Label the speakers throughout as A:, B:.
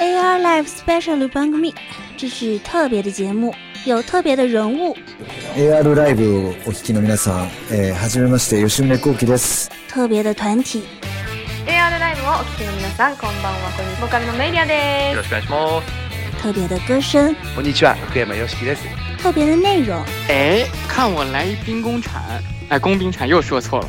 A: AR Live Special Bang Me，这是特别的节目，有特别的人物。
B: AR ライブをお聞きの皆さん、えー、はじめまして吉宗幸喜です。
A: 特别的团体，
C: AR ライブをお聞きの皆さんこんばんはこんにちはボーカルのメイリアで
D: よろ
C: す
D: しくお願いしま
A: 特别的歌声，
E: こんにちは、福山よしきです。
A: 特别的内容。
F: 哎，看我来一兵工铲！哎，工兵铲又说错了。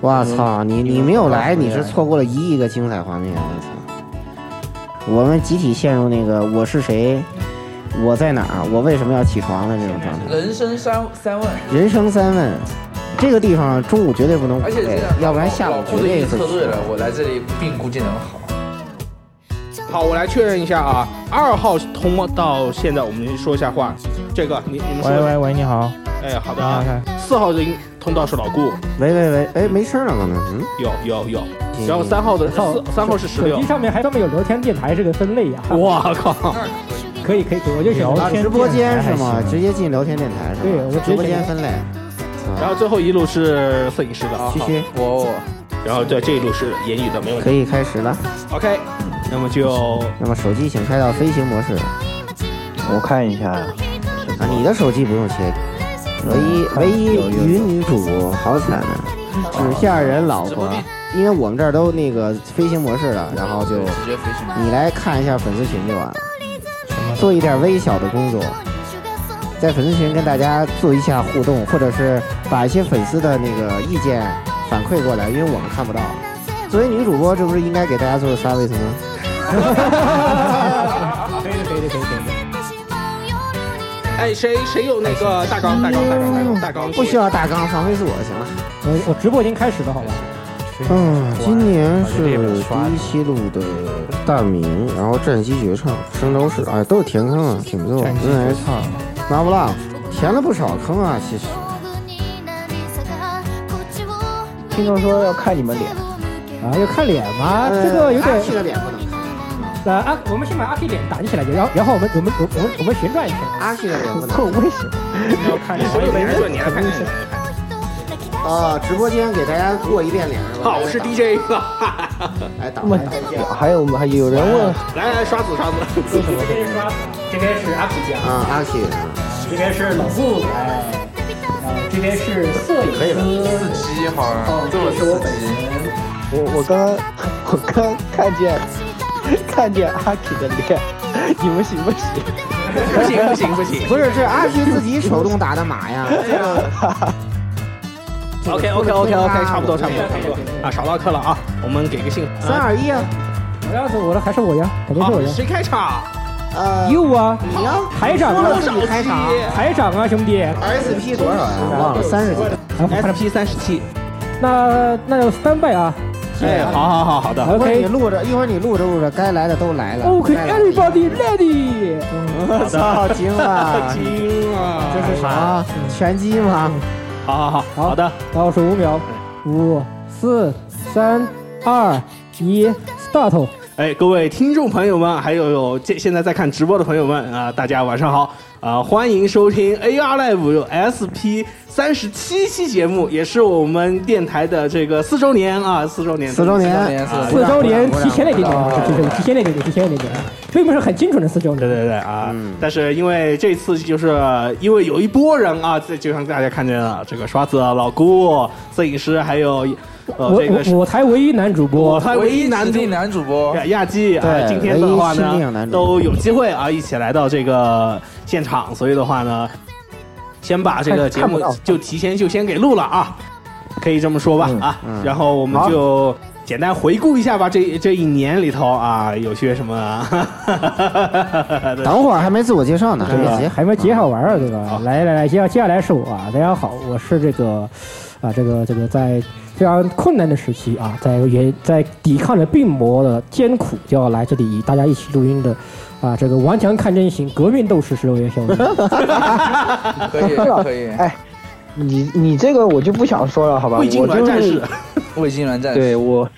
G: 我操，你你没有来，你是错过了一亿个精彩画面，我操！我们集体陷入那个我是谁，我在哪儿，我为什么要起床的这种状态。
H: 人生三三问，
G: 人生三问，这个地方中午绝对不能补
H: 而且
G: 位
H: 这样，，
G: 要不然下午
H: 老
G: 绝
H: 顾已
G: 对
H: 经
G: 会
H: 测
G: 起
H: 对了，我来这里病估计能好。
I: 好，我来确认一下啊，二号通道现在我们说一下话，这个你你们
J: 喂
I: 说，
J: 喂喂，你好，
I: 哎，好
J: 你
I: 的
J: 好
I: 啊，，四号人通道是老顾，
G: 喂喂喂，哎，没声了可能，嗯，
I: 有有有，然后三号的四三号是十六，
J: 上面还专门有聊天电台这个分类呀、
I: 我靠，
J: 可以可以，我就
G: 啊，直播间是
J: 哎
G: 吗？直接进聊天电台是吗？
J: 对我直接
G: 直播间分类。
J: 哎
I: 然后最后一路是摄影师的啊
G: 区，区
H: 我
I: 然后对这一路是言语的，没问
G: 可
I: 题。
G: 以开始了，
I: OK，那么就
G: 那么手机请开到飞行模式啊！
E: 我看一下，
G: 你的手机不用切，唯一唯一云女主好惨啊，纸下人老婆，因为我们这儿都那个飞行模式了，然后就
H: 直接飞行。
G: 你来看一下粉丝群就完了，做一点微小的工作，在粉丝群跟大家做一下互动，或者是把一些粉丝的那个意见反馈过来，因为我们看不到。作为女主播，这不是应该给大家做个 service 吗？
J: 可以的可以的可以的，
I: 哎，谁谁有那个大纲大纲大纲大纲大纲？
G: 不需要大纲，放飞自我就行了。
J: 我我直播已经开始了，好吧？
G: 嗯，今年是第一期录的大明，然后战机绝唱、声斗士，哎，都是填坑啊，挺不错。嗯，还唱 n o v Love，填了不少坑啊，其实。
E: 听众说要看你们脸，
J: 啊，要看脸吗？
G: 呃
J: 这个有
G: 阿 K 的
J: 点
G: 脸不能看，
J: 呃啊，我们先把阿 K 脸打起来，然后然后我们我们我们我们旋转一圈，
G: 阿 K 的脸不能看。
E: 为什么？
J: 要看
I: 所以没人说你来看。
G: 啊，直播间给大家过一遍脸是吧？
I: 好，我是 DJ 啊，
G: 来打来打
E: 还有还有人问，
I: 来来刷子刷子。
J: 这边是这边是阿 K 酱
G: 啊，阿 K
J: 这边是老顾，哎，呃，这边是摄影师，哦
H: 四机好像做了四机，
E: 我我刚刚我刚看见看见阿 K 的脸，你们行不行？
I: 不行不行不行。
G: 不是，是阿 K 自己手动打的码呀。
I: 哎
G: 这个
I: OK OK OK OK，差不多差不多差不多啊，少唠嗑了啊，我们给个信。
G: 三二一啊，
J: 我要是我的还是我呀，肯定是
I: 好
J: 我，呀。
I: 谁开场？
G: 呃，
J: 又啊，
G: 你要
J: 台长
G: 说
J: 啊
G: 了，自己开场
J: 台长啊，兄弟，
G: ，SP 多少
I: 啊
G: 呀？忘了三十几。
J: 啊
I: SP 三十七。
J: 那那就三倍啊
I: 哎，好好好好的。
G: 一会儿你
J: ，OK
G: 录着，一会儿你录着录着，该来的都来了。
J: OK
G: 该来的
J: Oh, everybody ready，
G: 我操，惊 了！
I: 惊
G: 这
I: 啊！
G: 是啥？拳击吗？
I: 好好好好的，
J: 倒数五秒，五、四、三、二、一，start。
I: 哎，各位听众朋友们，还有有这现在在看直播的朋友们啊，大家晚上好啊！欢迎收听 AR Live SP 三十七期节目，也是我们电台的这个四周年啊，四周年，啊
G: 四周
H: 四周
G: 年，
H: 年四周年
J: 四周年
G: 鼓掌
J: 提前了一点点，
H: 鼓掌
J: 是提前提前了一点点，提前了一点点，所以我们是很精准的四周
I: 对
J: 年。
I: 对对啊！
G: 嗯
I: 但是因为这次就是因为有一波人啊，这就像大家看见了这个刷子啊老顾、摄影师，还有呃
J: 我
I: 这个
J: 我我台唯一男主播
I: 我，台唯一男
H: 指
I: 主
H: 定男主播，
I: 亚亚季啊，
G: 对
I: 今天的话
G: 唯一新晋
I: 呢
G: 男主
I: 都有机会啊，一起来到这个现场，所以的话呢，先把这个节目
J: 看看不到
I: 就提前就先给录了啊。可以这么说吧
G: 嗯
I: 啊。然后我们就简单回顾一下吧，这这一年里头啊，有些什么 啊？
G: 等会儿还没自我介绍呢，还
J: 对
G: 没
J: 吧
G: 结，
J: 还没结好玩儿啊，对吧？来来来，接下接下来是我啊，大家好，我是这个啊，这个这个在非常困难的时期啊，在也在抵抗着病魔的艰苦，就要来这里与大家一起录音的啊，这个顽强抗争型革命斗士石榴园小雨。
H: 可以可以，
E: 哎，你你这个我就不想说了，好吧？
I: 魏痉
E: 我
I: 挛
E: 就
I: 战
E: 是
I: 士，
H: 魏痉挛战士，
E: 对 我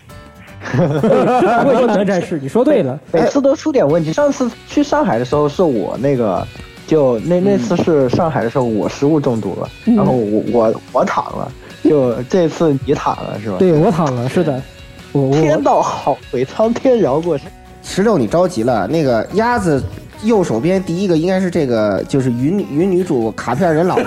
J: 魏痉挛战士，哎你说对了，
E: 每次都出点问题。上次去上海的时候是我那个，就那那次是上海的时候我食物中毒了，然后我我我躺了，就这次你躺了是吧？，
J: 对我躺了，是的，我
E: 天
J: 我
E: 道好鬼，苍天饶过谁？
G: 石榴，你着急了。那个鸭子右手边第一个应该是这个，就是云云女主卡片人老 婆，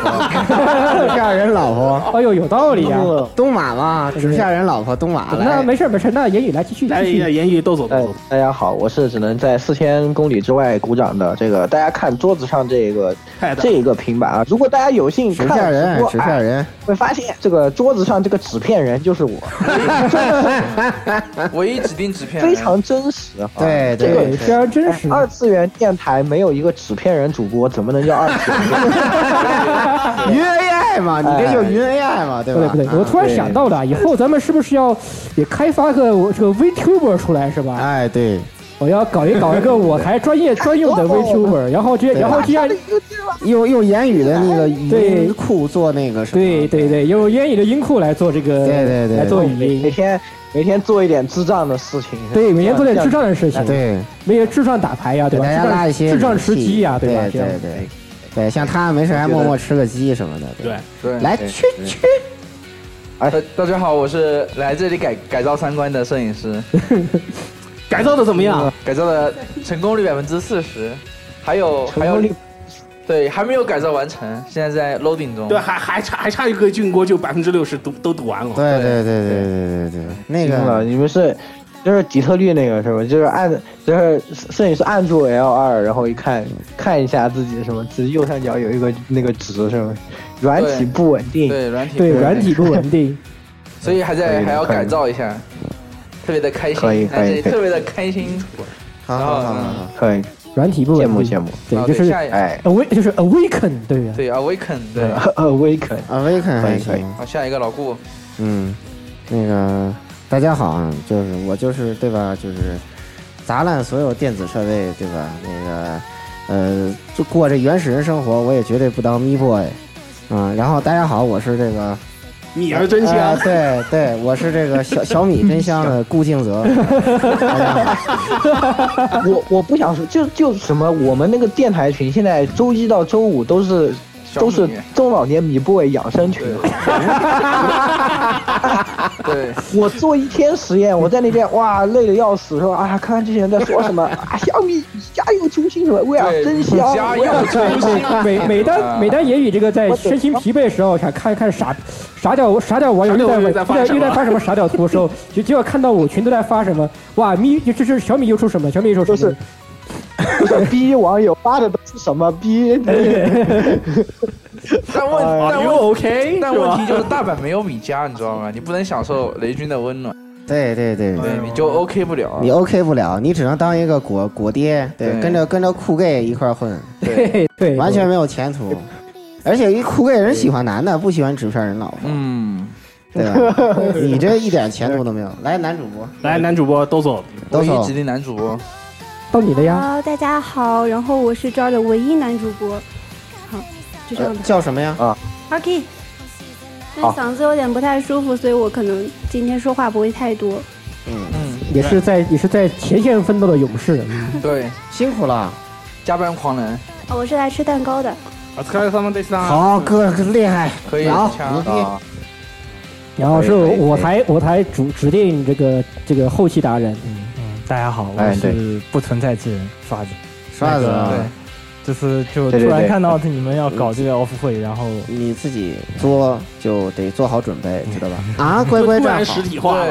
G: 纸片人老婆，嗯
J: 哎呦，有道理啊。
G: 东马嘛，纸片人老婆东马
J: 那
G: 来。
J: 没事儿没事儿，那言语来 继续
I: 来
J: 继续。
I: 言语斗走斗
E: 哎
I: 走，，
E: 大家好，我是只能在四千公里之外鼓掌的这个。大家看桌子上这个
I: 太大
E: 这个平板啊，如果大家有幸
G: 纸
E: 看
G: 片
E: 直
G: 人，
E: 播
G: 纸片
E: 哎
G: 人，
E: 会发现这个桌子上这个纸片人就是 我，
H: 唯一指定纸片人
E: 非常真实啊。
G: 对
E: 这
G: 对
E: 个哎
J: 对，非常真实。
E: 二次元电台没有一个纸片人主播，怎么能叫二次元？
G: 啊云 AI 嘛，你这就云 AI 嘛，对
J: 不哎对
G: 吧？
J: 不对，我突然想到了，以后咱们是不是要也开发个我这个 VTuber 出来是吧？
G: 哎，对，啊
J: 我要搞一搞一个我台 专业专用的 VTuber，然后这
G: 对
J: 然后这样，
G: 用用言语的那个语
J: 对
G: 音库做那个什么？
J: 对对对，用烟雨的音库来做这个，
G: 对对对
J: 来做语
E: 哎每
J: 音，
E: 天每天做一点智障的事情，哎
J: 对，每天做点智
E: 这样。
J: 障的事情，，
G: 对，
J: 每天智障打牌呀，
G: 给
J: 对吧？
G: 大家
J: 智障
G: 拉一些
J: 智障
G: 人气
J: 吃鸡呀，
G: 对
J: 吧？这样
G: 对对对，像他没事还默默吃个鸡什么的，对
I: 对。
H: 对
G: 来
H: 对
G: 去
H: 对
G: 去，
H: 大大家好，我是来这里改改造三观的摄影师，
I: 改造的怎么样？
H: 改造的成功率百分之四十，还有还有
E: 成功率
H: 对还没有改造完成，现在在 loading 中。
I: 对，还还差还差一个菌锅，就百分之六十都都堵完了。
G: 哦对对对对对对对，那
E: 听
G: 个
E: 了，你们是就是底特律那个是吧？就是按就是摄影师按住 L 二，然后一看看一下自己什么，自己右上角有一个那个值是吧？软体
H: 对
E: 不稳定，
H: 对软体
J: 对，软体不稳定，
H: 所以还
E: 可
H: 在
E: 以的
H: 还要
E: 可以的
H: 改造一下，特别的开心，
E: 可以
H: 在这
E: 可
H: 里
E: 以可以
H: 特别的开心。
G: 好好好好好，
E: 可以
J: 软体不
E: 羡
J: 稳
E: 慕
J: 定，
E: 羡慕。
J: 对
H: 啊，
J: 就
H: 对
J: 是
H: 下一
E: 哎
J: awaken 就是 awaken，对呀，
H: 对 awaken 对，
E: Awaken，
G: 啊，Vic 还
E: 可以可以
G: 行，
H: 好下一个老顾，
G: 嗯，那个大家好，啊，就是我就是对吧，就是砸烂所有电子设备对吧？那个呃，就过这原始人生活，我也绝对不当 me boy，嗯，然后大家好，我是这个
I: 你儿真香
G: 呃，对对，我是这个小小米真香 的顾静泽，大家好
E: 我我不想说，就就什么，我们那个电台群现在周一到周五都是
H: 小
E: 都是
H: 米
E: 中老年米 boy 养生群。
H: 对，
E: 我做一天实验，我在那边哇累得要死，说啊看看这些人在说什么啊，小米家有初心什么，喂啊
H: 对
E: 真香，
H: 家
E: 喂啊
H: 有初心，
J: 每每当每当言语这个在身心疲惫的时候，想看看傻傻屌傻屌网友又在又在又在发什么傻屌图的时 候，就就要看到我群都在发什么哇咪，这是小米又出什么，小米又出什么，
E: 就是逼网友发的都是什么逼？
H: 但问但
I: You
H: 问
I: OK？
H: 但
I: 是吧
H: 问题就是大阪没有米家，你知道吗？你不能享受雷军的温暖，
G: 对对对对。
H: 对，你就 OK 不了啊
G: 你。OK 不了，你只能当一个果果爹，对，
H: 对
G: 跟着跟着酷 gay 一块儿混，
J: 嘿嘿对，
G: 完全没有前途。而且一酷 gay 人喜欢男的，不喜欢纸片人老婆，
H: 嗯，
G: 对吧？你这一点前途都没有。来，男主播，
I: 来，男主播都走。
G: 抖
H: 唯一
G: 手
H: 指定男主播，
J: 到你了呀，
D: 好，大家好，然后我是这儿的唯一男主播，好，就这样
G: 呃
D: 吧。
G: 叫什么呀？
D: OK，但
E: 好
D: 嗓子有点不太舒服，所以我可能今天说话不会太多。
G: 嗯，
H: 嗯，
J: 也是在也是在前线奋斗的勇士，
H: 对，
G: 辛苦了。
H: 加班狂人
D: 哦我是来吃蛋糕的，
I: お疲れ様でした。
G: 好，哥厉
J: 哎
E: 哎
G: 害，
H: 可以
G: 好，
H: 强啊
G: 牛逼。
J: 然后是我台我台主指定这个这个后期达人，
K: 大家好，
E: 哎
K: 我是不存在之人刷子。
G: 刷子啊，
H: 对
K: 就是就
E: 对对
K: 突然
E: 对
K: 看到你们要搞这个 off 会，然后
G: 你自己作就得做好准备，知道吧？啊，乖乖
I: 突然
G: 站
I: 实
G: 好。
I: 体化了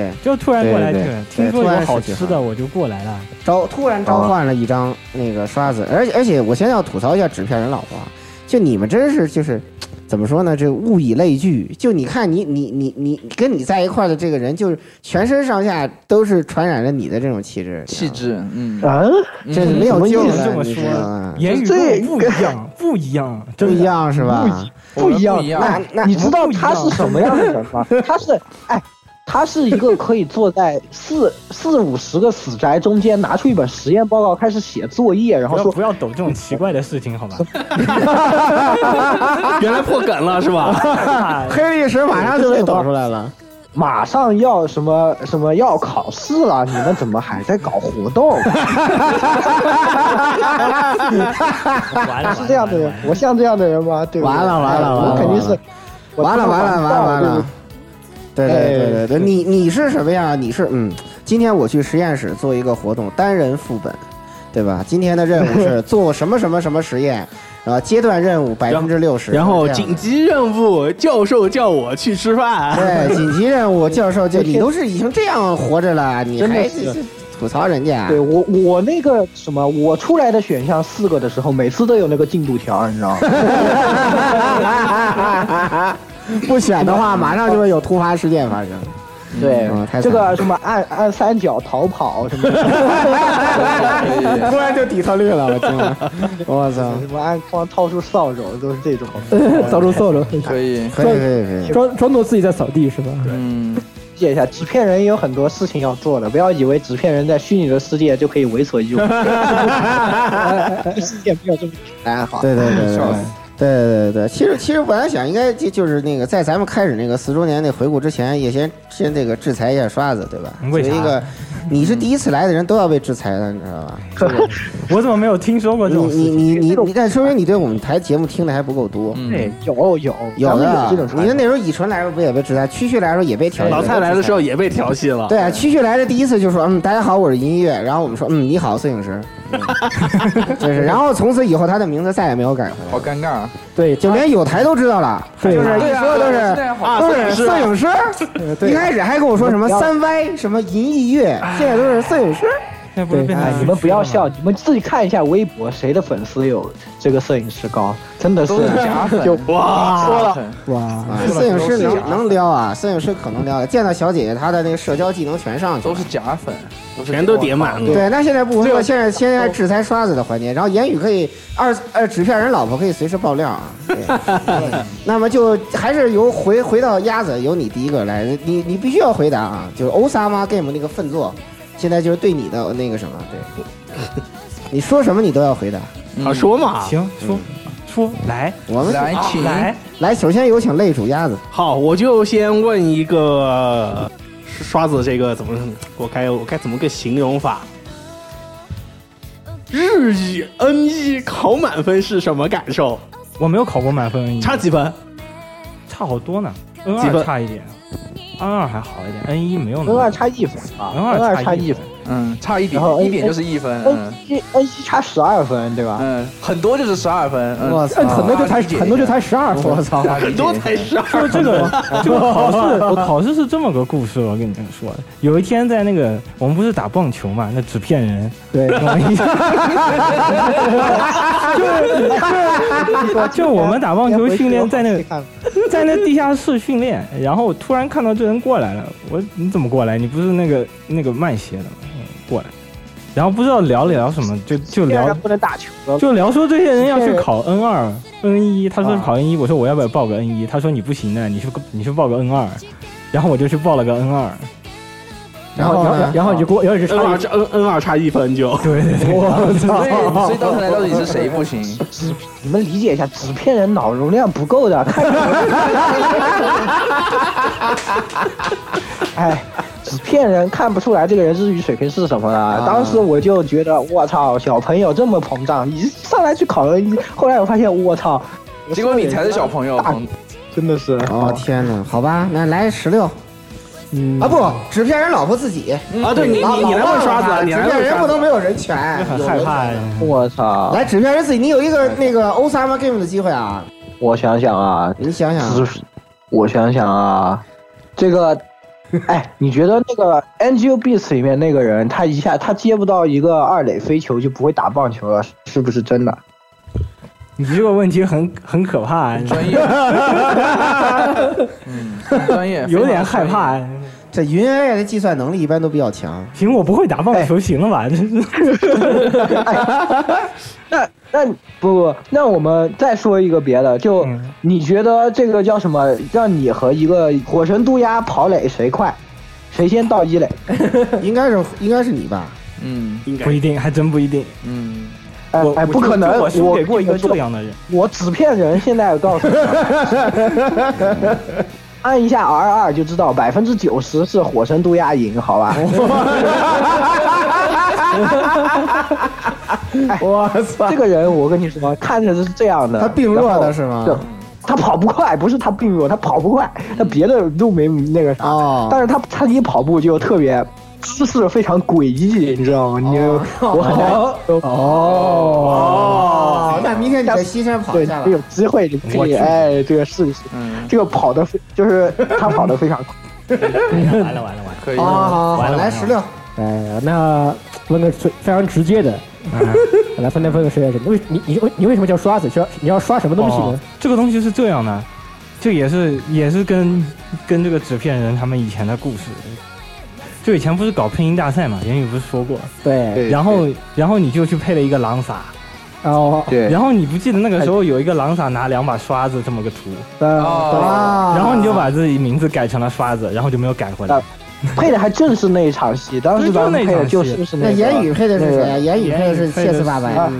G: 对，
K: 嗯就突然过来
E: 对对
K: 听，听说
G: 突然
K: 有好
G: 是
K: 吃
G: 这
K: 的
G: 样
K: 我就过来了。
G: 召突然召唤了一张那个刷子，而且而且我现在要吐槽一下纸片人老婆啊，就你们真是就是怎么说呢？这物以类聚，就你看你你你你你跟你在一块儿的这个人，就是全身上下都是传染了你的这种气质，气
H: 质，嗯
G: 啊，这是没有救了，
K: 这么
G: 你知道
K: 说，
G: 吗
K: 言语跟我不一样，不一样，
G: 不一样是吧？
E: 不一样。那
G: 那
E: 你知道他是什么样的人 吗？他是哎，他是一个可以坐在四四五十个死宅中间，拿出一本实验报告开始写作业，然后
K: 不要
E: 说
K: 不要抖这种奇怪的事情，好 吧？
I: 原来破梗了 是吧？
G: 黑历史马上就被抖出来了。
E: 马上要什么什么要考试了，你们怎么还在搞 活动？是这样的人，我像这样的人吗？对不对
G: 完了完了完
E: 哎
G: 了
E: 我肯定
G: 完
E: 是
G: 了，
E: 我
G: 完了
E: 真的
G: 完了
E: 想不
G: 完了
E: 到
G: 完
E: 就是
G: 了！对对对对对，
E: 哎
G: 你你是什么样？你是嗯，今天我去实验室做一个活动，单人副本，对吧？今天的任务 是做什么什么什么实验，呃，阶段任务百分之六十，
I: 然后
G: 这样
I: 紧急任务，教授叫我去吃饭。
G: 对紧急任务，教授 就你都是已 经这样活着了，你
E: 真的
G: 还
E: 是
G: 吐槽人家？
E: 对我我那个什么，我出来的选项四个的时候，每次都有那个进度条，你知道吗？
G: 不选的话，马上就会有突发事件发生。
E: 对
G: 嗯太惨了
E: 这个什么按按三角逃跑 什么的，
G: 突然就底特律了，我天哪！我操！
E: 什么按框掏出扫帚都是这 种。
J: 扫帚扫帚，
H: 可以
G: 可以可以可以
J: 装装作自己在扫地是吧？
H: 嗯，
E: 理解一下，纸片人也有很多事情要做的，不要以为纸片人在虚拟的世界就可以为 所欲为，世界没有这么简单哈。
G: 对对对对对。对对对对，其实其实本来想应该就就是那个在咱们开始那个四周年那回顾之前，也先先这个制裁一下刷子，对吧？
K: 为啥
G: 一个你是第一次来的人都要被制裁的，你知道吧？
K: 我怎么没有听说过这
G: 你
K: 种事
G: 你
K: 情？嗯
G: 你你你，但说明你对我们台节目听的还不够多。
I: 哎
E: 对，有有
G: 有
E: 咱们
G: 的
E: 有这种，传
G: 你
E: 统
G: 的那时候乙醇来了不也被制裁，蛐蛐来的时候也被调戏。
I: 老蔡来的时候也被调戏了。
G: 对啊，蛐蛐来的第一次就说，嗯，大家好，我是音乐。然后我们说，嗯，你好，摄影 师。嗯就是，然后从此以后他的名字再也没有改回来。
H: 好尴尬啊！
G: 对，就连有台都知道了，
H: 对
G: 就是一说都是
H: 对啊
G: 都是摄影师
H: 对。啊
G: 一开始还跟我说什么三歪什么银翼乐，现在都是摄影师。
K: 那不是
E: 对，
K: 变态
E: 哎，你们不要笑，你们自己看一下微博，谁的粉丝有这个摄影师高？真的是
H: 都是 假粉
E: 就
I: 哇
E: 说了，
J: 哇，
G: 啊摄影师能能撩啊，摄影师可能撩了。见到小姐姐，她的那个社交技能全上去了。
H: 都是假粉，嗯啊都是
I: 全都点满了
G: 对，那现在不说，现在现
H: 哦
G: 在制裁刷子的环节，然后言语可以二呃纸片人老婆可以随时爆料啊。对那么就还是由回回到鸭子，由你第一个来，你你必须要回答啊，就是欧萨妈 game 那个粪作，现在就是对你的那个什么， 对，你说什么你都要回答。
I: 啊，说嘛，
K: 行，说说来，
G: 嗯我们
H: 来请
K: 来
G: 来，首先有请擂主鸭子，
I: 好，我就先问一个刷子，这个怎么我该我该怎么个形容法？日语 NE 考满分是什么感受？
K: 我没有考过满分，
I: 差几分？
K: 差好多呢，N
I: 几
K: 二
I: 分
K: 差一点，N 二还好一点，N 一没有那
E: N
K: 么
E: 二差一分啊
K: N 二
E: 差
K: 差
E: 一
K: 一
E: 分
K: 分
H: 嗯，差一点
E: 然后，
H: 一点就是一分，
E: ，N
H: 嗯
E: 一 N 一差十二分，对吧？
H: 嗯，很多就是十二分，嗯
G: 我操
J: 很多就才
H: 理解
J: 很多就才十二分，
G: 我操，
I: 很多才十二
K: 就
I: 分。
K: 这个这个考试，我考试是这么个故事，我跟你说，有一天在那个我们不是打棒球嘛，那纸片人，
J: 对，
K: 懂我意思吗就就我们打棒球训练在那个
E: 个，
K: 在那地下室训练，然后我突然看到这人过来了，我说你怎么过来？你不是那个那个慢鞋的吗？嗯过来，然后不知道聊了聊什么，就就聊
E: 不能打球了，
K: 就聊说这些人要去
E: 这个
K: 考 N 二、N 一，他说考 N 一，我说我要不要报个 N 一？他说你不行的，你去你去报个 N 二，然后我就去报了个 N 二，
G: 然后呢？
J: 然后你就过，然后你就
I: N
J: 差
I: 二差 N N 二差一分就，
K: 对对对，
G: 我操
H: 所以，所以到头来到底是谁 不行？
E: 你们理解一下，纸片人脑容量不够的，看。哎，纸片人看不出来这个人日语水平是什么
K: 啊
E: 了。当时我就觉得，我操，小朋友这么膨胀，一上来去考了一，后来我发现，我操，
H: 结果你才是小朋友，
E: 大真的是
G: 哦天哪，好吧，那来十六。
J: 嗯
G: 啊不，纸片人老婆自己
I: 啊对你
G: 老
I: 你你来问刷子
G: 老婆
I: 你来问
G: 纸片
I: 刷
G: 人
I: 子
G: 不能没有人权，
K: 很
G: 有
K: 害
G: 人
K: 怕
G: 权。
K: 呀。
E: 我操！
G: 来，纸片人自己，你有一个那个 o s a m a Game 的机会啊！
E: 我想想啊，
G: 你想想啊，
E: 是，我想想啊，这个，哎，你觉得那个 Angel Beats 里面那个人，他一下他接不到一个二垒飞球就不会打棒球了，是不是真的？
K: 你这个问题很很可怕、啊，专业，
H: 专 业
K: 有点害怕、
G: 这云 AI 的计算能力一般都比较强。哎
K: 行，我不会打棒球，行了吧？
E: 那那不不，那我们再说一个别的，就
G: 嗯
E: 你觉得这个叫什么？让你和一个火神渡鸦跑垒谁快？谁先到一垒？
G: 应该是应该是你吧？
H: 嗯，
E: 应该
K: 不一定，还真不一定。
H: 嗯，
E: 哎
K: 我
E: 哎，
K: 我
E: 不可能！
K: 就我
E: 我
K: 输给过一个
E: 跟你说
K: 这样的人，
E: 我纸片人。现在我告 诉你，按一下 R 二就知道，百分之九十是火神渡鸦赢，好 吧？哎
G: 我操！
E: 这个人，我跟你说，看着是这样的，
G: 他病弱的
E: 然后
G: 是吗
E: 对他跑不快，不是他病弱，他跑不快，他
K: 嗯
E: 别的都没那个啥，
K: 哦
E: 但是他他一跑步就特别姿势非常诡异，你知道吗？你、我很难
G: 哦哦，那明天你在西山跑一
E: 对，
G: 下吧嗯
E: 这。有机会你可以哎，这个试一试，这个跑的就是他跑的非常快，
J: 完了完了完了，
H: 可
G: 好好好
J: 完
G: 好，
J: 了
G: 来
J: 完了
G: 十六。
J: 哎，那问个最非常直接的，啊， 来分来分个实验室，你为你你你为什么叫刷子？需要你要刷什么东西
K: 哦
J: 呢？
K: 这个东西是这样的，这也是也是跟跟这个纸片人他们以前的故事。就以前不是搞配音大赛嘛，言语不是说过，
J: 对
K: 然后然后你就去配了一个狼撒，
J: 哦，
K: 然后你不记得那个
G: 哎
K: 时候有一个狼撒拿两把刷子这么个图，
J: 哦
G: 啊
K: 然后你就把自己名字改成了刷子，然后就没有改回来
E: 啊。配的还正是那一场戏，当时咱们配的就是就是
G: 那
E: 个
G: 言语配的是谁啊？言语配的是切斯爸爸呀
E: 啊。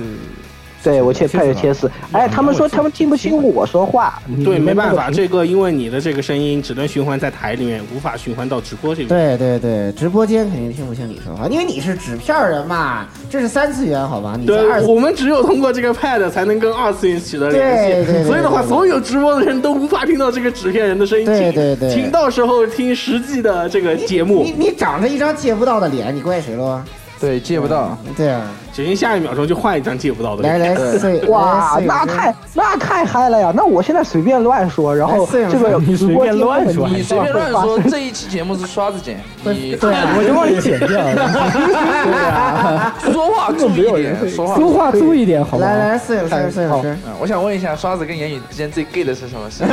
E: 对我切配的切斯，哎，他们说他们听不清我说话，
I: 对，
E: 你
I: 没
E: 们
I: 办
E: 那个
I: 法，这个因为你的这个声音只能循环在台里面，无法循环到直播这边。
G: 对对对，直播间肯定听不清你说话，因为你是纸片人嘛，这是三次元好吧？你在二
I: 对，
G: 次
I: 我们只有通过这个 Pad 才能跟二次元取得联
G: 对对对
I: 系，所以的话，
G: 对
I: 所有直播的人都无法听到这个纸片人的声音。
G: 对
I: 请
G: 对对
I: 请到时候听实际的这个节目
G: 你。你长着一张借不到的脸，你怪谁喽？
H: 对，借不到。
G: 对啊，
I: 只因下一秒钟就换一张借不到的脸。
G: 来来四
E: 哎哇，那太那太嗨了呀！那我现在随便乱说，
G: 哎
E: 然后哎这个直播间根本就
H: 你随便乱
E: 发
H: 说。
E: 生
H: 这一期节目是刷子剪，你
G: 对啊
J: 我就帮你剪掉
G: 哦
H: 哎了。啊哎说话 注意点，说话
J: 说话注意点，好吗？
H: 来来
G: 来，四影师，四影师，
H: 嗯，我想问一下，刷子跟言语之间最 gay 的是什么 事？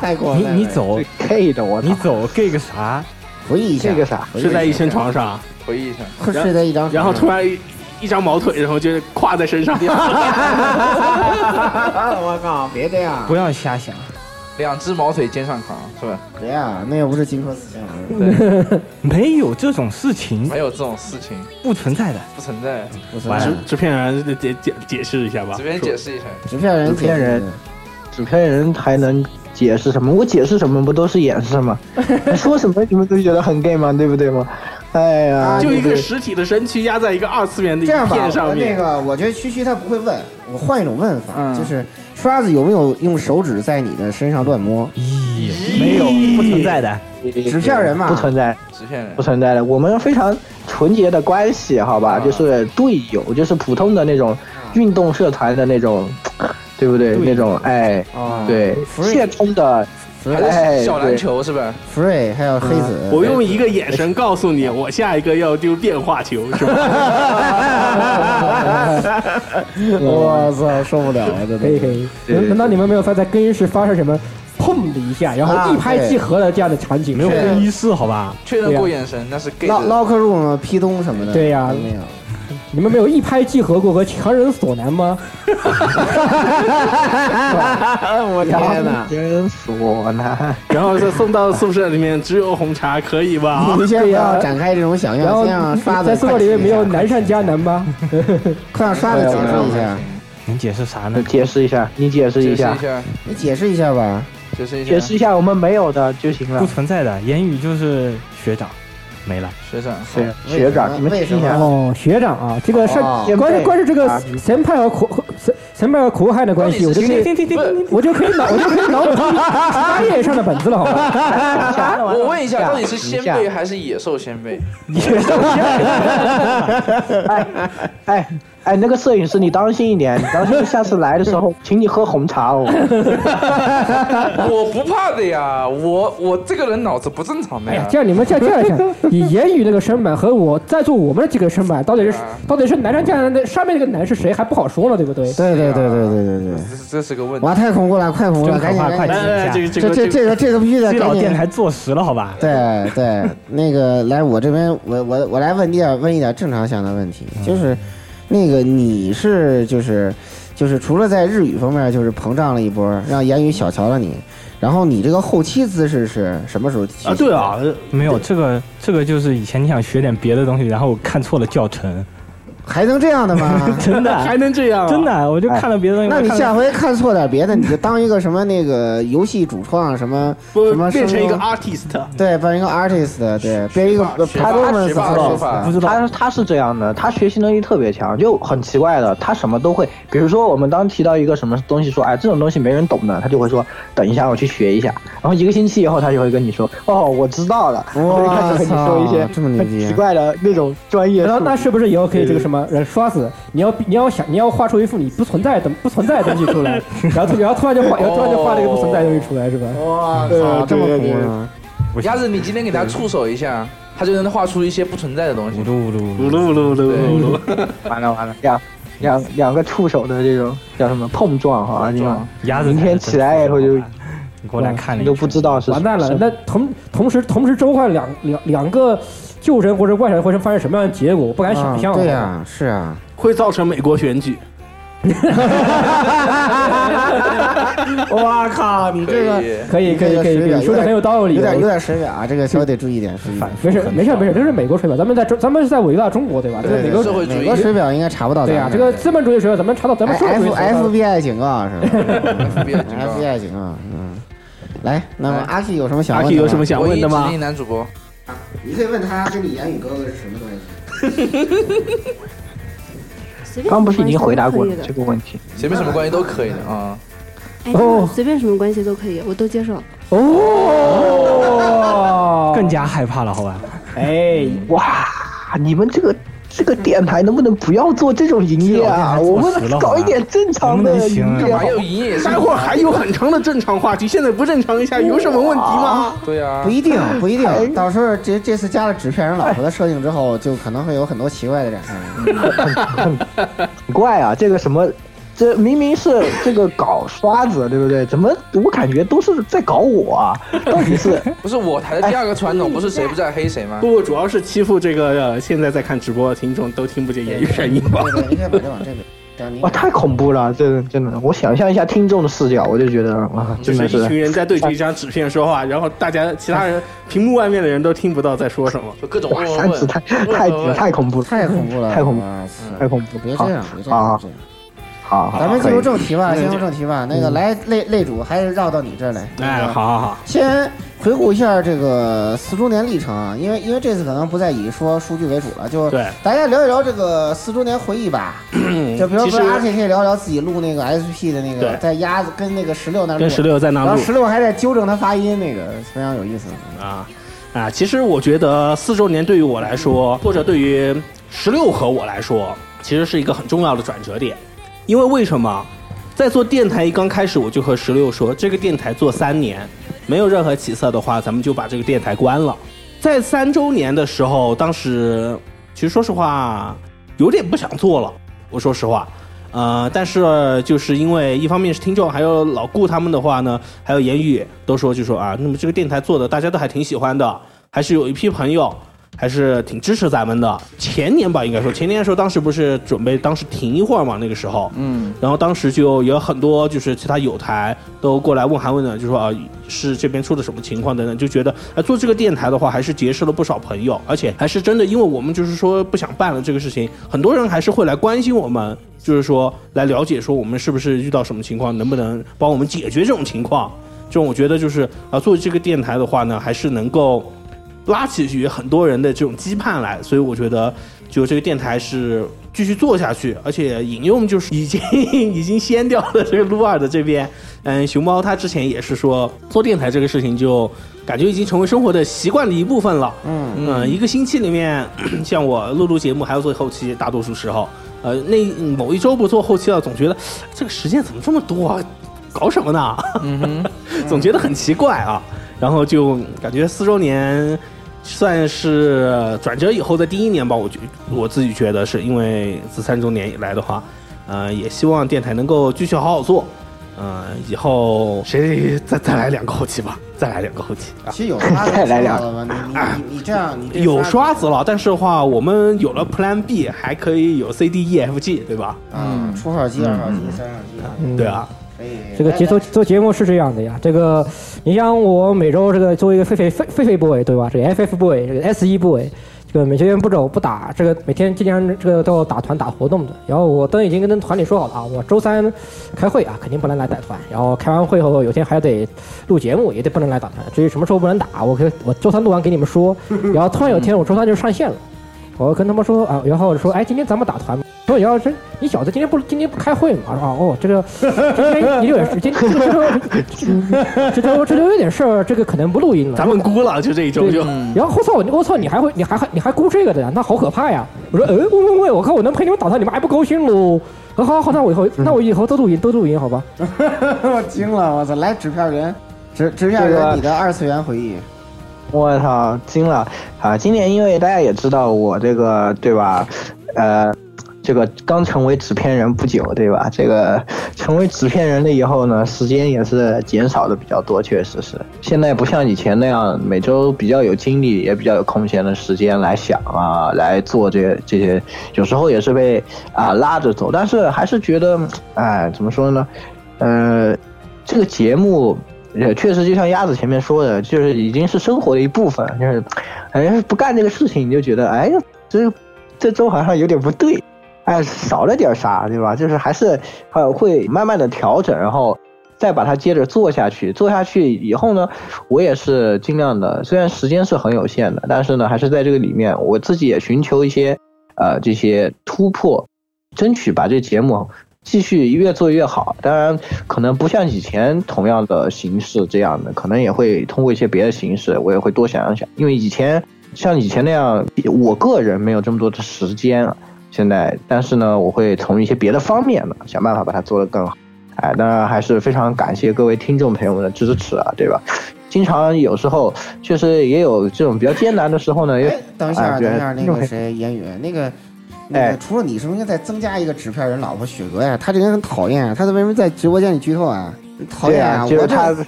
G: 带过
K: 你你走
E: ，gay 的我，
K: 你走 gay 个啥？
G: 回忆一下
I: 这个啥睡在一身床上，
H: 回忆一下，
G: 会睡在一张
I: 然
G: 床上
I: 后突然一一张毛腿，然后就跨在身上。
G: 我靠，别这样，
K: 不要瞎想，
H: 两只毛腿肩上扛，是吧？
G: 别啊，那又不是荆轲刺秦
H: 对，
K: 没有这种事情，
H: 没有这种事情，
K: 不存在的。
H: 不存在。
K: 完
I: 纸
K: 了
I: 纸片人解解解释一下吧
H: 这。边解释一下，
G: 纸片人
E: 纸片人，纸片人还能解释什么？我解释什么不都是掩饰吗？说什么你们都觉得很 gay 吗？对不对吗？哎
G: 啊
E: 呀，
I: 就一个
E: 对不对
I: 实体的身躯压在一个二次元的
G: 这样
I: 一
G: 吧，
I: 片
G: 我
I: 上
G: 那
I: 面。
G: 个我觉得区区他不会问，我换一种问法，
H: 嗯
G: 就是刷子有没有用手指在你的身上 乱摸？
K: 没有，不存在的。
G: 纸片人嘛
E: 不存在，
H: 纸片人
E: 不存在的。我们非常纯洁的关系，好吧，就是队友，就是普通的那种运动社团的那种，对不对？那种哎
G: 啊，
E: 对，现充的，
H: 还
E: 哎，
H: 是小篮
E: 对
H: 球是吧？
G: Free 还有黑子，
I: 啊我用一个眼神告诉你，我下一个要丢变化球，是吧？
G: 我操，受不了了，真的。
J: 可以可以，
G: 对
J: 难难道你们没有发在更衣室发生什么砰的一下，然
G: 啊
J: 后一拍即合的这样的场景？
G: 没有更
K: 衣室好吧？
H: 确认
J: 啊
H: 过眼神，那是 gay 的。
J: 嗯
G: locker room 壁咚什么的，
J: 对呀
G: 没有。
J: 你们没有一拍即合过和强人所难 吗？
G: 我
J: 天哪
E: 真锁呢。
I: 然后就送到宿舍里面，只有红茶，可以吧？
G: 你先不要展开这种想
J: 然
G: 象，
J: 后
G: 先让刷子
J: 在宿舍里面没有难上加难吗？
E: 啊
G: 快让刷子解释一下，
K: 能解释啥呢？
E: 解释一下，你解释一下，
G: 你解释一下吧。
H: 解释一下，
E: 解释一下我们没有的就行
K: 不
E: 了。
K: 存在的，言语就是学长，没了。
H: 学长，
E: 学学长，你们听一下。
J: 哦，学长啊，这个是
G: 哦
J: 关于关于这个
E: 啊
J: 神派和苦神神派和苦海的关系，我就可以
K: 听听听听，
J: 我就可以脑我就可以脑补出专业上的本子了，好吧？
H: 我问问一下，到底是先辈还是野兽先 辈？
E: 哎哎，那个摄影师，你当心 一点，你当心下次来的时候，请你喝红茶哦。
H: 我不怕的呀，我我这个人脑子不正常的
J: 哎呀
H: 呀，。
J: 这样你们这样这样想，你言语那个身板和我在座我们这个身板，到底是到底是男上站的上面那个男是谁还不好说了，对不对？
G: 对对对对对对对。
H: 这这是个问题。
G: 哇，太恐怖了，快恐怖
K: 真
G: 了，赶
K: 可
G: 紧
K: 怕
G: 赶
K: 快
G: 紧
K: 停一下
G: 这
K: 这
G: 这
K: 个
G: 这
K: 这个
G: 这个必须得
K: 基佬
G: 赶紧
K: 电台坐实了，好吧？
G: 对对，那个来我这边，我我我来问一点问一点正常想的问题，
K: 嗯
G: 就是那个你是就是就是除了在日语方面就是膨胀了一波，让言语小瞧了你，然后你这个后期姿势是什么时候？
K: 啊对啊，没有这个这个就是以前你想学点别的东西，然后我看错了教程，？
G: 还能这样的吗
K: 真的还能这样啊真的我就
I: 哎
K: 看了别的东西
G: 那你
K: 我看了
G: 下回看错点别的，你就当一个什么那个游戏主创啊什么什么
I: 变成一个
G: 声优
I: artist。
G: 对，变成一个 artist，对，变一个
E: 他
G: performance
E: 不知道，他他是这样的，他学习能力特别强，就很奇怪的，他什么都会。比如说，我们当提到一个什么东西说，哎，这种东西没人懂的，他就会说，等一下我去学一下。然后一个星期以后，他就会跟你说，哦，我知道了。然后就开始跟你说一些
G: 这么牛
E: 很
G: 逼
E: 奇怪的那种专业术语。
J: 然后那是不是以后可以这个
E: 对
J: 什么人刷子？你要你要想你要画出一副你不存在的不存在的东西出来， 然后突然后突然就画，然后突然就画了一个不存在的东西出来，是吧？
G: 哇
H: 操这么恐怖
J: 对
G: 啊
H: 吗鸭子，你今天给他触手一下，他就能画出一些不存在的东西。
K: 噜噜噜
H: 噜
E: 噜， 完了完了，两两两个触手的这种叫什么碰撞哈，你们
K: 鸭
E: 明天起来以后就
K: 你
J: 过来看了
E: 你
J: 一
E: 都不知道是
J: 完蛋了
E: 是，
J: 那同同时同时召唤两两两个旧神或者外神会发生什么样的结果？我不敢想象。
G: 对呀，是啊，
I: 会造成美国选举。
J: 哇靠，你
G: 这个
J: 可以可以可以可以，说的很有道理，
G: 有点有点神远啊，这个稍微得注意点，注意点。
J: 没事没事没事，这是美国水表，咱们在中咱们是在围绕中国对吧？这个
G: 对
J: 美
G: 对
J: 国
G: 社会主义美国水表应该查不到咱
J: 对呀，
K: 啊
G: 们
J: 这
G: 这
J: 个资本主义水表咱们查到咱们社会主义
G: F
J: 水表
G: F B I 警告是吧
H: FBI 警告
G: ？F B I 警 告，嗯。来，那么阿 K 有什么想
I: 哎阿
G: 问的
I: K
G: 吗？
I: 有什么想问的吗？
H: 男主播，
G: 你可以问他跟你言语哥哥是什么 关系。
D: 随便
E: 刚不是已经回答过
D: 了
E: 了这个问题？
H: 前面什么关系都可以的啊。
D: 哎，真的随便什么关系都可以，我都接受。
H: 哦
J: 哦，
K: 更加害怕了，好吧？
J: 哎，
E: 哇，你们这个这个电台能不能不要做这种营业啊？
K: 这
E: 我
K: 种电台做
E: 们
K: 死了
E: 搞一点正常的营
K: 能不能
E: 业
K: 行
E: 好
K: 啊
I: 待会
E: 吗。
I: 儿还有很长的正常话题，现在不正常一下有什么问题吗？哎
H: 对呀
G: 不一定，不一定。到时候这这次加了纸片人老婆的设定之后，就可能会有很多奇怪的展开。
E: 很怪啊，这个什么，这明明是这个搞刷子，对不对？怎么我感觉都是在搞我啊？到底是哎
H: 不是我台的第二个传统，不是谁不在黑谁吗？
I: 不过主要是欺负这个、呃、现在在看直播的听众都听不见言语声音吧？
G: 应该把这往这边。
E: 哇，太恐怖了，真的真的。我想象一下听众的视角，我就觉得啊，
I: 就
E: 真
I: 是
E: 的
I: 一群
E: 是。
I: 人在对着一张纸片说话，然后大家其他人屏幕外面的人都听不到在说什么，
H: 各种
E: 哇，三子太 太太恐怖了，
G: 太恐怖了
E: 太恐怖，
G: 嗯
E: 太恐怖！
G: 别
E: 好
G: 这样别这样
E: 好
G: 别这样
E: 好，好
G: 咱们进入正题吧，
E: 可以
G: 进入正题吧。那个来类类主还是绕到你这儿来。
I: 哎，好好好，
G: 先回顾一下这个四周年历程啊，因为因为这次可能不再以说数据为主了，就
I: 对
G: 大家聊一聊这个四周年回忆吧。嗯就比如
I: 嗯其
G: 说
I: 实
G: 阿 K 可以聊聊自己录那个 SP 的那个，
I: 对
G: 在鸭子跟那个十六那录
I: 跟16在那录
G: 然后十六还在纠正他发音，那个非常有意思。
I: 啊啊！其实我觉得四周年对于我来说，或者对于十六和我来说，其实是一个很重要的转折点。因为为什么，在做电台一刚开始，我就和十六说，这个电台做三年没有任何起色的话，咱们就把这个电台关了。在三周年的时候，当时其实说实话，有点不想做了。我说实话，呃，但是就是因为一方面是听众，还有老顾他们的话呢，还有言语都说就说啊，那么这个电台做的大家都还挺喜欢的，还是有一批朋友还是挺支持咱们的。前年吧，应该说前年的时候，当时不是准备当时停一会儿嘛，那个时候，
H: 嗯，
I: 然后当时就有很多就是其他友台都过来问寒问暖，就说啊是这边出了什么情况等等，就觉得啊做这个电台的话还是结识了不少朋友，而且还是真的，因为我们就是说不想办了这个事情，很多人还是会来关心我们，就是说来了解说我们是不是遇到什么情况，能不能帮我们解决这种情况。这种我觉得就是啊做这个电台的话呢，还是能够拉起于很多人的这种羁绊来，所以我觉得就这个电台是继续做下去，而且引用就是已经已经掀掉了这个撸二的这边，嗯，熊猫他之前也是说做电台这个事情就感觉已经成为生活的习惯的一部分了，
G: 嗯
I: 嗯，一个星期里面， 像我录录节目还要做后期，大多数时候，呃，那某一周不做后期了，总觉得这个时间怎么这么多啊？搞什么呢？ 总觉得很奇怪啊。然后就感觉四周年算是转折以后的第一年吧，我觉我自己觉得是因为自三周年以来的话，呃，也希望电台能够继续好好做。嗯、以后谁再再来两个后期吧，再来两个后期啊。
G: 其实有刷 子了吗？
E: 啊
G: 你你你这样，你这
I: 有刷子了，但是的话，我们有了 Plan B，还可以有 C D E F G，对吧？
G: 嗯，初号机、二号机、三号
I: 嗯
G: 机，
I: 啊对啊，
G: 可以。
J: 这个节做做节目是这样的呀，这个你像我每周这个作为一个狒狒狒狒狒 boy 对吧？这个 FF boy 这个 S 一 boy，这个每学员不走不打，这个每天尽量这个都要打团打活动的。然后我都已经跟团里说好了啊，我周三开会啊，肯定不能来打团。然后开完会后，有天还得录节目，也得不能来打团。至于什么时候不能打，我可以我周三录完给你们说。然后突然有一天我周三就上线了。我跟他们说啊，然后说，哎，今天咱们打团吧。说你要真，你小子今天不今天不开会吗？啊哦，这个今天你有点事，今天这周这周这周有点事儿，这个可能不录音了。
I: 咱们估了，就这一周
J: 对
I: 就。
J: 然后我操，我操，你还会，你还还你还估这个的呀？那好可怕呀！我说，呃，喂喂喂，我靠，我能陪你们打团，你们还不高兴喽？好好好，那我以后那我以后都录音都录音好吧？
G: 我惊了，我操！来纸片人，纸纸片
E: 这个
G: 人，你的二次元回忆。
E: 我操，惊了啊！今年因为大家也知道我这个对吧，呃，这个刚成为纸片人不久对吧？这个成为纸片人了以后呢，时间也是减少的比较多，确实是。现在不像以前那样每周比较有精力，也比较有空闲的时间来想啊，来做这些这些，有时候也是被啊、拉着走，但是还是觉得，哎，怎么说呢？呃，这个节目也确实就像鸭子前面说的，就是已经是生活的一部分，就是，哎，不干这个事情你就觉得，哎，这这周好像有点不对，哎，少了点啥，对吧？就是还是呃会慢慢的调整，然后再把它接着做下去，做下去以后呢，我也是尽量的，虽然时间是很有限的，但是呢，还是在这个里面，我自己也寻求一些呃这些突破，争取把这节目继续越做越好。当然，可能不像以前同样的形式这样的，可能也会通过一些别的形式，我也会多想一想。因为以前像以前那样，我个人没有这么多的时间啊。现在，但是呢，我会从一些别的方面呢，想办法把它做得更好。哎，当然还是非常感谢各位听众朋友们的支持啊，对吧？经常有时候确实也有这种比较艰难的时候呢，也
G: 哎等一下，
E: 啊对哎
G: 等一下，那
E: 听众
G: 个
E: 朋
G: 谁，言语，那个，那个，除了你，是不是应该再增加一个纸片人老婆雪哥呀？他这个人很讨厌啊，他为什么在直播间里剧透啊？讨厌啊！
E: 对
G: 我
E: 啊就是他
G: 这，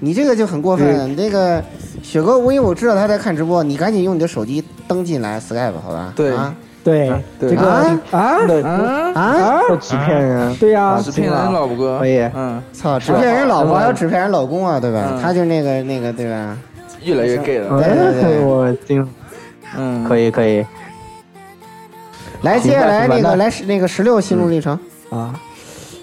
G: 你这个就很过
H: 嗯
G: 分。那个雪哥，我因为我知道他在看直播，你赶紧用你的手机登进来 Skype 好吧？
H: 对
G: 啊，
J: 对，这个
G: 啊
J: 啊
G: 啊啊！
E: 友，纸片人，
J: 对呀，
H: 纸啊片人老哥，
E: 可以，
H: 嗯，
G: 操，纸片人老婆还有
H: 嗯啊
G: 纸片人老公啊，对吧？他就是那个那个对吧？
H: 越来越 gay 了，
G: 对对对
E: 我惊，
H: 嗯，
E: 可以可以，
G: 来，接下来
J: 行
G: 那
J: 吧行吧
G: 个
J: 那
G: 来十那个十六心路历程，
J: 啊。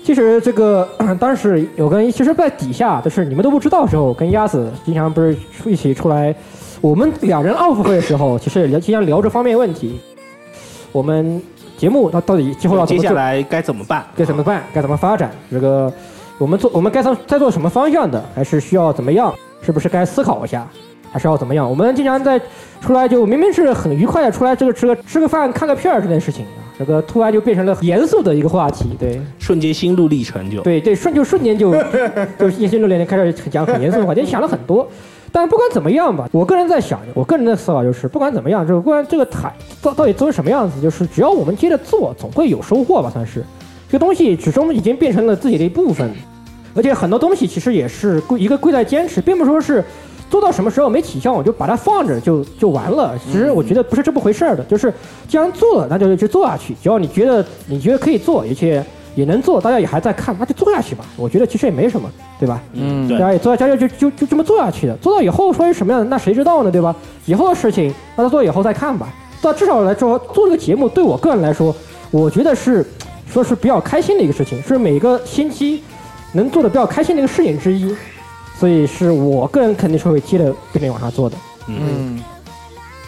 J: 其实这个 当时有跟，其实，在底下就是你们都不知道的时候，跟鸭子经常不是一起出来，我们两人 off 会的时候，其实聊经常聊这方面问题。我们节目到到底今后要怎
I: 接
J: 么
I: 下
J: 做？
I: 来该怎么办？
J: 该怎么办？该怎么发展？这个我们做我们该做在做什么方向的？还是需要怎么样？是不是该思考一下？还是要怎么样？我们经常在出来就明明是很愉快的出来，这个吃个吃个饭看个片儿这件事情啊，这个突然就变成了严肃的一个话题，对。
I: 瞬间心路历程就
J: 对对，瞬就瞬间就就一心六连开始讲很严肃的话题，想了很多。但不管怎么样吧，我个人在想，我个人的思考就是，不管怎么样，就是不管这个台到到底做成什么样子，就是只要我们接着做，总会有收获吧，算是。这个东西始终已经变成了自己的一部分，而且很多东西其实也是贵一个贵在坚持，并不是说是做到什么时候没起效我就把它放着就就完了。其实我觉得不是这么回事儿的，就是既然做了，那就去做下去。只要你觉得你觉得可以做，而且也能做，大家也还在看，那就做下去吧。我觉得其实也没什么，对吧？
H: 嗯
J: 大家也做，大家就就就这么做下去的。做到以后说是什么样的，那谁知道呢，对吧？以后的事情，那他做以后再看吧。到至少来说，做这个节目对我个人来说，我觉得是说是比较开心的一个事情，是每个星期能做的比较开心的一个事情之一。所以是我个人肯定是会接着跟着往下做的。
I: 嗯，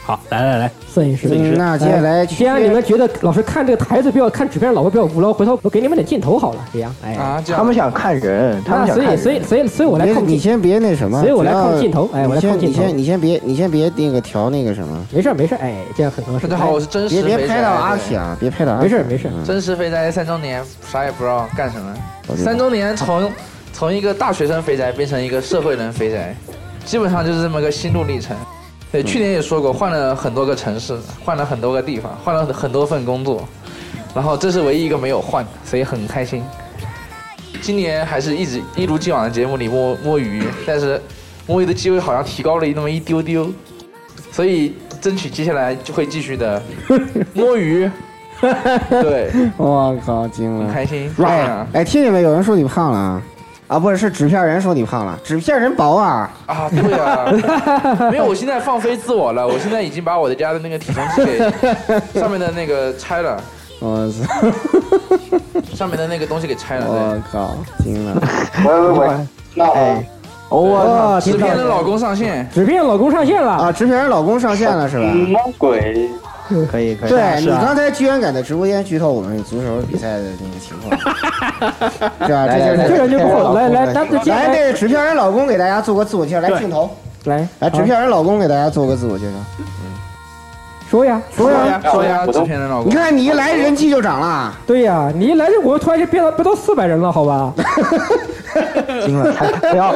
I: 好，来来来，
J: 摄影师，
I: 摄影师
G: 嗯那接下来
J: 哎既然你们觉得老师看这个台子比较看纸片老婆比较无聊，回头我给你们点镜头好了，这样，哎，
E: 他们想看人，他们想
J: 所
E: 看
J: 以
E: 人。
J: 所以所以所以我来
G: 你
J: 控
G: 你
J: 镜，
G: 先别那什么，
J: 所以我来
G: 只要
J: 控镜头哎我来
G: 你先
J: 控镜头
G: 你先你先别你先别那个调那个什么，
J: 没事儿没事儿，哎，这样很合适。
G: 大
H: 家好我是真实
G: 别别
H: 肥
G: 拍
H: 宅
G: 到
H: 对
G: 阿喜啊，别拍到阿喜，
J: 没事儿没事儿
G: 嗯
H: 真实肥宅三周年，啥也不知道干什么
G: 我。知道
H: 三周年从从一个大学生肥宅变成一个社会人肥宅，基本上就是这么个心路历程。
G: 嗯
H: 对，去年也说过，换了很多个城市，换了很多个地方，换了很多份工作，然后这是唯一一个没有换的，所以很开心。今年还是一直一如既往的节目里摸摸鱼，但是摸鱼的机会好像提高了那么一丢丢，所以争取接下来就会继续的 摸鱼。对，
G: 我靠，惊了，
H: 很开心对
G: 哎
H: 啊
G: 哎，听见没？有人说你胖了啊，啊，不是，是纸片人说你胖了，纸片人薄啊，
H: 啊，对 啊，没有，我现在放飞自我了，我现在已经把我的家的那个体重计给上面的那个拆了，
G: 我操，
H: 上面的那个东西给拆了。对
G: 我靠，惊 了，
H: 喂喂喂
G: 哎，
J: 我靠
H: 纸片的老公上线，
J: 纸片老公上线了
G: 啊，纸片人老公上线了是吧？
L: 鬼？
G: 可以
L: 可以
G: 对你
L: 是啊
G: 刚才居然敢在直播间剧透我们足球比赛的那个情 况，对吧？
J: 来
G: 这就是
J: 来这人就够了来来
G: 来，
J: 咱们接
G: 来
J: 来
G: 这个纸片人老公给大家做个自我介绍，来
J: 对
G: 镜头，
J: 来
G: 来纸片人老公给大家做个自我介绍，
J: 嗯
G: 哎
J: 说呀
G: 说呀
H: 说呀，纸片的老
G: 你
H: 公，
G: 看你一来人气就涨了，
J: 对呀、你一来这我突然就变到不到四百人了，好吧？
G: 惊了，
E: 不要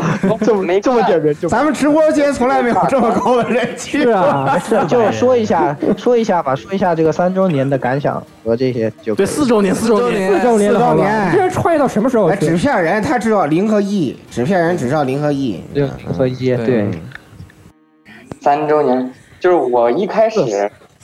E: 这么这么点名，
G: 咱们直播间从来没有这么高的人气，
E: 是啊 就说一下，说一下吧，说一下这个三周年的感想和这些就可
I: 对
E: 以
I: 四周年四周年
J: 四周年
G: 四
J: 了，好
G: 周
J: 吧？
G: 年
J: 你这人创业到什么时候
G: 哎，
J: 去？
G: 纸片人他知道零和一，纸片人只知道零和一，
E: 对和一对，
L: 三周年，就是我一开始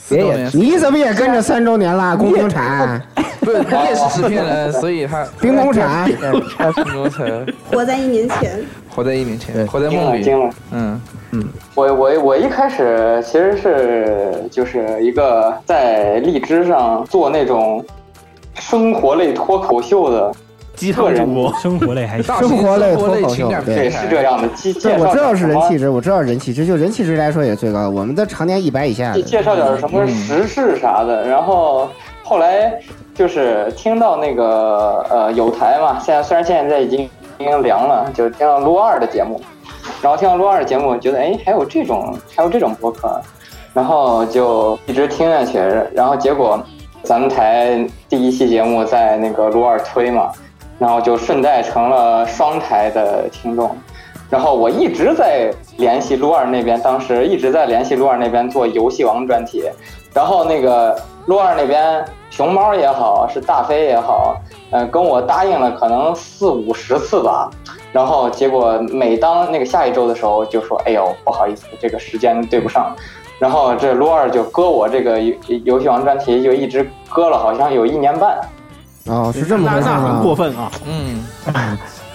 E: 别也
G: 你怎么也跟着三周年啦？工兵铲，
H: 不是，他也是纸片人，所以他
G: 兵工铲
H: 他是工程，
D: 活在一年前，
H: 活在一年前，活在梦里
L: 惊了惊了。
H: 嗯嗯，
L: 我我我一开始其实是就是一个在荔枝上做那种生活类脱口秀的
I: 鸡
L: 个
I: 汤
L: 人
I: 主播，
K: 生活类 还行，
G: 生活类脱口秀，
L: 对，是这样的。介介
G: 对，我
L: 绍
G: 知道
L: 点
G: 是
L: 什
G: 人
L: 么
G: 气值，我知道人气值，就人气值来说也最高。我们的常年一百以下
L: 介
G: 的，嗯
L: 介绍点什么时事啥的，然后后来就是听到那个呃有台嘛，现在虽然现在已经已经凉了，就听到撸二的节目，然后听到撸二的节目，觉得哎还有这种还有这种播客，啊然后就一直听下去，然后结果咱们台第一期节目在那个撸二推嘛，然后就顺带成了双台的听众。然后我一直在联系撸二那边，当时一直在联系撸二那边做游戏王专题，然后那个撸二那边熊猫也好，是大飞也好，呃，跟我答应了可能四五十次吧，然后结果每当那个下一周的时候，就说哎呦不好意思，这个时间对不上，然后这撸二就搁我这个游游戏王专题就一直搁了，好像有一年半。
G: 哦，是这么回事
I: 那很过
G: 吗？
I: 分啊！
H: 嗯，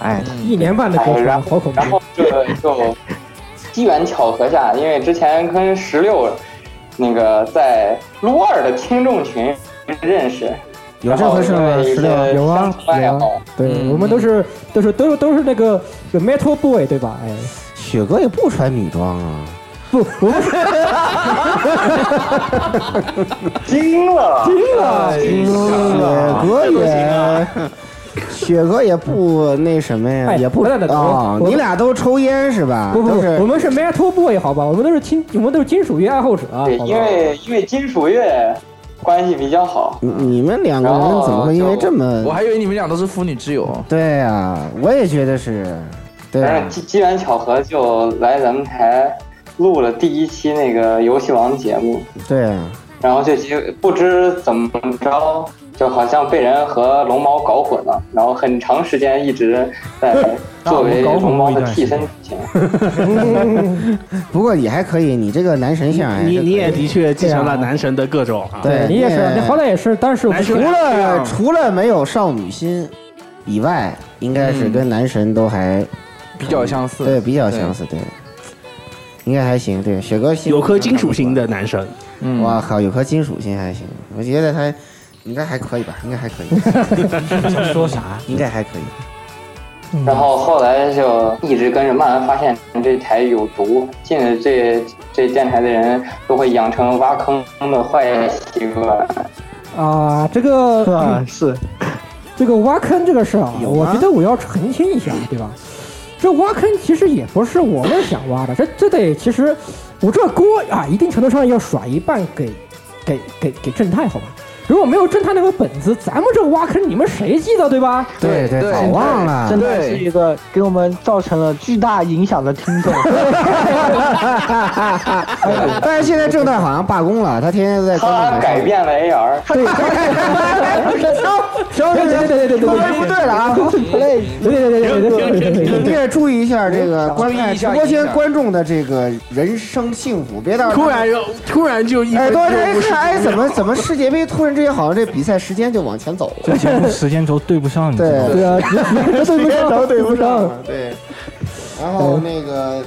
G: 哎，
J: 一年半的歌
L: 哎然
J: 程，
L: 后
J: 好恐怖！
L: 然后这个就机缘巧合下，因为之前跟十六那个在撸二的听众群认识，
G: 有这回事吗
L: 然后因为一
G: 十六
L: 个
J: 有啊
L: 相，
J: 有
L: 关爱
J: 啊
L: 好，
J: 对、
G: 嗯
J: 我们都是都是都是都是那个有 Metal Boy 对吧？哎，
G: 雪哥也不穿女装啊，
J: 不，我们是
L: 惊了，
J: 惊了，
G: 雪哥也，雪哥也不那什么呀，
J: 哎
G: 也不
J: 不是的
G: 啊
J: 我，我
G: 你俩都抽烟是吧？
J: 不不
G: 都
J: 不，
G: 是
J: 我们是 Metal Boy 好吧？我们都是金，我们都是金属乐爱好者，啊好吧
L: 对，？因为因为金属乐关系比较好，
G: 你你们两个人怎么会因为这
H: 我
G: 么？
H: 还以为你们俩都是妇女之友。
G: 对呀，我也觉得是，对
L: 反
G: 啊
H: 哎
L: 正。机机缘巧合就来咱们台录了第一期那个游戏王节目，
G: 对，啊
L: 然后这集不知怎么着，就好像被人和龙猫搞混了，然后很长时间一直在作为龙猫的替身剧情。
G: 不过也还可以，你这个男神像，哎
I: 你
G: 这
I: 你
G: 可
I: 也
G: 以
I: 的确继承了男神的各种啊，
G: 对
J: 你也是，你好歹也是，但是我们
I: 男
J: 除
I: 生
G: 除
I: 这
G: 了
I: 样
G: 除了没有少女心以外，应该是跟男神都还、
H: 比较相似，
G: 对比较相似，对，应该还行。对，雪哥心
I: 有颗金属心的男神，
H: 嗯，
G: 哇靠，有颗金属心还行，我觉得 他应该还可以吧，应该还可以，
K: 想说啥？
G: 应该还可以。
L: 然后后来就一直跟着，慢慢发现这台有毒，进了这这电台的人都会养成挖坑的坏习惯。
J: 啊，这个
E: 啊是，
J: 这个挖坑这个事儿啊，
E: 有
J: 我
E: 吗
J: 觉得我要澄清一下，对吧？这挖坑其实也不是我们想挖的，这这得其实我这锅啊，一定程度上要甩一半给给给给正太，好吧？如果没有正太那个本子，咱们这挖坑你们谁记得对吧？
G: 对对早忘
J: 啊
G: 了
E: 真的是一个给我们造成了巨大影响的听众。
G: 但是现在正太好像罢工了，他天天在官网
L: 他
G: 上
L: 改变了 AR，
G: 对，稍
J: 对对对对对对
G: 稍微不对了啊！对
J: 对对对对对对
G: 你也注意一下这个观看
J: 注意
G: 直
J: 一下
G: 播
J: 注意一
G: 间
J: 下
G: 观众的这个人生幸福，别到时候
I: 突然又突然就一
G: 耳
I: 分
G: 朵
I: 钟
G: 这一
I: 不是
G: 看，哎，
I: 不
G: 怎么
I: 了
G: 怎么世界杯突然之间好像这比赛时间就往前走了？
K: 这节目时间轴对不上，你知道吗？
G: 对 啊
J: 对
G: 时间轴对
J: 不上
G: 了对，然后那个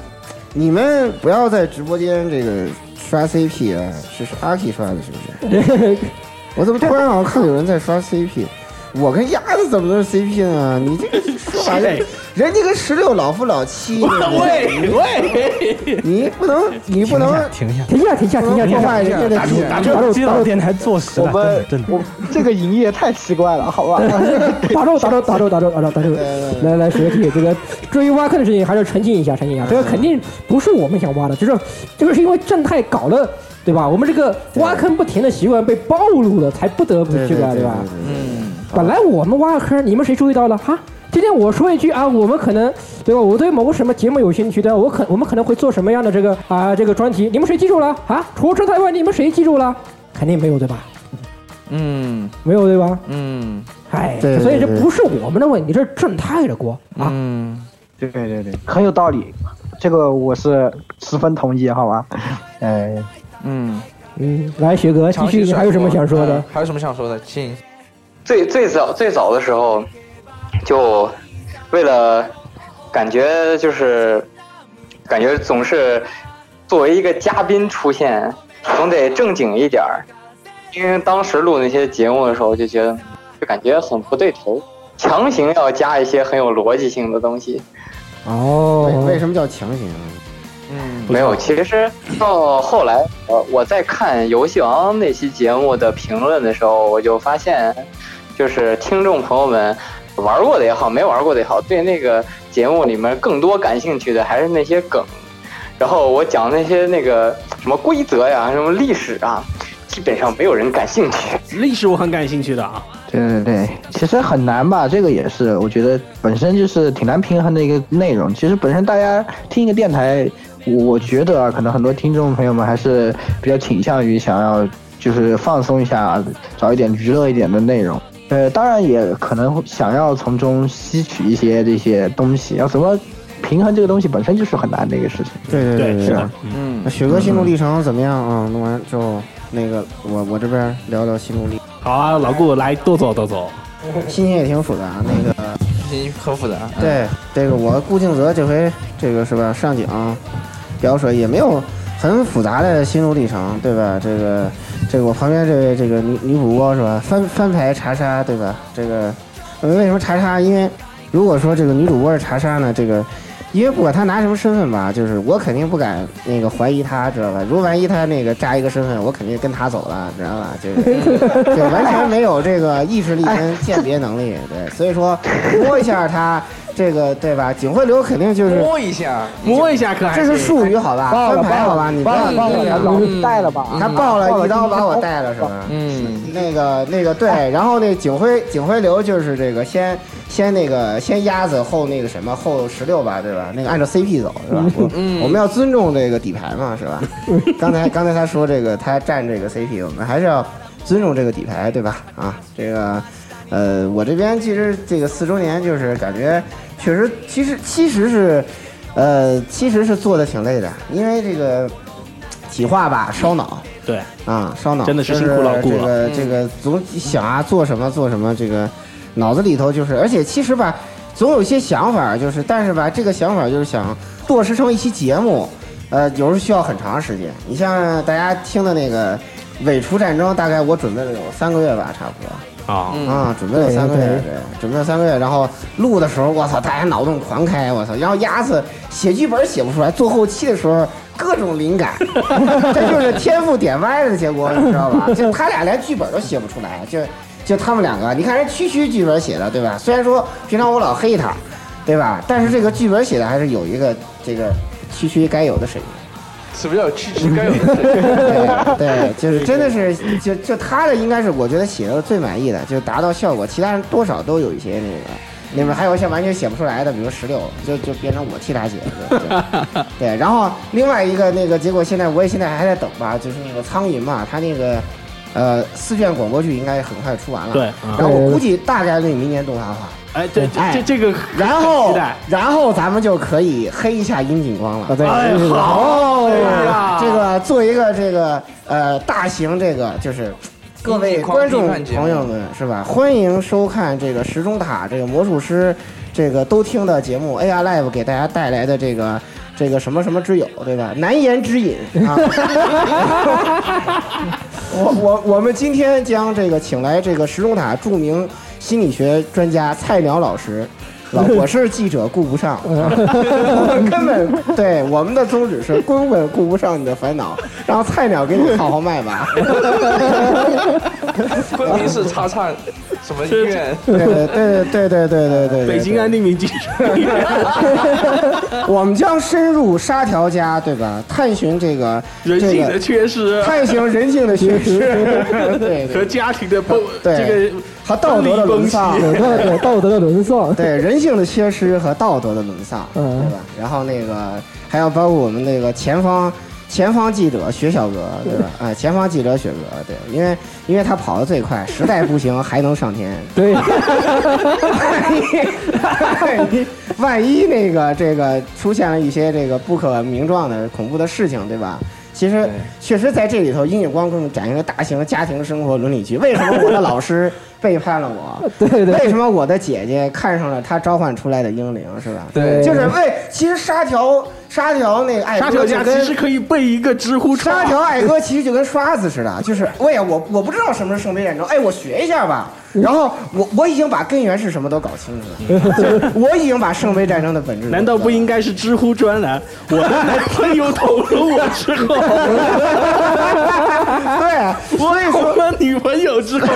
G: 你们不要在直播间这个刷 CP 啊，是是阿 K 刷的，是不 是？我怎么突然好像看有人在刷 CP？我跟鸭子怎么能是 CP 呢？你这个说法
I: 谁
G: 是，人家跟石榴老夫老妻，
I: 喂喂，
G: 你不能，你不能
K: 停下，
J: 停下停下停下停下，对对
K: 打住
J: 对
K: 打
J: 对
K: 住！
J: 对
K: 这老电台坐实
E: 我
K: 了，真的真
E: 们
K: 的。
E: 我这个营业太奇怪了，好 吧？
J: 打住打住打住打住打住打住！来来，学弟，这个至于挖坑的事情，还是澄清一下，澄清一下，这个肯定不是我们想挖的，就是这个是因为正太搞了，对吧？我们这个挖坑不填的习惯被暴露了，才不得不去挖，对吧？
G: 嗯，
J: 本来我们挖坑，你们谁注意到了哈？今天我说一句啊，我们可能对吧？我对某个什么节目有兴趣的，我可我们可能会做什么样的这个啊这个专题，你们谁记住了啊？除了正太以外，你们谁记住了？肯定没有对吧？
H: 嗯
J: 没有对吧？
H: 嗯，
J: 哎，
E: 对对
J: 所以这
E: 对
J: 不是我们的问题，这是正太的锅啊。
H: 嗯，
E: 对对对，很有道理，这个我是十分同意，好吧？哎，
H: 嗯
J: 嗯，来，学哥，继
H: 长
J: 续，
H: 期
J: 你还有什么想说的
H: 嗯？还有什么想说的？请
L: 最最早最早的时候，就为了感觉就是感觉总是作为一个嘉宾出现，总得正经一点儿。因为当时录那些节目的时候，就觉得就感觉很不对头，强行要加一些很有逻辑性的东西。
J: 哦
G: 为为什么叫强行啊？
L: 没有，嗯其实到后来，我我在看游戏王那期节目的评论的时候，我就发现，就是听众朋友们玩过的也好，没玩过的也好，对那个节目里面更多感兴趣的还是那些梗。然后我讲那些那个什么规则呀、什么历史啊，基本上没有人感兴趣。
I: 历史我很感兴趣的啊，
E: 对对对，其实很难吧？这个也是，我觉得本身就是挺难平衡的一个内容。其实本身大家听一个电台，我我觉得啊，可能很多听众朋友们还是比较倾向于想要就是放松一下，找一点娱乐一点的内容。呃，当然也可能想要从中吸取一些这些东西，要怎么平衡这个东西本身就是很难的一个事情。
G: 对对对
E: 是的，
G: 嗯，那雪哥心路历程怎么样啊？弄完之后，那个我我这边聊聊心路历。
I: 好啊，老顾来跺走跺走，
G: 心情也挺复杂，那个
H: 很复杂。嗯
G: 对这个我顾静泽这回这个是吧上井表水也没有很复杂的心路历程，对吧？这个这个我旁边这位这个女女主播是吧翻翻牌查杀对吧？这个呃为什么查杀？因为如果说这个女主播是查杀呢，这个因为不管她拿什么身份吧，就是我肯定不敢那个怀疑她，知道吧？如果万一她那个炸一个身份，我肯定跟她走了，知道吧？就是对，完全没有这个意识力跟鉴别能力，
I: 哎
G: 对，所以说摸一下她。这个对吧？警徽流肯定就是
H: 摸一下，
I: 摸一下可还
G: 这是
I: 行
G: 术语好吧？
I: 爆了
G: 翻牌好吧？
I: 爆了
G: 你
I: 爆了爆了
G: 你
I: 老
G: 你
I: 子带了吧
G: 他
I: 嗯
G: 爆
I: 爆
G: 了
I: 了
G: 一刀，
I: 你
G: 把我带了是吧？
H: 嗯，
G: 那个那个对，然后那警徽警徽流就是这个先先那个先鸭子后那个什么后十六吧，对吧？那个按照 CP 走是吧？我我们要尊重这个底牌嘛，是吧？刚才刚才他说这个他站这个 CP，我们还是要尊重这个底牌，对吧？啊，这个。呃，我这边其实这个四周年就是感觉确实，其实其实是，呃，其实是做的挺累的，因为这个企划吧烧脑
I: 对，
G: 啊，烧脑
I: 真的是
G: 就
I: 辛苦老顾
G: 这
I: 了
G: 个这个总想啊做什么做什么，这个脑子里头就是，而且其实吧，总有一些想法，就是但是吧，这个想法就是想落实成一期节目，呃，有时候需要很长时间。你像大家听的那个《伪厨战争》，大概我准备了有三个月吧，差不多。
I: 啊
G: 啊，准备了三个月，
J: 对对
G: 对，准备了三个月，然后录的时候，我操，大家脑洞狂开，我操，然后鸭子写剧本写不出来，做后期的时候各种灵感，这就是天赋点歪了的结果，你知道吧？就他俩连剧本都写不出来，就就他们两个，你看人区区剧本写的，对吧？虽然说平常我老黑他，对吧？但是这个剧本写的还是有一个这个区区该有的水平。
H: 什么叫区区该有
G: 对
H: 的？
G: 对，就是真的是，就就他的应该是我觉得写的最满意的，就是达到效果，其他人多少都有一些那个。里面还有一些完全写不出来的，比如十六，就就变成我替他写的。 对对，然后另外一个那个结果，现在我也现在还在等吧，就是那个苍蝇嘛，他那个呃四卷广播剧应该很快出完了。
I: 对嗯
G: 然后我估计大概率明年动画化。
I: 哎，这这这这个，
G: 然后然后咱们就可以黑一下殷景光了。
I: 对哎
G: 对
I: 好
G: 哦
I: 哎
G: 对
I: 呀
G: 这个做一个这个呃大型这个就是。各位观众朋友们，是吧？欢迎收看这个时钟塔这个魔术师这个都听的节目 AR Live 给大家带来的这个这个什么什么之友，对吧？难言之隐 啊！我我我们今天将这个请来这个石钟塔著名心理学专家菜鸟老师， 老我是记者顾不上， 我们根本对我们的宗旨是根本顾不上你的烦恼，让菜鸟给你好好卖吧。
H: 昆明市叉叉什么医院？
G: 对对对对对对对对，
I: 北京啊安定 民警
G: 我们将深入沙条家，对吧？探寻这个
I: 人
G: 这
I: 性
G: 个
I: 的缺失，
G: 探寻人性的缺 失，对
I: 和家庭的崩，
G: 对
I: 这个
G: 和道德的沦丧，
I: 分离崩析
G: 道德的沦丧， 嗯对人性的缺失和道德的沦丧，对吧？然后那个还要包括我们那个前方。前方记者雪小格，对 吧？啊，前方记者雪格，对，因为因为他跑得最快，实在不行还能上天。对，万一 万一那个这个出现了一些这个不可名状的恐怖的事情，对吧？其实确实在这里头，殷景光给我们展现了大型的家庭生活伦理剧。为什么我的老师背叛了我？对 对。为什么我的姐姐看上了他召唤出来的英灵，是吧？
I: 对
G: 就是为其实沙条沙条那个爱
I: 沙
G: 歌
I: 条
G: 就
I: 家
G: 跟
I: 其实可以备一个知乎
G: 沙条爱歌其实就跟刷子 似的，啊就是喂我我不知道什么是圣杯战争，哎我学一下吧。
I: 嗯
G: 然后我我已经把根源是什么都搞清楚了，就是我已经把圣杯战争的本 质。
I: 难道不应该是知乎专栏？我的男朋友捅了我之后，
G: 对，啊
I: 我捅了女朋友之后，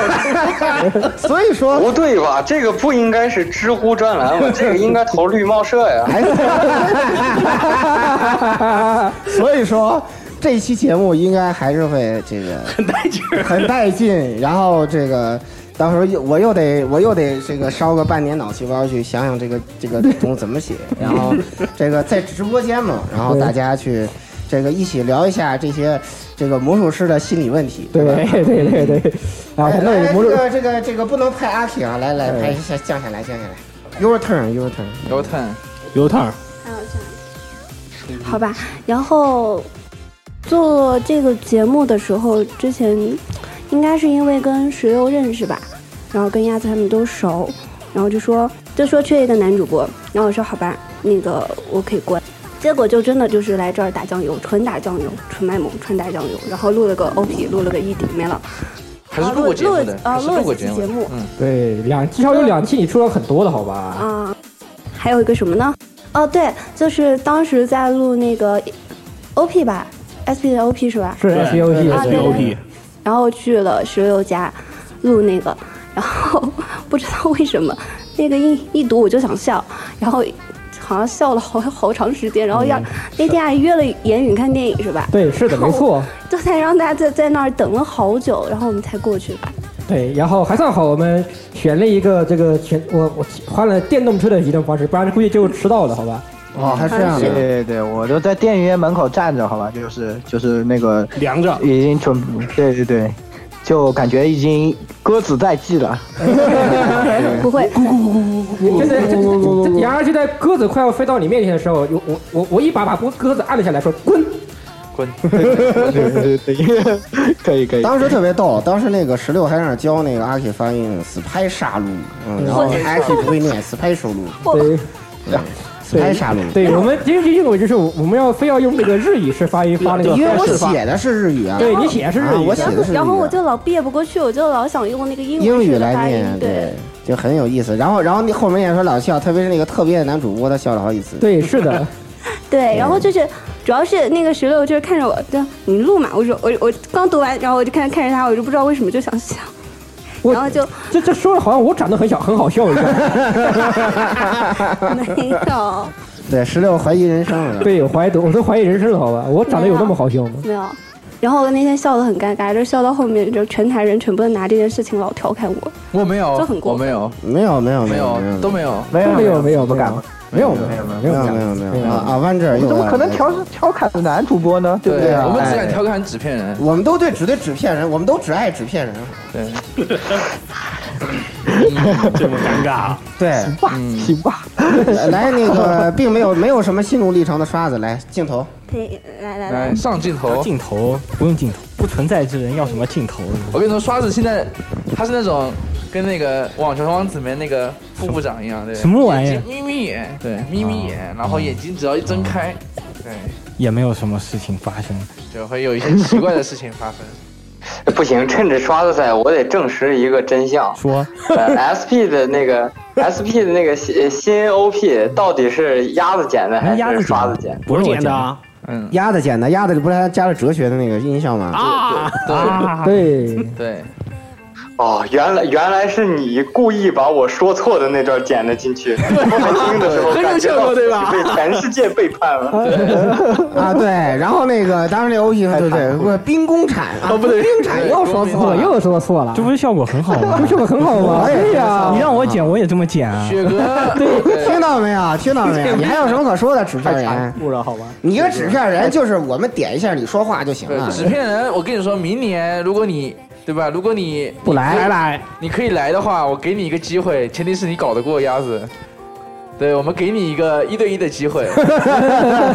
G: 所以说
L: 不对吧？这个不应该是知乎专栏吧？这个应该投绿帽社呀。
G: 所以说这一期节目应该还是会这个很带劲，很带劲。然后这个到时候又我又得我又得这个烧个半年脑细胞去想想这个这个东怎么写，然后这个在直播间嘛，然后大家去。这个一起聊一下这些这个魔术师的心理问题，
J: 对
G: 吧？
J: 对对对对，啊，
G: 哎
J: 那
G: 来
J: 我
G: 这
J: 们
G: 个这个这个不能拍阿 K 啊，来来
J: 哎
G: 拍一下降下来降下来 ，Your turn，Your turn，
H: 油炭，
I: 油 炭，
H: 嗯
D: 好吧，然后做这个节目的时候，之前应该是因为跟石榴认识吧，然后跟鸭子他们都熟，然后就说就说缺一个男主播，然后我说好吧，那个我可以过来。结果就真的就是来这儿打酱油，纯打酱油，纯卖萌，纯打酱油，然后录了个 OP，录了个 ED，没了。
H: 还是录过节目的，
D: 啊
H: 还是
D: 录了
H: 录过
D: 几期
H: 节目的
D: 节目。
H: 嗯，
J: 对两至少有两期你出了很多的好吧？
D: 啊，还有一个什么呢？哦，对，就是当时在录那个 OP 吧，SP 的 OP 是吧？
J: 是 S U P
D: 啊对对然后去了石榴家录那个，然后不知道为什么那个一一读我就想笑，然后好像笑了好好长时间，然后要、那天还约了严允看电影是吧？
J: 对，是的，没错。
D: 就在让大家在在那儿等了好久，然后我们才过去。
J: 对，然后还算好，我们选了一个这个全我我换了电动车的移动方式，不然估计就迟到了，好吧？
G: 哦
J: 还是这样的
E: 对对对，我就在电影院门口站着，好吧，就是就是那个
I: 凉着，
E: 已经准，对对对，就感觉已经鸽子在即了。哎
D: 不会，
J: 咕咕咕咕咕咕真的，这这这然而就在鸽子快要飞到你面前的时候，我我我我一把把鸽鸽子按了下来，说滚。
H: 滚！
E: 对对对，可以可以。
G: 当时特别逗，当时那个十六还在那儿教那个阿 K 发音 spy 杀戮，嗯，然后
D: 我
G: 阿 K 不会念 spy 收录，
D: 我
G: 然拍沙龙。
J: 对我们其实因为就是我们要非要用那个日语式发音发那个，
G: 因为我写的是日语啊，
J: 对你写的是日
G: 啊
J: 语，
G: 我写的是日语
D: 然后
G: 啊
D: 我就老憋不过去，我就老想用那个英
G: 英语
D: 式的
G: 来
D: 发音
G: 念，
D: 对。
G: 对，就很有意思。然后，然后那后面也说老笑，特别是那个特别的男主播，他笑了好几次。
J: 对，是的，
D: 对，然后就是主要是那个石榴就是看着我，就你录嘛，我说我我刚读完，然后我就看看着他，我就不知道为什么就想笑，然后就
J: 这这说的好像我长得很小很好笑一样，
D: 没有
G: 对，十六怀疑人生啊了。
J: 对，我怀疑我都怀疑人生了，好吧？ 我长得有那么好笑
G: 啊
J: 吗？
D: 没有，然后我那天笑得很尴尬，就笑到后面就全台人全部都拿这件事情老调侃我，
H: 我没有
D: 这很，过
H: 我没有，
G: 没有，没有，
H: 没有都没有
G: 没有，
H: 都没有没有
G: 不敢，没有，没有，没有，没有，没有啊啊！弯这儿又
E: 怎么
G: 来
E: 可能
G: 了
E: 调调侃男主播呢？对不
G: 对
E: 对
G: 啊
H: 我们只
G: 哎
H: 敢调侃纸片人。
G: 我们都对只对纸片人，我们都只爱纸片人。
H: 对，
I: 嗯这么尴尬啊？
G: 对，嗯
E: 行吧。
G: 来，那 个并没有没有什么心路历程的刷子，来镜头。
D: 对，来来
H: 来，上镜头，
K: 镜头不用镜头，不存在之人要什么镜头？
H: 我跟你说，刷子现在他是那种跟那个《网球王子》里面那个副部长一样，对，
K: 什么玩意儿
H: 眼睛眯眯眼，对，眯眯眼，然后眼睛只要一睁开，对，
K: 也没有什么事情发生。
H: 就会有一些奇怪的事情发生。
L: 不行，趁着刷子在，我得证实一个真相。
K: 说，
L: 呃，SP 的那个 SP 的那个新新 OP 到底是鸭子剪的还哎是刷子剪？
G: 不是我剪的，啊
H: 嗯，
G: 鸭子剪的，鸭子不是还加了哲学的那个音效吗？
L: 啊
J: 对
H: 对，
L: 哦，原来原来是你故意把我说错的那段剪了进去。我还听的时候
G: 很有
L: 感觉
G: 效
L: 到
G: 果
L: 自
G: 对
L: 己
G: 吧
L: 被全世界背叛了。
G: 啊， 对，然后那个当时那欧弟对对，不是兵工铲啊，
J: 哦不对
G: 兵铲又说错了，
J: 又说错了，这不是效果很好吗？这不效果很好 吗？
K: 哎
G: 我也觉
J: 对
G: 得
J: 呀，
G: 很
J: 你让我剪我也这么剪啊。
H: 雪哥，
G: 对，听到没有？听到没有？你还有什么可说的？纸片人，
J: 不了好吧？
G: 你这纸片人就是我们点一下你说话就行
H: 对
G: 了，，
H: 纸片人，我跟你说，明年如果你对吧，如果你
G: 不来
H: 你
G: 来，
H: 你可以来的话，我给你一个机会，前提是你搞得过鸭子。对，我们给你一个一对一的机会。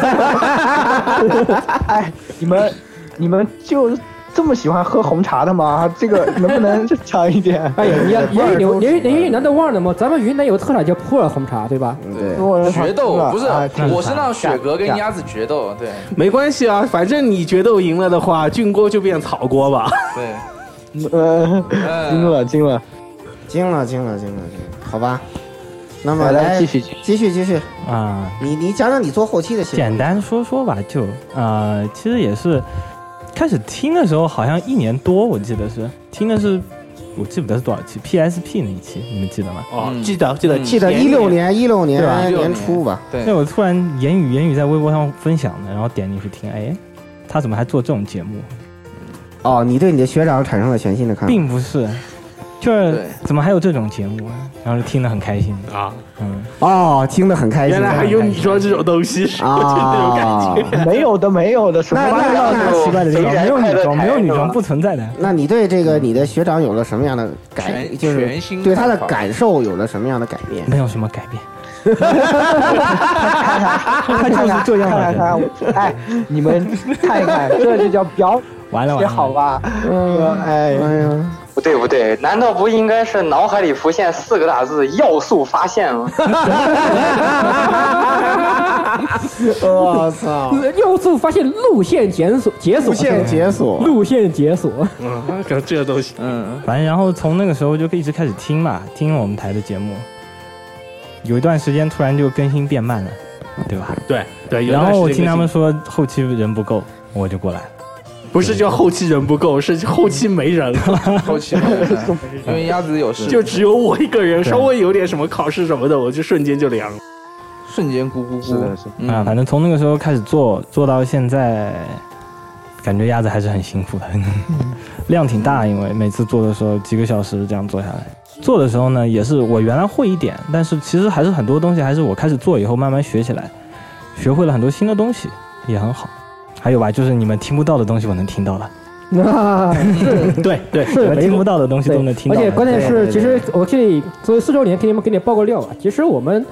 E: 哎，你们你们就这么喜欢喝红茶的吗？这个能不能 强一点？
J: 哎呀，你要你你你你云南都忘了吗？咱们云南有个特产叫普洱红茶，对吧？
G: 嗯对
H: 决斗不是，
G: 哎
H: 我是让雪哥跟
I: 呀呀
H: 鸭子决斗，对
I: 没关系啊，反正你决斗赢了的话，菌锅就变草锅吧。
H: 对。
E: 呃，
H: 惊
E: 了惊了
G: 惊了惊了惊了惊了，好吧。那么
K: 来来
G: 来
K: 继续
G: 继续继续，
K: 啊、
G: 你你讲讲你做后期的心
K: 简单说说吧，就呃，其实也是开始听的时候，好像一年多，我记得是听的是，我记不得是多少期 PSP 那一期，你们记得吗？
I: 哦，
H: 嗯
I: 记得记得
G: 记得一六年一六年
K: 对吧
G: 年初吧，
K: 那我突然言语言语在微博上分享的，然后点进去听，哎，他怎么还做这种节目？
G: 哦，你对你的学长产生了全新的看法，
K: 并不是，就是怎么还有这种节目啊？然后就听得很开心
I: 啊，
K: 嗯，
G: 哦，听得很开心。
I: 原
G: 嗯
I: 来还有你说这种东西，
G: 啊，
E: 没有的，没有的，什
G: 么那那那那
K: 奇怪的地方，没有女 装，没有女装不存在的。
G: 那你对这个你的学长有了什么样的改？
H: 全
G: 就是
H: 全新
G: 对他的
H: 看法
G: 感受有了什么样的改变？
K: 没有什么改变。他就是这样
E: 看看
K: 的人。
E: 看，哎，你们看一看，这就叫表
K: 完了
E: 也
K: 完了，
E: 好吧？嗯，哎，
L: 不对不对，难道不应该是脑海里浮现四个大字“要素发现”吗？
G: 我操！
J: 要素发现路线检索解锁，
G: 路线解锁
J: 路线解锁。
I: 嗯，搞这东西，
H: 嗯，
K: 反正然后从那个时候就一直开始听嘛，听我们台的节目。有一段时间突然就更新变慢了，对吧？
I: 对对。有
K: 然
I: 段时
K: 后
I: 间
K: 我听他们说后期人不够，我就过来了。
I: 不是叫后期人不够，是后期没人了，
H: 后期没人了因为鸭子有事
I: 就只有我一个人，
K: 对
I: 稍微有点什么考试什么的，我就瞬间就凉了。
H: 瞬间咕咕咕，
J: 嗯
K: 啊，反正从那个时候开始做，做到现在，感觉鸭子还是很辛苦 的，量挺大，因为每次做的时候几个小时这样做下来。做的时候呢，也是我原来会一点，但是其实还是很多东西还是我开始做以后慢慢学起来，学会了很多新的东西，也很好。还有吧，就是你们听不到的东西，我能听到了。
J: 那
I: 对对
J: 是
K: 你们
J: 没
K: 听
J: 错
K: 不到的东西都能听到
J: 而
K: 了。
J: 且关键是，其实我这里作为四周年给你们给你们报个料啊，其实我们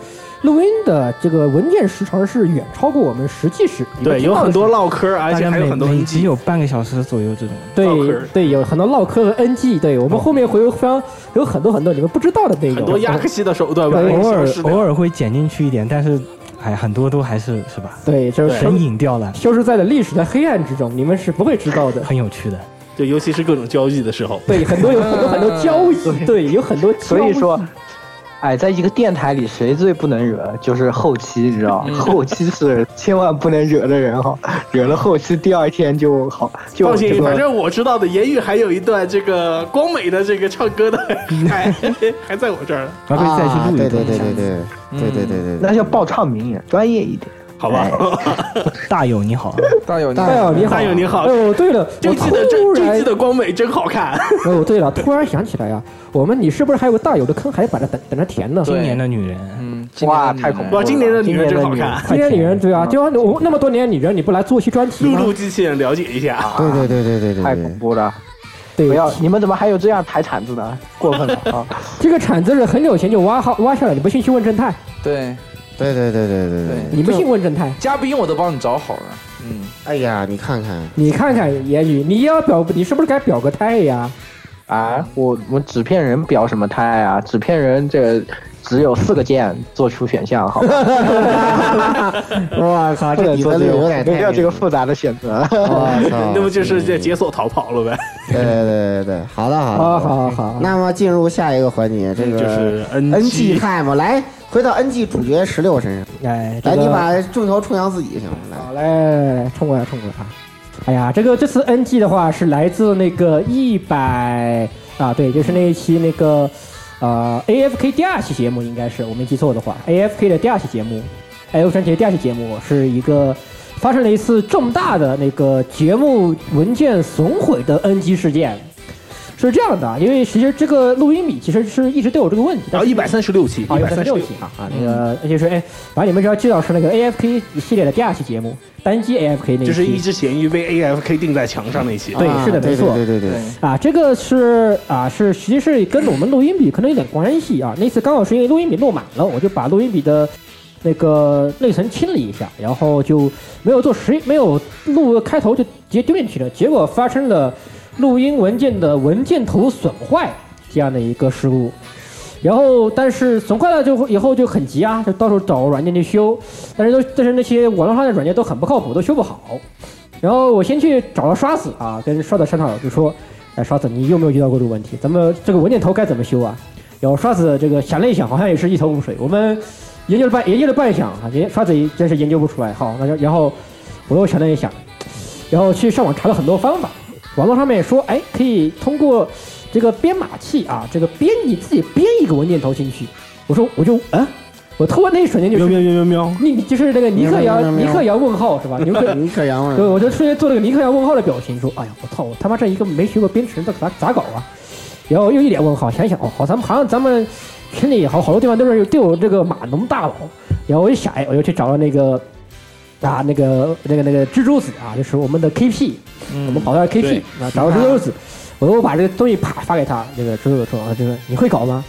J: 录音的这个文件时长是远超过我们实际时你们
I: 对，
J: 听
I: 有
J: 到的
I: 很多
J: 时
I: 唠嗑，而且
K: 大概
I: 还有
K: 每
I: 很多
K: 每集有半个小时左右这种。
J: 对对，有很多唠嗑和 NG，对我们后面会非常有很多很多你们不知道的内容，
I: 很多亚克西的手段吧，
K: 偶尔
I: 消失掉
K: 偶尔会剪进去一点，但是哎，很多都还是是吧？
J: 对，就是
K: 神隐雕栏，
J: 消失在了历史的黑暗之中，你们是不会知道的。
K: 很有趣的，
I: 就尤其是各种交易的时候，
J: 对，很多有很多很
H: 嗯
J: 多交易，对， 有很多交易。
E: 所以说，哎，在一个电台里，谁最不能惹？就是后期，你知道，
K: 嗯
E: 后期是千万不能惹的人哈，惹了后期，第二天就好，就
I: 放
E: 这
I: 心，
E: 个
I: 反正我知道的，言语还有一段这个光美的这个唱歌的 还还在我这儿呢。
K: 然后可以再去录
I: 啊
K: 一
E: 啊
G: 对对
K: 段嗯
G: 对
K: 下次
G: 对对对对对对，
E: 那叫爆唱名也专业一点，
I: 好吧？
K: 大友你好，
H: 大友
J: 大友你好，
I: 大友你好
J: 哦，对了，
I: 这
J: 我
I: 期的
J: 突
I: 这
J: 然
I: 这期的光美真好看，
J: 哦，对了，突然想起来啊，我们你是不是还有个大有的坑还摆着等等着填呢？
K: 今年的女人，
H: 嗯，
E: 哇，太恐怖
I: 哇，
E: 了！
I: 今年的女人真好看，
J: 今年女人对啊，就按我那么多年女人，你不来做期专题啊
I: 录
J: 吗？
I: 录机器人了解一
J: 啊
I: 下。
G: 对对对对对对
E: 太
G: 对
E: 恐。怖了！
J: 对
E: 不，要，你们怎么还有这样抬铲子呢？过分了啊！
J: 这个铲子是很久以前就挖好挖下来，你不信去问正太，
H: 对，
G: 对对对对对对
J: 你不信问正太，
H: 嘉宾我都帮你找好了，嗯，
G: 哎呀，你看看，
J: 你看看言语，你要表你是不是该表个态呀？
E: 啊，我我纸片人表什么态啊？纸片人这只有四个键做出选项，好吧？
G: 我靠，
E: 不
G: 这
E: 能
G: 你
E: 做
G: 的
E: 这
G: 理由有
E: 个
G: 点
E: 不
G: 太
E: 要这个复杂的选择。
G: 我操，
I: 那么就是这解锁逃跑了呗，
G: 对对对对对，好的好的
J: 啊，好好好，
G: 那么进入下一个环节，这个
I: 就是
G: NG
I: NG
G: time，来回到 NG 主角十六身上，
J: 哎，这
G: 来
J: 个
G: 你把重头冲向自己行吗？
J: 好嘞，冲过来，冲过来啊！哎呀，这个这次 NG 的话是来自那个一百啊，对，就是那一期那个呃 AFK 第二期节目，应该是我没记错的话，AFK 的第二期节目，哎，欧神节第二期节目是一个发生了一次重大的那个节目文件损毁的 NG 事件。是这样的啊，因为其实这个录音笔其实是一直都有这个问题，
I: 然后一百三十六期，
J: 啊，
I: 一百
J: 一百
I: 三
J: 三
I: 十
J: 十六
I: 六
J: 期啊啊，那个就是哎，反正你们只要知道是那个 AFK 系列的第二期节目，单机 AFK 那
I: 就是
J: 一
I: 一
J: 期。
I: 只咸鱼被 AFK 钉在墙上那期。
J: 对
G: 啊
J: 是的
G: 对
J: 没错
G: 对对对对，
J: 啊，这个是啊，是其实是跟我们录音笔可能有点关系啊。那次刚好是因为录音笔落满了，我就把录音笔的那个内存清理一下，然后就没有做实，没有录个开头就直接丢进去了，结果发生了录音文件的文件头损坏这样的一个事故。然后，但是损坏了就以后就很急啊，就到处找软件去修，但是都但是那些网络上的软件都很不靠谱，都修不好。然后我先去找了刷子啊，跟刷子商场就说，哎，刷子，你有没有遇到过这个问题？咱们这个文件头该怎么修啊？然后刷子这个想了一想，好像也是一头雾水。我们研究了半研究了半晌啊，研刷子真是研究不出来。好，那就然后我又想了一想，然后去上网查了很多方法，网络上面说，哎，可以通过这个编码器啊，这个编你自己编一个文件头进去。我说我就啊，我突然那一瞬间就
I: 喵喵
J: 是
I: 喵喵喵，
J: 你就是那个尼克
G: 喵喵
J: 杨
G: 喵
J: 尼克杨问号 是吧？尼克
G: 尼克杨味
J: 对，
G: 儿，
J: 我就瞬间做了个尼克杨问号的表情，说：“哎呀，我操，我他妈这一个没学过编程的咋咋搞啊？”然后又一脸问号，想一想，哦，好，咱们好像咱们群里好好多地方都是都有这个码农大佬。然后我一想，哎，我就去找了那个啊，那个那个那个蜘蛛子啊，就是我们的 KP，、我们跑到 KP
I: 对
J: 啊，找到蜘蛛子，我又把这个东西啪发给他，那个蜘蛛子说：“啊，这个你会搞吗？”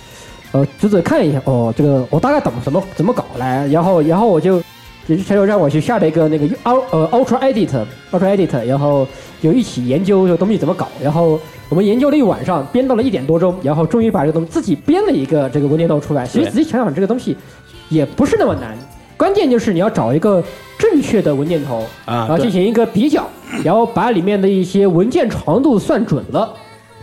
J: 呃，侄子看一下，哦，这个我大概懂怎么怎么搞来，然后然后我就，他就让我去下了一个那个 Ul 呃 Ultra Edit Ultra Edit，然后就一起研究这个东西怎么搞，然后我们研究了一晚上，编到了一点多钟，然后终于把这个东西自己编了一个这个文件头出来。其实
I: 对
J: 仔细想想，这个东西也不是那么难，关键就是你要找一个正确的文件头，
I: 啊
J: 然后进行一个比较，然后把里面的一些文件长度算准了，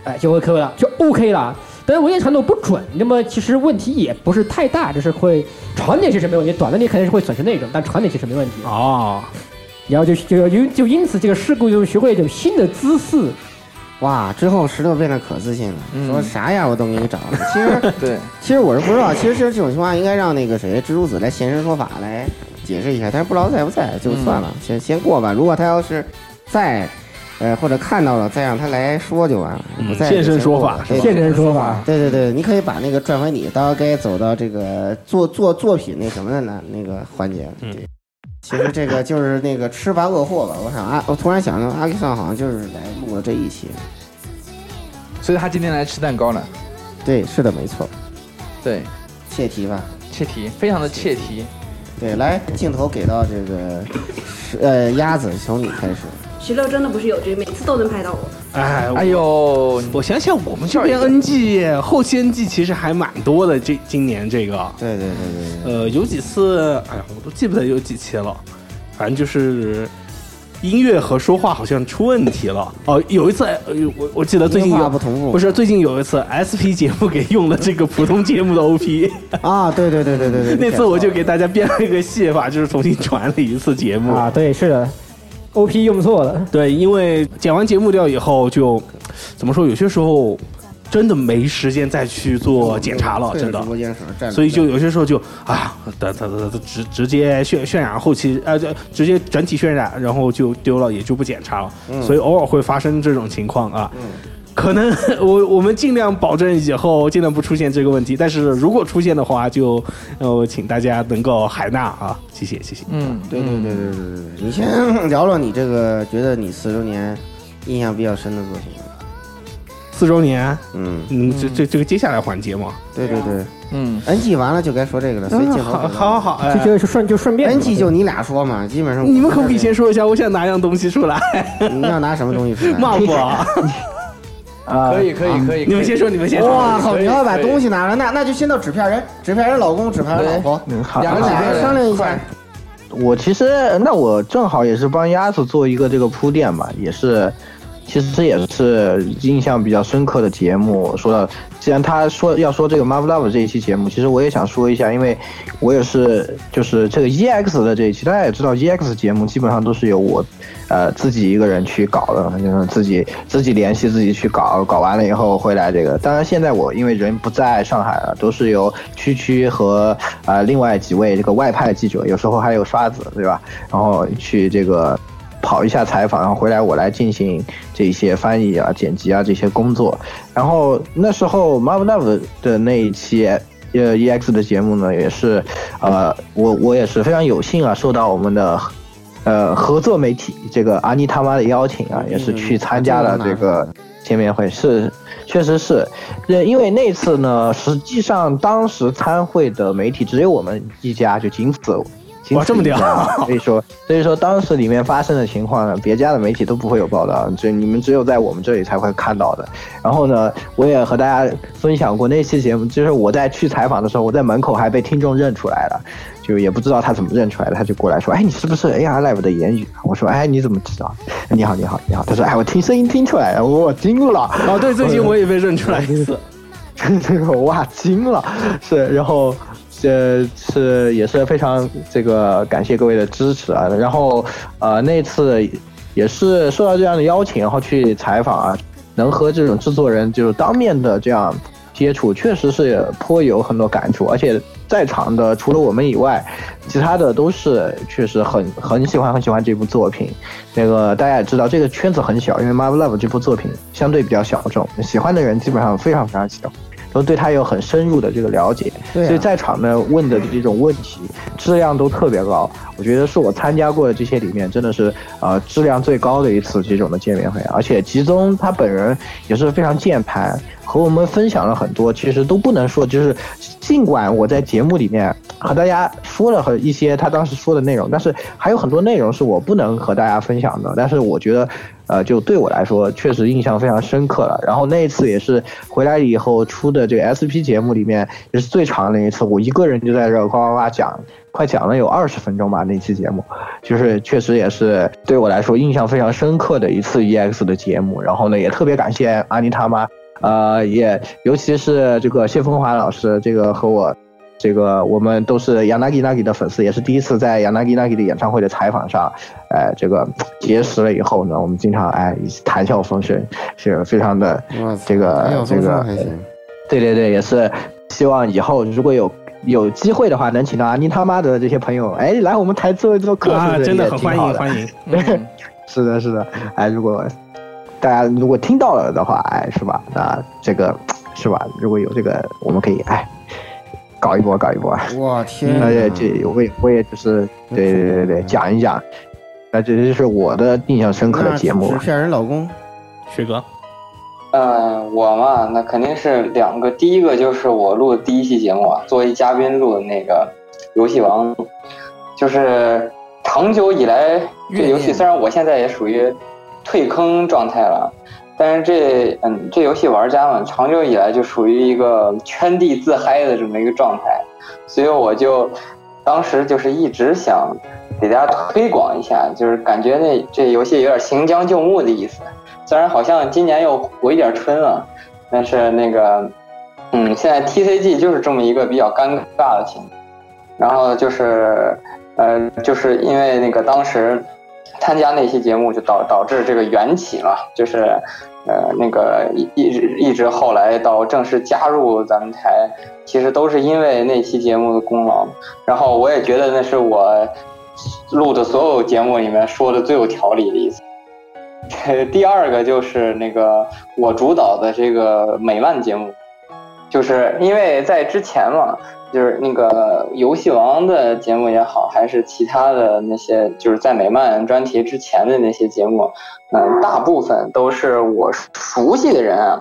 J: 哎，就 OK 了，就 OK 了。但是文件长度不准，那么其实问题也不是太大，就是会长点其实没问题，短的你肯定是会损失内容，但长点其实没问题。
I: 哦，
J: 然后就就就就因此这个事故就学会一种新的姿势，
G: 哇，之后石榴变得可自信了，
J: 嗯
G: 说啥样我都给你找 了。其实
H: 对，
G: 其实我是不知道，其实这种情况应该让那个谁蜘蛛子来现身说法来解释一下，但是不知道在不在，就算
J: 嗯
G: 了，先先过吧。如果他要是在，呃，或者看到了，再让他来说就完了。不在
I: 现
G: 就
I: 身
G: 先
I: 说
G: 过
I: 法
G: 吧
I: 是
G: 对
J: 嗯现身说法。
G: 对对对，你可以把那个转回你，到该走到这个做做作品那什么的呢那个环节。对，其实这个就是那个吃完恶货吧。我想啊，我突然想到阿 Q 上好像就是来录了这一期。
H: 所以他今天来吃蛋糕了，
G: 对，是的，没错，
H: 对，
G: 切题吧。
H: 切题，非常的切题，
G: 对，来镜头给到这个，是呃，鸭子从你开始。
M: 石榴真的不是有追，每次都能拍到我。
I: 哎，
H: 哎呦，
I: 我想想，我们这边 NG 后期 NG 其实还蛮多的，这今年这个，
G: 对对对
I: 对，呃，有几次，哎呀，我都记不得有几期了，反正就是音乐和说话好像出问题了。哦，有一次，呃我我记得最近
G: 音
I: 有
G: 画不同步
I: 不是最近有一次 SP 节目给用了这个普通节目的 OP，
G: 啊，对对对对对对，
I: 那次我就给大家编了一个戏法，就是重新传了一次节目
J: 啊，对，是的，OP 用错了。
I: 对，因为剪完节目掉以后就，怎么说？有些时候真的没时间再去做检查了，
G: 对
I: 真的
G: 直。播间时候站着
I: 所以就有些时候就啊，等等等等，直直接渲渲染后期，呃，就直接整体渲染，然后就丢了，也就不检查了。
G: 嗯
I: 所以偶尔会发生这种情况啊。可能我我们尽量保证以后尽量不出现这个问题，但是如果出现的话就，呃，请大家能够海纳啊，谢谢谢谢。
H: 嗯，
G: 对对对对对对对，你先 聊聊你这个觉得你四周年印象比较深的作品吧。
I: 四周年，
G: 嗯
I: 嗯，这这这个接下来环节嘛，
G: 对对对，
H: 嗯
G: ，NG 完了就该说这个了，所以
I: 嗯
G: 镜头
I: 好好好哎
J: 就就顺就顺便
G: NG 就你俩说嘛，基本 上
I: 你们可不可以先说一下，我想拿样东西出 来？
G: 你要拿什么东西出来？
I: 骂我啊？
H: 啊可以可以可以，
I: 你们先说你们先说
G: 哇靠！
I: 可以
G: 你要把
I: 可以
G: 东西拿了，那那就先到纸片人，纸片人老公，纸片人老婆，
E: 嗯好
G: 两个
E: 好
G: 俩人商量一下。
E: 我其实那我正好也是帮鸭子做一个这个铺垫吧，也是，其实也是印象比较深刻的节目。说到，既然他说要说这个 Marvel Love 这一期节目，其实我也想说一下，因为我也是就是这个 EX 的这一期，大家也知道 EX 节目基本上都是由我，呃自己一个人去搞的，就是自己自己联系自己去搞，搞完了以后回来这个。当然现在我因为人不在上海了，都是由区区和呃另外几位这个外派记者，有时候还有刷子，对吧？然后去这个跑一下采访，然后回来我来进行这一些翻译啊、剪辑啊这些工作。然后那时候 Marv Love 的那一期。呃，EX 的节目呢，也是，呃，我我也是非常有幸啊，受到我们的呃合作媒体这个阿尼他妈的邀请啊，也是去参加了这个见面会，是确实是，呃，因为那次呢，实际上当时参会的媒体只有我们一家，就仅此。仅
I: 哇
E: 此
I: 这么
E: 一
I: 屌
E: 家啊所以说，所以说当时里面发生的情况呢，别家的媒体都不会有报道，只你们只有在我们这里才会看到的。然后呢，我也和大家分享过那期节目，就是我在去采访的时候，我在门口还被听众认出来了，就也不知道他怎么认出来的，他就过来说：“哎，你是不是 AR Live 的言语？”我说：“哎，你怎么知道？”你好，你好，你好。他说：“哎，我听声音听出来了，我我惊了。”
I: 哦，对，最近我也被认出来一次。
E: 这个哇惊了，是，然后这是也是非常这个感谢各位的支持啊，然后呃那次也是受到这样的邀请，然后去采访啊，能和这种制作人就是当面的这样接触，确实是颇有很多感触，而且在场的除了我们以外，其他的都是确实很很喜欢很喜欢这部作品。那个大家也知道，这个圈子很小，因为《Marvel Love》这部作品相对比较小众，喜欢的人基本上非常非常小。然后对他有很深入的这个了解，
G: 对啊
E: 所以在场呢问的这种问题质量都特别高，我觉得是我参加过的这些里面真的是呃质量最高的一次这种的见面会，而且吉宗他本人也是非常键盘，和我们分享了很多，其实都不能说就是，尽管我在节目里面和大家说了和一些他当时说的内容，但是还有很多内容是我不能和大家分享的，但是我觉得。呃，就对我来说确实印象非常深刻了。然后那一次也是回来以后出的这个 SP 节目里面也是最长的一次，我一个人就在这儿呱呱呱讲，快讲了有二十分钟吧。那期节目就是确实也是对我来说印象非常深刻的一次 EX 的节目。然后呢，也特别感谢阿妮他妈，呃，也尤其是这个谢风华老师，这个和我这个我们都是 Yanagi Nagi 的粉丝，也是第一次在 Yanagi Nagi 的演唱会的采访上，呃，这个结识了以后呢，我们经常哎谈笑风生，是非常的这
G: 哎
E: 个
G: 呦，
E: 这
G: 风
E: 个
G: 尚还行。
E: 对对对，也是希望以后如果有有机会的话，能请到阿妮他妈的这些朋友，哎，来我们台做一做客，
I: 啊
E: 是不是
I: 真的
E: 也
I: 很
E: 挺
I: 欢迎
E: 好的
I: 欢迎。 嗯
E: 是的，是的，哎，如果大家如果听到了的话，哎，是吧？那这个是吧？如果有这个，我们可以哎搞一波，搞一波。
G: 哇天
E: 而且
G: 哪
E: 这我也我也就是对对对对讲一讲，那这就是我的印象深刻的节目啊
G: 纸。片人老公，
I: 水哥，
L: 嗯，我嘛，那肯定是两个。第一个就是我录的第一期节目啊，作为嘉宾录的那个《游戏王》，就是长久以来，这游戏虽然我现在也属于退坑状态了。但是这嗯，这游戏玩家们长久以来就属于一个圈地自嗨的这么一个状态，所以我就当时就是一直想给大家推广一下，就是感觉那这游戏有点行将就木的意思。虽然好像今年又回一点春了，但是那个嗯，现在 TCG 就是这么一个比较尴尬的情况。然后就是呃，就是因为那个当时参加那期节目，就导导致这个缘起嘛，就是呃那个一一直一直后来到正式加入咱们台，其实都是因为那期节目的功劳。然后我也觉得那是我录的所有节目里面说的最有条理的一次。 第二个就是那个我主导的这个美漫节目，就是因为在之前嘛，就是那个游戏王的节目也好，还是其他的那些，就是在美漫专题之前的那些节目，嗯，大部分都是我熟悉的人啊，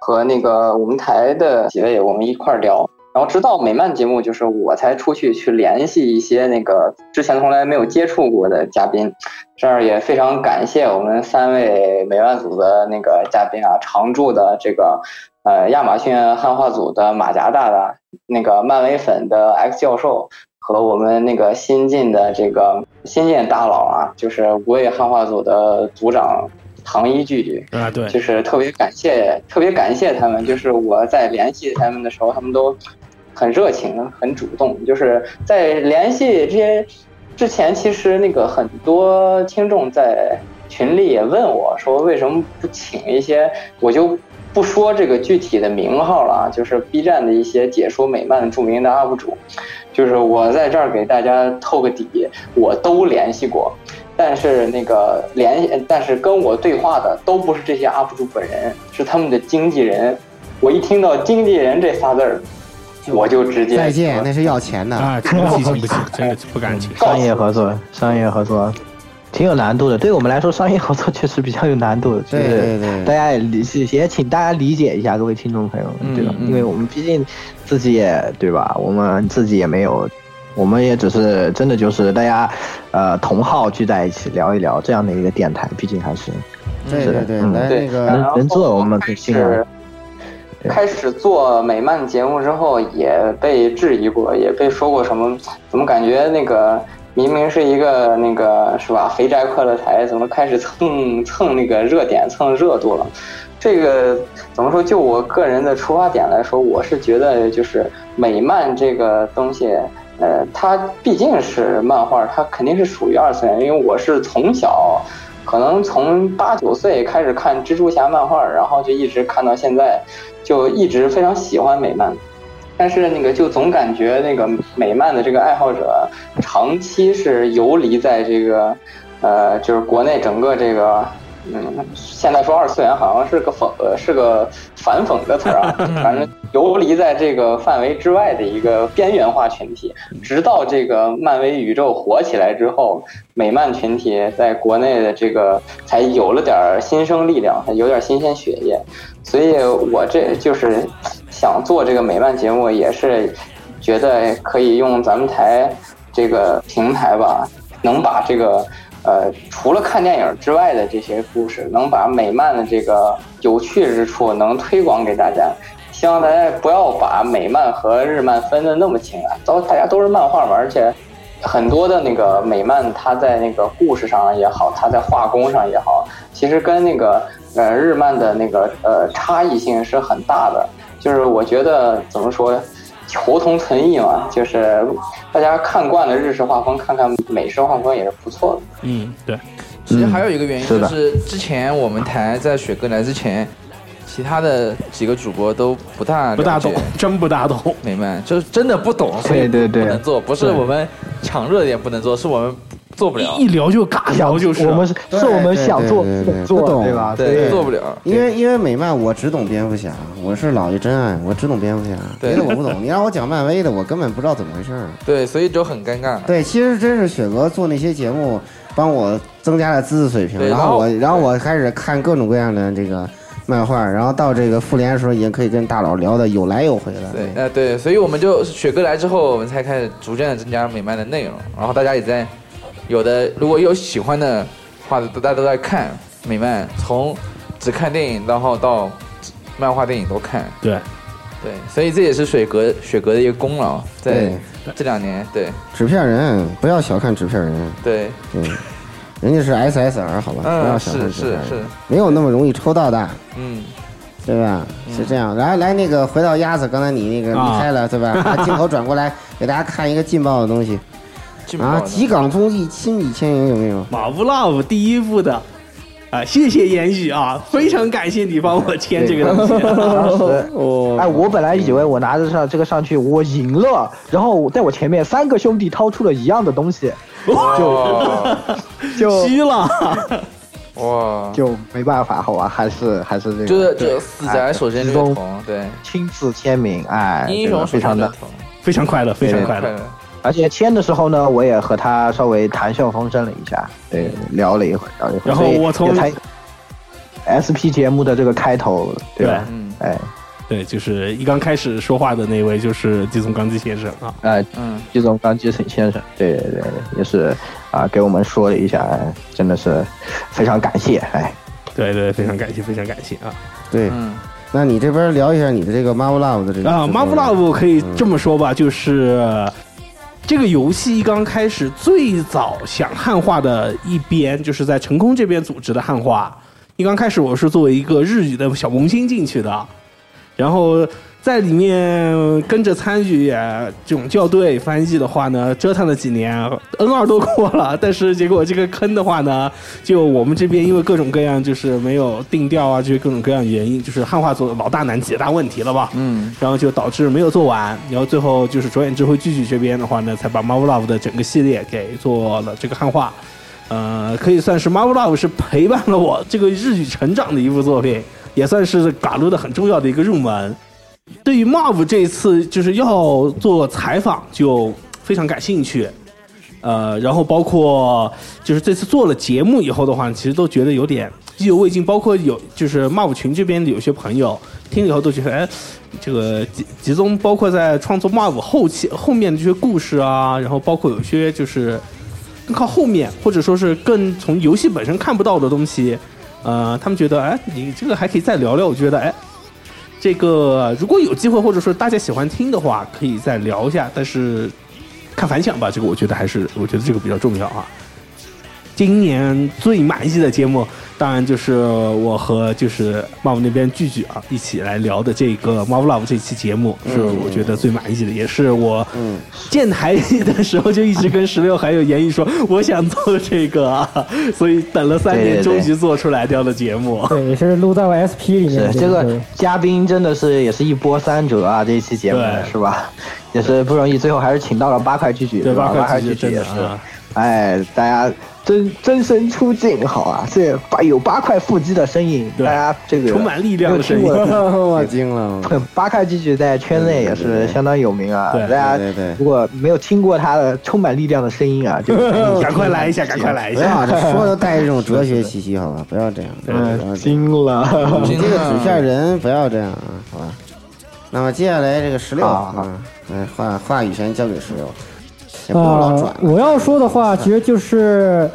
L: 和那个我们台的几位我们一块儿聊。然后直到美漫节目，就是我才出去去联系一些那个之前从来没有接触过的嘉宾，这儿也非常感谢我们三位美漫组的那个嘉宾啊，常驻的这个呃亚马逊汉化组的马甲大大，那个漫威粉的 X 教授和我们那个新进的这个新进大佬啊，就是无畏汉化组的组长唐一聚聚，
I: 啊，对，
L: 就是特别感谢，特别感谢他们。就是我在联系他们的时候，他们都很热情、很主动。就是在联系这些之前，其实那个很多听众在群里也问我说，为什么不请一些？我就不说这个具体的名号了啊，就是 B 站的一些解说美漫著名的 UP 主。就是我在这儿给大家透个底，我都联系过，但是那个联系，但是跟我对话的都不是这些 UP 主本人，是他们的经纪人。我一听到经纪人这仨字儿，我就直接
G: 再见，那是要钱的
I: 啊，请不起，请不起，真的不敢请。
E: 商业合作，商业合作挺有难度的，对我们来说，商业合作确 实比较有难度的。就
G: 对
E: 是
G: 对对
E: 大家也理也请大家理解一下，各位听众朋友
G: 嗯
E: 们，对吧？因为我们毕竟自己也对吧，我们自己也没有，我们也只是真的就是大家呃同好聚在一起聊一聊这样的一个电台，毕竟还是
G: 对
E: 是的
G: 对对
E: 嗯
G: 来那个
E: 能
G: 然后
E: 能做我们可尽量。
L: 开始做美漫节目之后，也被质疑过，也被说过什么？怎么感觉那个明明是一个那个是吧？肥宅快乐台怎么开始蹭蹭那个热点、蹭热度了？这个怎么说？就我个人的出发点来说，我是觉得就是美漫这个东西，呃，它毕竟是漫画，它肯定是属于二次元，因为我是从小。可能从八九岁开始看蜘蛛侠漫画，然后就一直看到现在，就一直非常喜欢美漫。但是那个就总感觉那个美漫的这个爱好者长期是游离在这个，呃，就是国内整个这个，嗯，现在说二次元好像是个讽，呃是个反讽的词儿啊，反正游离在这个范围之外的一个边缘化群体，直到这个漫威宇宙火起来之后，美漫群体在国内的这个才有了点儿新生力量，才有点儿新鲜血液，所以我这就是想做这个美漫节目，也是觉得可以用咱们台这个平台吧，能把这个呃除了看电影之外的这些故事，能把美漫的这个有趣之处能推广给大家。希望大家不要把美漫和日漫分得那么清啊，都大家都是漫画嘛，而且很多的那个美漫，它在那个故事上也好，它在画工上也好，其实跟那个呃日漫的那个呃差异性是很大的。就是我觉得怎么说，求同存异嘛，就是大家看惯了日式画风，看看美式画风也是不错的。
I: 嗯，对。
H: 其实还有一个原因
L: 是
H: 就
L: 的
H: 是，之前我们台在雪哥来之前，其他的几个主播都不大
I: 不大懂
H: 了解，
I: 真不大懂。
H: 明白，就是真的不懂，所以
I: 对对对
H: 不能做，不是
I: 对
H: 我们抢热点不能做，是我们做不了。
I: 一聊就尬聊就是了，
H: 我们是
G: 对
H: 是我们
G: 对
H: 想做
G: 对对
H: 不
G: 对
H: 能做
G: 不懂
H: 对吧对对做不了
G: 因为因为美漫我只懂蝙蝠侠，我是老爷真爱，我只懂蝙蝠侠，
H: 对
G: 别的我不懂。你让我讲漫威的，我根本不知道怎么回事儿。
H: 对，所以就很尴尬。
G: 对，其实真是雪哥做那些节目，帮我增加了知识水平，
H: 对
G: 然
H: 然后
G: 后我然后我开始看各种各样的这个漫画，然后到这个复联的时候，已经可以跟大佬聊的有来有回了。
H: 对，呃，对，所以我们就雪哥来之后，我们才开始逐渐的增加美漫的内容，然后大家也在有的如果有喜欢的话，大家都在看，美漫，从只看电影然后到漫画电影都看，
I: 对，
H: 对，所以这也是水格水格的一个功劳，在这两年，对
G: 纸片人，不要小看纸片人。
H: 对，
G: 对，人家是 SSR，好吧，
H: 嗯
G: 不要小看
H: 是
G: 纸片人，
H: 是是
G: 没有那么容易抽到的，
H: 嗯，
G: 对吧？是这样。来来，那个回到鸭子，刚才你那个
H: 啊
G: 离开了，对吧？把镜头转过 来，给大家看一个劲爆的东西。
H: 劲
I: 爆的
G: 啊！吉冈综艺《亲笔签名》有
E: 啊
G: 没有？
I: 马布 love 第一部的，啊，谢谢言语啊，非常感谢你帮我签这个东 西。啊
E: 当时，哎，我本来以为我拿着上这个上去，我赢了，然后在我前面三个兄弟掏出了一样的东西，
H: 哇
E: 就
I: 虚了，
H: 哇，
G: 就没办法，好吧，还是还是这个，
H: 就是就死宅手先略
G: 中
H: 同，对，
E: 哎亲自签名，哎，
H: 英
E: 这
H: 雄
E: 个非
H: 手
E: 常
H: 先略
E: 的
H: 同，
I: 非常快乐，非常快
H: 快
I: 乐。
H: 乐。
E: 而且签的时候呢，我也和他稍微谈笑风生了一下，对，聊了一会儿，聊了一会儿。
I: 然后
E: 所以
I: 我从
E: 也才 SP 节目的这个开头，对吧？
H: 嗯，
E: 哎，
I: 对，就是一刚开始说话的那位，就是地松刚纪先生啊。
E: 呃，
H: 嗯，
E: 季总刚接沈先生，对对对，也是啊，给我们说了一下，哎真的是非常感谢，哎，
I: 对对，非常感谢，非常感谢啊。
G: 对，
H: 嗯，
G: 那你这边聊一下你的这个 Marvel Love 的这个
I: 啊
G: 制作
I: ，Marvel Love 可
G: 嗯
I: 以这么说吧，就是这个游戏一刚开始最早想汉化的一边，就是在成空这边组织的汉化。一刚开始我是作为一个日语的小萌新进去的，然后在里面跟着参与也这种校对翻译的话呢，折腾了几年，N 二都过了，但是结果这个坑的话呢，就我们这边因为各种各样就是没有定调啊，就是各种各样原因，就是汉化做老大难解大问题了吧，
H: 嗯，
I: 然后就导致没有做完，然后最后就是主演智慧聚聚这边的话呢，才把 Marvel Love 的整个系列给做了这个汉化。呃，可以算是《Marvel Love》是陪伴了我这个日语成长的一部作品，也算是嘎鲁的很重要的一个入门。对于 Marv 这一次就是要做采访，就非常感兴趣。呃，然后包括就是这次做了节目以后的话，其实都觉得有点意犹未尽。包括有就是 Marv 群这边的有些朋友听了以后都觉得，哎，这个集集中包括在创作 Marv 后期后面的这些故事啊，然后包括有些就是更靠后面，或者说是更从游戏本身看不到的东西，呃，他们觉得，哎，你这个还可以再聊聊。我觉得，哎，这个如果有机会，或者说大家喜欢听的话，可以再聊一下。但是看反响吧，这个我觉得还是，我觉得这个比较重要啊。今年最满意的节目，当然就是我和就是茂那边聚聚啊，一起来聊的这个《Marvel Love》这期节目，是我觉得最满意的，也是我建台的时候就一直跟十六还有言语说，我想做这个、啊， 所以等了三
E: 对
I: 年，
E: 对对
I: 终于做出来掉的节目。
J: 对，也是录在我 SP 里面的
E: 是
J: 这
E: 这
J: 个
E: 个嘉宾真的是也是一波三折啊，这一期节目
I: 对
E: 是吧？也是不容易，最后还是请到了八块巨举，
I: 对
E: 是吧
I: 八
E: 八
I: 块
E: 块
I: 巨
E: 巨
I: 举
E: 举也
I: 真
E: 是
I: 的啊，
E: 哎，大家真真身出镜，好啊，这八有八块腹肌的身影，大家这个
I: 充满力量的 身影
E: 没有听过
G: 我惊了，
E: 八块巨举在圈内也是相当有名啊，
I: 对对对
E: 大家
G: 对对对
E: 如果没有听过他的充满力量的声啊音啊，就
I: 赶快来一下，赶快来一
G: 不
I: 下！
G: 要这说的带一种哲学气息，好吧，不要这样。
E: 嗯，惊了，
G: 你这个纸片人不要这样啊，好吧？那么接下来这个十六
E: 好好
G: 啊，来话话语权交给十六，也不
E: 啊
G: 能老
J: 呃
G: 转，，嗯
J: 我要说的话，其实就是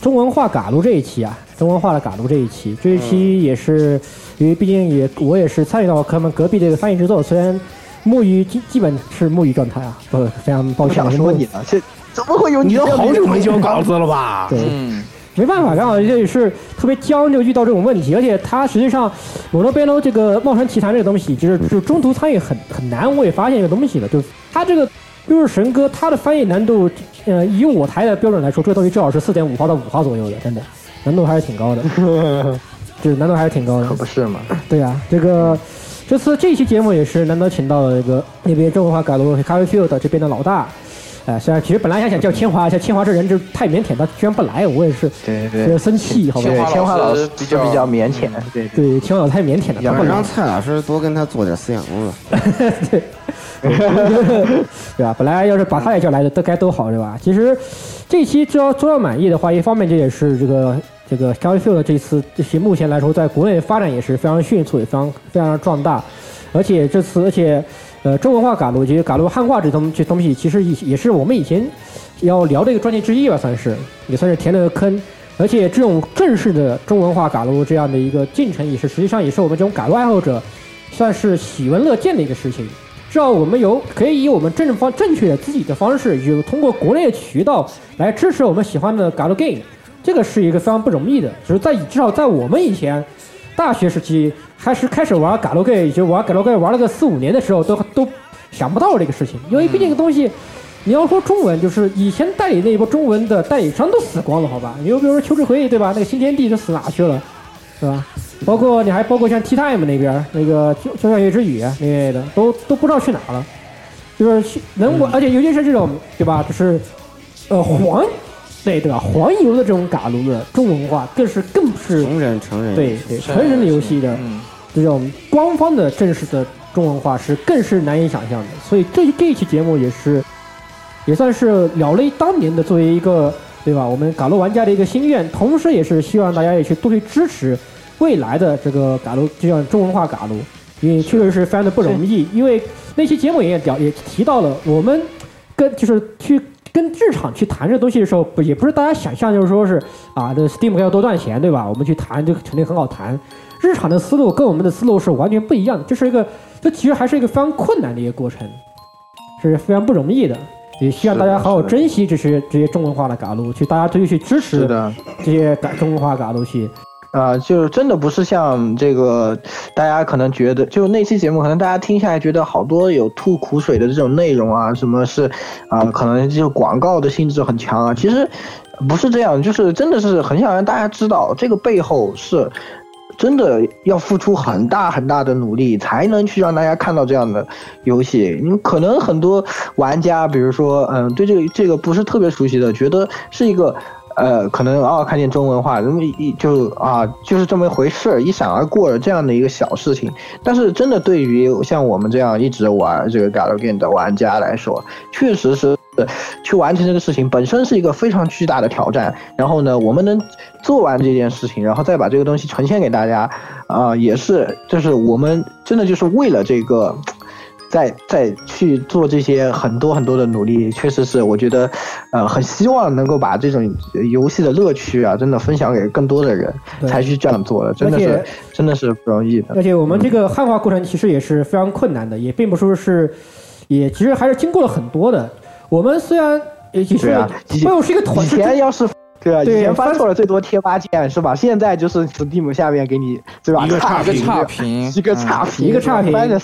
J: 中文化嘎鲁这一期啊，中文化的嘎鲁这一期，这一
G: 嗯
J: 期也是因为毕竟也我也是参与到他们隔壁这个翻译制作，虽然木鱼基基本是木鱼状态啊，不非常抱
E: 我
J: 歉，
E: 想说你了，这怎么会有
I: 你
E: 这
I: 都
E: 样的
I: 好
E: 人
I: 久没交稿子了吧？
J: 对，
G: 嗯
J: 没办法，刚好这也是特别僵，就遇到这种问题。而且他实际上，我那边喽这个冒山奇谭这个东西，就是就中途参与很很难，我也发现一个东西了，就是他这个六日神歌，他的翻译难度，呃，以我台的标准来说，这个东西至少是四点五号到五号左右的，真的难度还是挺高的，就是难度还是挺高的。
E: 可不是嘛，
J: 对啊，这个这次这期节目也是难得请到了这个那边中文化改革和咖啡 field 这边的老大。哎，虽然其实本来还想叫清华，像清华这人就太腼腆，他居然不来，我也是
E: 对
J: 有点生气，好吧？
E: 对，
H: 清
E: 清
H: 华
E: 华
H: 老
E: 老
H: 师
E: 师比较比较腼腆，啊对对。
J: 对，清华老太腼腆了，他不
G: 想让
J: 来，
G: 蔡老师多跟他做点思想工作。
J: 对吧？本来要是把他也叫来的，都该多好，对吧？其实这期只要做到满意的话，一方面这也是这个这个 g a r f i e l 的这次这些目前来说，在国内发展也是非常迅速，也非常非常壮大，而且这次而且呃中文化嘎鲁，我觉得嘎鲁汉化这东这东西，其实也也是我们以前要聊的一个专题之一吧，算是也算是填了个坑。而且这种正式的中文化嘎撸这样的一个进程，也是实际上也是我们这种嘎撸爱好者算是喜闻乐见的一个事情。至少我们有可以以我们正方正确的自己的方式，有通过国内的渠道来支持我们喜欢的嘎撸 game，这个是一个非常不容易的。就是在至少在我们以前大学时期，还是开始玩嘎撸 game，就玩嘎撸 game 玩了个四五年的时候，都都想不到这个事情，因为毕竟这个东西。你要说中文，就是以前代理那一波中文的代理商都死光了，好吧？你又比如说《秋之回忆》，对吧？那个新天地都死哪去了，是吧？包括你还包括像 T Time 那边那个《交响乐之语》那类的，都都不知道去哪了。就是去能
G: 嗯
J: 玩，而且尤其是这种对吧？就是呃黄对对吧？黄油的这种嘎撸的中文化，更是更是
G: 成人成人
J: 对对
G: 是
J: 成人的游戏的这种官方的正式的中文化是更是难以想象的。所以这这一期节目也是也算是了了当年的作为一个对吧，我们嘎撸玩家的一个心愿，同时也是希望大家也去多去支持未来的这个嘎撸，就像中文化嘎撸，因为确实是非常的不容易。因为那期节目也聊也提到了，我们跟就是去跟市场去谈这东西的时候，不也不是大家想象就是说是啊，这 Steam 要多赚钱对吧？我们去谈就肯定很好谈。日常的思路跟我们的思路是完全不一样的，这是一个，这其实还是一个非常困难的一个过程。是非常不容易的。也希望大家好好珍惜这些这些中文化的嘎撸，去大家多去支持
E: 是的
J: 这些嘎中文化嘎撸系。
E: 啊、就是真的不是像这个，大家可能觉得，就那期节目，可能大家听下来觉得好多有吐苦水的这种内容啊，什么是啊、可能就广告的性质很强啊，其实不是这样，就是真的是很想让大家知道，这个背后是真的要付出很大很大的努力，才能去让大家看到这样的游戏。你可能很多玩家，比如说，嗯，对这个这个不是特别熟悉的，觉得是一个。呃，可能偶尔看见中文化，那么一就啊，就是这么一回事儿，一闪而过了这样的一个小事情。但是真的对于像我们这样一直玩这个 g a l g a m e 的玩家来说，确实是去完成这个事情本身是一个非常巨大的挑战。然后呢，我们能做完这件事情，然后再把这个东西呈现给大家，啊、也是就是我们真的就是为了这个。再再去做这些很多很多的努力，确实是我觉得，呃，很希望能够把这种呃游戏的乐趣啊，真的分享给更多的人，
J: 对
E: 才去这样做的，真的
J: 而
E: 是
J: 且
E: 真的是不容易的。
J: 而且我们这个汉化过程其实也是非常困难的，也并不说是，也其实还是经过了很多的。我们虽然也也是
E: 对啊，以
J: 背后是一个团，
E: 以前要是。对啊，以
J: 对
E: 前发错了最多贴吧键是吧？现在就是 Steam 下面给你对吧？
G: 一个差评嗯
E: 一个差评，
J: 一个差评嗯
E: 翻着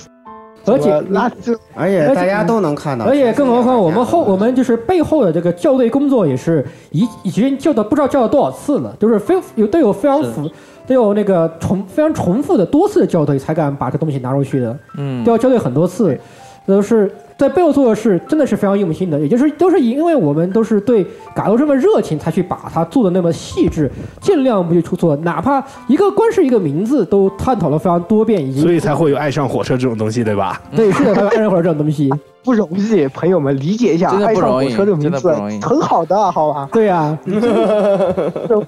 J: 而且
E: 那就
G: 而且大家都能看到，
J: 而且更何况我们后我们就是背后的这个校对工作也是已已经校的不知道校了多少次了，就是非有都有非常复都有那个重非常重复的多次的校对才敢把这东西拿出去的，
H: 嗯
J: 都要校对很多次，都是在背后做的事真的是非常用心的，也就是都是因为我们都是对嘎到这么热情，才去把它做的那么细致，尽量不去出错，哪怕一个光是一个名字都探讨了非常多遍，已经
I: 所以才会有爱上火车这种东西，对吧？
J: 对 是的，他们爱人火这种东西。
E: 不容易，朋友们理解一下，
I: 真的
E: 爱
I: 不
E: 上
I: 容
E: 火
I: 易
E: 车这个名
I: 真的
E: 字
I: 不容易
E: 很好的，好吧？
J: 对
G: 啊
J: 呀、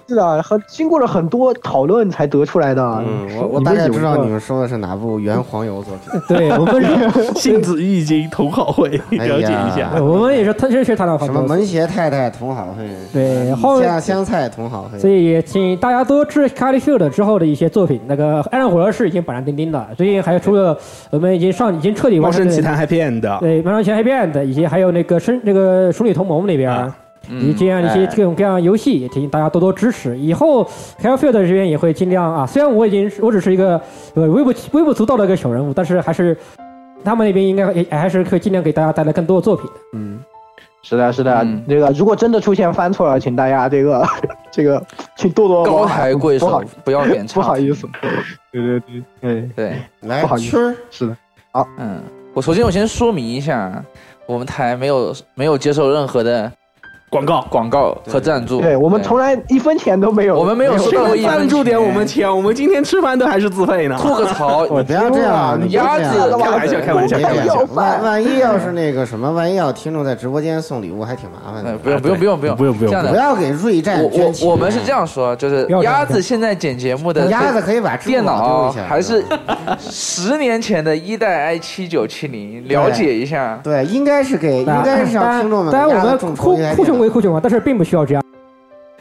E: 是的，很经过了很多讨论才得出来的。
G: 嗯，我我大概知道你们说的是哪部原黄油作品。
J: 对我们
I: 《星子易经》同好会，
G: 哎
I: 了解一下。
J: 我们也是他确实探讨很
G: 什
J: 多
G: 么
J: 次
G: 门胁太太同好会，
J: 对
G: 嗯
J: 后
G: 下香菜同
I: 哦
G: 好会，
J: 所以也请大家多支持 c a l i Field 之后的一些作品。那个《爱上火车》是已经板上钉钉的，最近还出了，我们已经上已经彻底
I: 猫
J: 完成
I: 神
J: 了。
I: 奇谭 Happy End，
J: 对《猫山奇谭 Happy End》，以及还有那个生那个《熟女同盟》那边儿。以及这样一些
I: 哎
J: 各种各样的游戏，也提醒大家多多支持。以后 c a l i Field 这边也会尽量啊，虽然我已经我只是一个呃微不微不足道的一个小人物，但是还是他们那边应该也还是会尽量给大家带来更多的作品的。
E: 是的，是的，这个如果真的出现翻错了，请大家这个这个请多多
H: 高
E: 包涵
H: 抬贵
E: 不好
H: 手，不要贬
E: 不
H: 差
E: 好
H: 评。
E: 意思，对对对对
H: 对，
G: 来
H: 不好意
G: 思圈儿
E: 是的，好，
H: 嗯，我首先我先说明一下，我们台没有没有接受任何的
I: 广告、
H: 广告和赞助，
E: 对我们从来一分钱都没有，
H: 我们没有收到过一分
I: 赞助点
H: 钱
I: 我们钱，我们今天吃饭都还是自 费呢。
H: 吐个 槽
G: 不要这样，啊你不要
I: 啊鸭
G: 这样啊哎
I: 子，开玩笑，开玩笑，开玩笑。
G: 万万一要是那个什么，万一要听众在直播间送礼物，还挺麻烦的。
H: 哎不用不用不用不用不用不用这样的
G: 不要给瑞战
H: 我
G: 捐钱
H: 我我们是这样说，就是
G: 要这样
H: 鸭子现在剪节目的
G: 鸭子可以把支付宝
H: 电脑
G: 丢一下
H: 还是十年前的一代 i 七九七零，了解一下。
G: 对，应该是给应
J: 当然
G: 该是让听众们
J: 哎当然
G: 给
J: 我
G: 鸭子
J: 们
G: 众筹
J: 哭
G: 一台
J: 哭
G: 电
J: 穷
G: 脑。
J: 归哭穷啊，但是并不需要这样。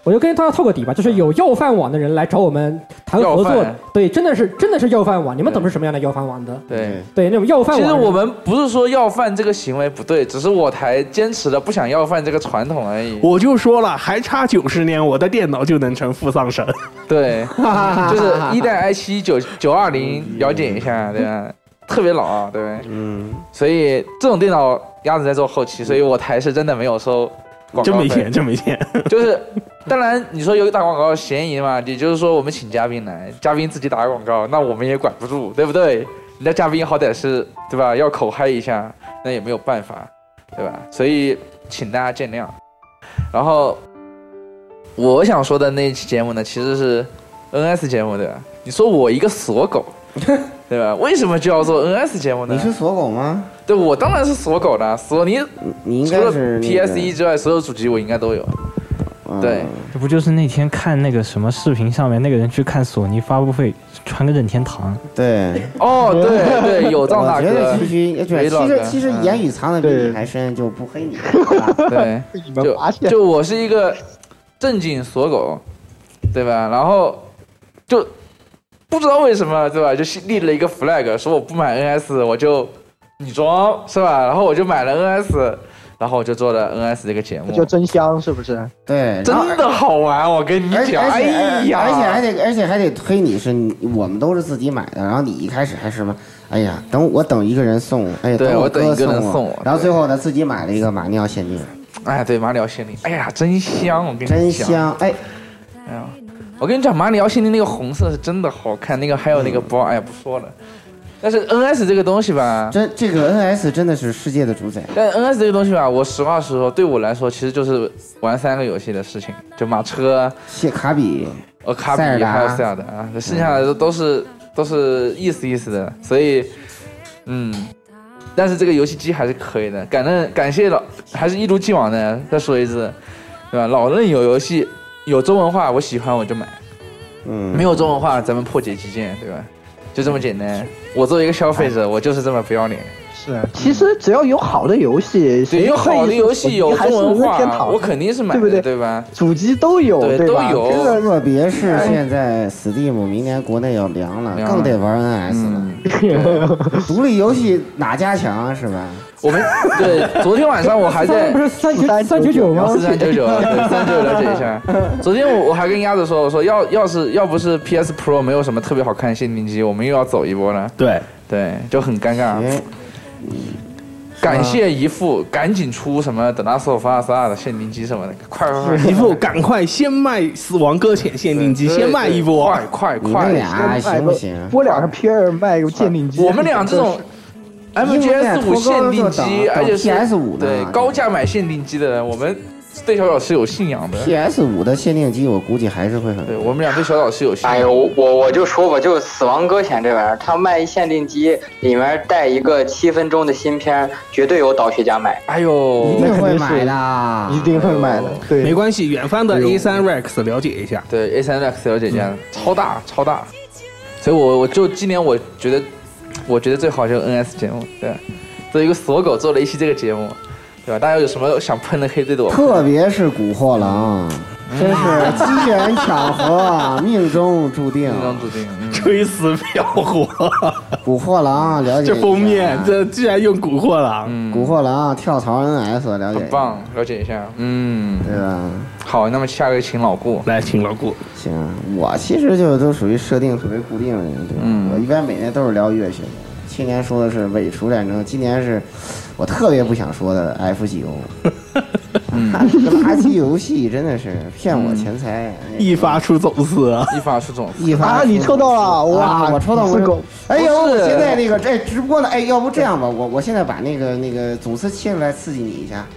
J: 我就跟大家透个底吧，就是有要饭网的人来找我们谈合
H: 要
J: 作
H: 饭，
J: 对，真的是真的是要饭网，你们懂是什么样的要饭网的？
H: 对
J: 对，那种要饭
H: 其
J: 网。
H: 实我们不是说要饭这个行为不对，只是我台坚持了不想要饭这个传统而已。
I: 我就说了，还差九十年，我的电脑就能成富丧 神。
H: 对， 就是一代 i 七九九二零，了解一下，对吧？特别老啊，对不对？
I: 嗯，
H: 所以这种电脑鸭子在做后期，所以我台是真的没有收广告
I: 真没
H: 费
I: 钱，真没钱。
H: 就是，当然你说有打广告嫌疑嘛，也就是说我们请嘉宾来，嘉宾自己打广告，那我们也管不住，对不对？人家嘉宾好歹是对吧，要口嗨一下，那也没有办法，对吧？所以请大家见谅。然后我想说的那一期节目呢，其实是 NS 节目对吧？你说我一个锁狗，对吧？为什么就要做 NS 节目呢？
G: 你是锁狗吗？
H: 对，我当然是锁狗啊啦，索尼，
G: 你应
K: 该
H: 除了
K: 是那个啊
H: PS 一之外，所有主机我应该都有。对，
K: 这不就是那天看那个什么视频上面那个人去看索尼发布会，穿个任天堂？
G: 对。
H: 哦，对对，有藏大
G: 我觉
H: 哥
G: 得，区区，对，其
H: 有藏
G: 实
H: 哥
G: 其实
H: 嗯
G: 言语藏的比你还深，就不黑你。
H: 对，就就我是一个正经锁狗，对吧？然后就不知道为什么，对吧？就是立了一个 flag，说我不买 NS，我就女装是吧？然后我就买了 NS，然后我就做了 NS 这个节目，
E: 就真香是不是？
G: 对，
H: 真的好玩，我跟你
G: 而且
H: 讲，
G: 而
H: 哎
G: 且
H: 呀，
G: 而且还得而且还得推你是你，我们都是自己买的，然后你一开始还是什么，哎呀，等我等一个人送我，哎呀，
H: 对
G: 我
H: 我等
G: 哥
H: 一个人
G: 送
H: 送我
G: 然后最后呢自己买了一个马里奥限定，
H: 哎，对，马里奥限定，哎呀，真香！我跟你讲，
G: 真香！哎，
H: 哎呀，我跟你讲，马里奥限定那个红色是真的好看，那个还有那个
G: 嗯
H: 包，哎呀，不说了。但是 NS 这个东西吧，
G: 真这个 NS 真的是世界的主宰，
H: 但 NS 这个东西吧，我实话实说，对我来说其实就是玩三个游戏的事情，就马车、
G: 谢卡比、
H: 呃卡比
G: 塞尔达嗯
H: 还有塞尔达，啊剩下的都是、都是意思意思的，所以嗯，但是这个游戏机还是可以的，感恩感谢老，还是一如既往的，再说一次，对吧？老任有游戏有中文化，我喜欢我就买，
G: 嗯
H: 没有中文化咱们破解基建，对吧？就这么简单。我作为一个消费者，我就是这么不要脸。
E: 是，啊其实只要有好的游戏，
H: 对，
E: 谁
H: 有
E: 会
H: 好的游戏，有
E: 还
H: 中
E: 是
H: 文
E: 任天
H: 化，
E: 堂
H: 我肯定是买
E: 对不
H: 的，
E: 对？
H: 对吧？
E: 主机都有，
H: 对
E: 对
H: 都
E: 吧？哎
H: 有
G: 这个别是现在 Steam 明年国内要凉了，
H: 凉了嗯
G: 更得玩 NS 了。独立游戏哪家强啊是吧？
H: 我们对昨天晚上我 还在
J: 不是三九三九九吗？
H: 四三九九，对三九了解一下。昨天我我还跟鸭子说，我说要要是要不是 PS Pro 没有什么特别好看的限定机，我们又要走一波了。
I: 对
H: 对，就很尴尬。感谢姨父，赶紧出什么《The Last of Us 2》的限定机什么的，快快快！
I: 一副赶快先卖《死亡搁浅》限定机，
H: 对对
I: 先卖一波，
H: 对快快你们
E: 啊
H: 俩行不行
E: 播两个 P 二卖个鉴定机。
H: 我们俩这种 MGS 五限定机，而且是
G: PS 五呢
H: 对高价买限定机的人，我们对小岛是有信仰的。
G: PS 五的限定机我估计还是会很。
H: 对我们俩对小岛是有信仰。
L: 哎呦，我我就说吧，就《死亡搁浅》这玩意儿，它卖一限定机，里面带一个七分钟的新片儿，绝对有导学家买。
H: 哎呦，
G: 一定会买的，
E: 一定会
H: 哎
E: 买的。对，
I: 没关系，远方的 A 三 Rex 了解一下。嗯
H: 对 A 三 Rex 了解一下，超大超大。所以我我就今年我觉得，我觉得最好就是 NS 节目，对，作为一个锁狗做了一期这个节目，对吧？大家有什么想喷的可以对着我喷。
G: 特别是古惑狼，真是机缘巧合啊，命中注 定。
H: 命中注定，嗯
I: 追死票火，
G: 古惑狼了解一下
I: 这封面，这居然用古惑狼，
G: 古惑狼跳槽 NS 了解一
H: 嗯很
G: 下，
H: 棒，了解一下，嗯，
G: 对吧？
H: 好，那么下一个请老顾
I: 来，请老顾。
G: 行，我啊其实就都属于设定特别固定的人，对吧？
H: 嗯
G: 我一般每年都是聊乐学的。去年说的是伪厨战争，今年是我特别不想说的 FGO，垃
H: 嗯
G: 圾游戏真的是骗我钱财。啊
I: 一发出走私啊！
H: 一发出总
G: 一发
E: 啊，你抽到了哇！
G: 啊我抽到
E: 我
G: 我
E: 狗
G: 就，，哎呦，
E: 不
G: 我
E: 是
G: 现在那个哎，直播呢，哎，要不这样吧，我我现在把那个那个总司切出来刺激你一下，啊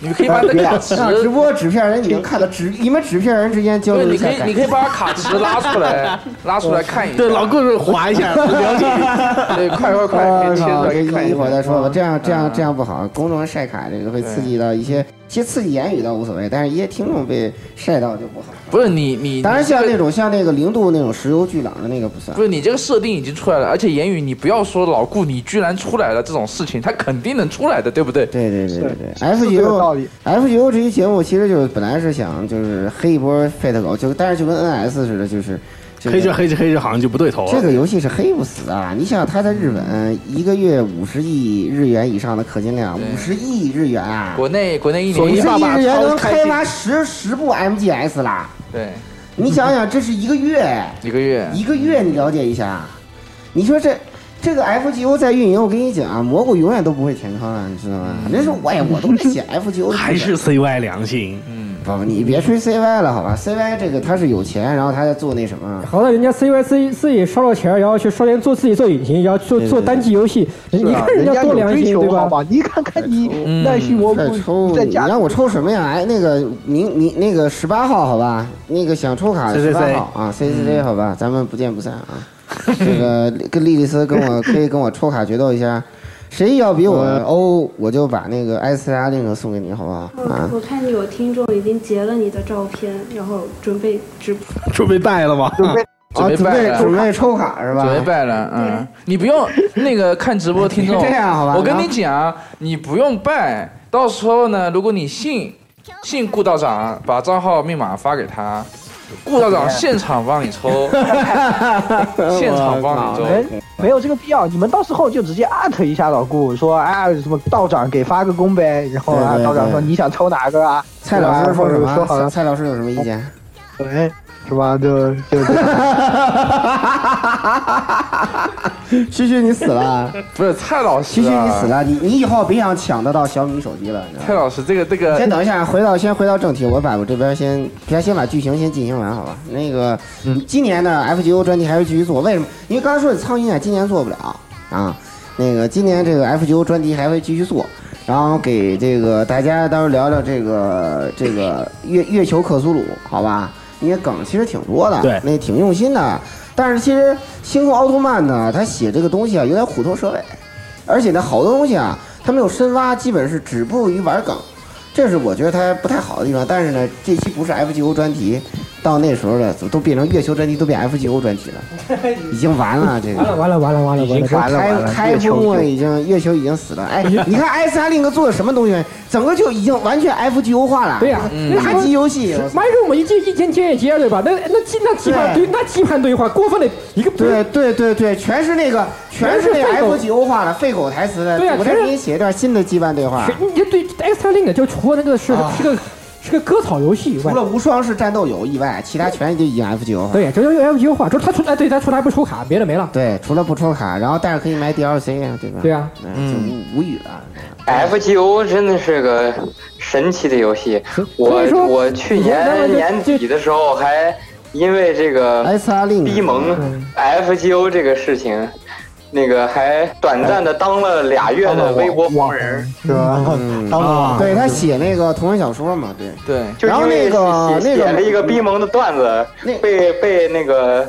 H: 你可以把那个纸，
G: 让直播纸片人，你能看到纸，你们纸片人之间交
H: 对，
G: 流一
H: 你
G: 下
H: 可以
G: 感
H: 你可以把卡池拉出来，拉出来看一下。
I: 对，老顾是划一 下，了解一下。
H: 对，快快
G: 啊
H: 快，可以切出来看啊
G: 一会儿再说吧，这样这样
H: 嗯
G: 这样不好，公众晒卡这个会刺激到一些其实刺激言语倒无所谓，但是一些听众被晒到就不好。
H: 不是你你
G: 当然像那
H: 种。
G: 种像那个零度那种石油巨狼的那个不算
H: 不。是你这个设定已经出来了，而且言语你不要说老顾你居然出来了这种事情，他肯定能出来的，对不对？
G: 对对对对对 F 九 F 九这期节目其实就是本来是想就是黑一波 Fate 狗，就但是就跟 NS 似的，就是这个
I: 黑着黑着黑着好像就不对头了。
G: 这个游戏是黑不死的。你想它在日本一个月五十亿日元以上的氪金量，五十亿日元啊！
H: 国内国内一
G: 五
H: 年
G: 十
H: 一
G: 亿日元能开发十十部 MGS 啦！
H: 对
G: 你想想，这是一个月，哎
H: 一个月
G: 一个月，你了解一下。你说这这个 FGO 在运营，我跟你讲啊，蘑菇永远都不会填坑啊了，你知道吗？那时候我也我都在写 FGO，的
I: 还是 CY 良心，
H: 嗯，
G: 不，你别吹 CY 了，好吧？CY 这个他是有钱，然后他在做那 什么。
J: 好歹人家 CYC 自己烧了钱，然后去烧钱做自己做引擎，然后做
G: 对对
J: 做单机游戏，
G: 是
J: 你
G: 啊
J: 看人家多良
G: 人家
J: 心，
G: 有追求
J: 对吧？
G: 好 吧
J: 你看看你
G: 耐心蘑菇，抽
J: 在
G: 你
J: 家
G: 让我抽什么呀？哎，那个明明那个十八号，好吧，那个想抽卡
I: CCC
G: 十八号啊，C C
H: 嗯
G: C，好吧，咱们不见不散啊。这个跟莉莉丝跟 我可以跟我抽卡决斗一下，谁要比我
H: 嗯
G: 欧，我就把那个艾斯拉那个送给你，好不好？啊
M: 我，我看有听众已经截了你的照片，然后准备直播。
I: 准备败了吗？
G: 准备
H: 准备
G: 啊准
H: 败
G: 备
H: 了
G: 准备抽卡是吧？
H: 准备败了，嗯，你不用那个看直播听 众，
G: 这样啊好吧
H: 我跟你讲，啊你不用拜，到时候呢，如果你信信顾道长，把账号密码发给他，顾道长 现场帮你抽，现场帮你抽。
E: 没没有这个必要，你们到时候就直接艾特一下老顾，说啊什么道长给发个功呗，然后啊
G: 对对
E: 道长说
G: 对
E: 你想抽哪个啊？
G: 蔡老师
E: 对吧
G: 说什
E: 或者说好
G: 么？
E: 像
G: 蔡老师有什么意见？
E: 对，是吧？就就
G: 旭旭，你死 了！
H: 不是蔡老师
G: 旭
H: 啊
G: 旭，你死了！你你以后别想抢得到小米手机了，你知道吗？
H: 蔡老师，这个这个，
G: 先等一下，回到先回到正题，我把我这边先先先把剧情先进行完，好吧？那个，今年的 FGO 专题还是继续做，为什么？因为刚才说的苍蝇啊，今年做不了啊。那个今年这个 FGO 专题还会继续做，然后给这个大家到时候聊聊这个这个月月球克苏鲁，好吧？因为梗其实挺多的，
I: 对
G: 那挺用心的。但是其实星空奥特曼呢，他写这个东西啊，有点虎头蛇尾。而且呢，好多东西啊，他没有深挖，基本是止步于玩梗，这是我觉得它不太好的地方。但是呢，这期不是 FGO 专题，到那时候了，怎么都变成月球专题，都变 FGO 专题了，已经完了这个。
J: 完了完了完了完了完了，
G: 开开封了，已经月球已经死了。哎，你看艾斯拉令格做的什么东西，整个就已经完全 FGO 化了。
J: 对呀，
G: 垃圾游戏。
J: 麦克我们一进一天接一接，对吧？那那那那棋盘对那棋盘对话过分的一个
G: 对对对对，全是那个，全是那
J: 全是废狗
G: FGO 化的废狗台词的。
J: 对呀
G: 我再
J: 全是
G: 给你写一段新的羁绊对话。
J: 是你这对 Extra Link 就除了那个是
G: 啊
J: 是个是个割草游戏以
G: 除
J: 外
G: 了，无双式战斗有以外，其他全就已经 FGO 了。
J: 对，这就用 FGO 化，就是他出哎对他出来不出卡，别的没了。
G: 对，除了不抽卡，然后但是可以买 DLC 啊，对吧？
J: 对啊
G: 嗯，就无无语了。
L: FGO 真的是个神奇的游戏，我
G: 所以说
L: 我去
G: 你看
L: 年
G: 咱们就哎
L: 年底的时候还因为这个
G: S R 令
L: 逼盟 FGO 这个事情，那个还短暂的当了俩月的微博红人，
G: 是吧？
H: 嗯
G: 啊，对他写那个同人小说嘛，对。
H: 对，
L: 就
G: 然后
L: 因为
G: 那个
L: 写
G: 那个嗯
L: 写了一个逼盟的段子，被被那个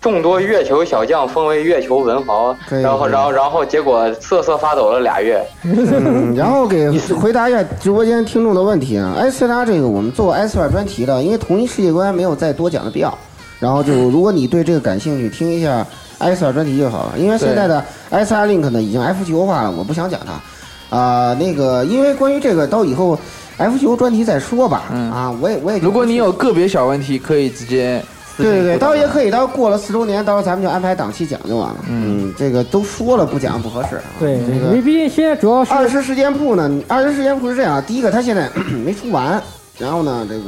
L: 众多月球小将封为月球文豪，
G: 以
L: 然后
G: 可以
L: 然后然后结果瑟瑟发抖了俩月。
G: 嗯，然后给回答一下直播间听众的问题啊，S R 这个我们做 S R 专题的，因为同一世界观没有再多讲的必要。然后就如果你对这个感兴趣，听一下 S R 专题就好了。因为现在的 S R Link 呢已经 F G O 化了，我不想讲它。啊、那个因为关于这个到以后 F G O 专题再说吧。啊，我也我也
H: 嗯如果你有个别小问题，可以直接私信啊
G: 对对对，
H: 顾
G: 到
H: 道
G: 时候也
H: 长
G: 可以，到时候过了四周年，到时候咱们就安排档期讲就完了。嗯，这个都说了不讲不合适啊。
J: 对，
G: 这
J: 因
G: 个
J: 为毕竟现在主要是
G: 二十时间铺呢，二十时间铺是这样，啊第一个它现在 没出完，然后呢这个，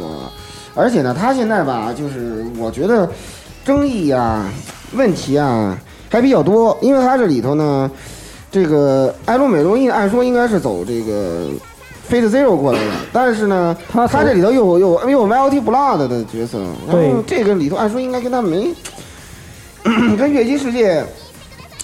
G: 而且呢它现在吧，就是我觉得争议啊、问题啊还比较多，因为它这里头呢，这个埃洛美洛因按说应该是走这个 Fate Zero 过来的，但是呢，它它这里头又有又有 Melty Blood 的角色，嗯然
J: 对
G: 后这个里头按说应该跟他没 跟月姬世界。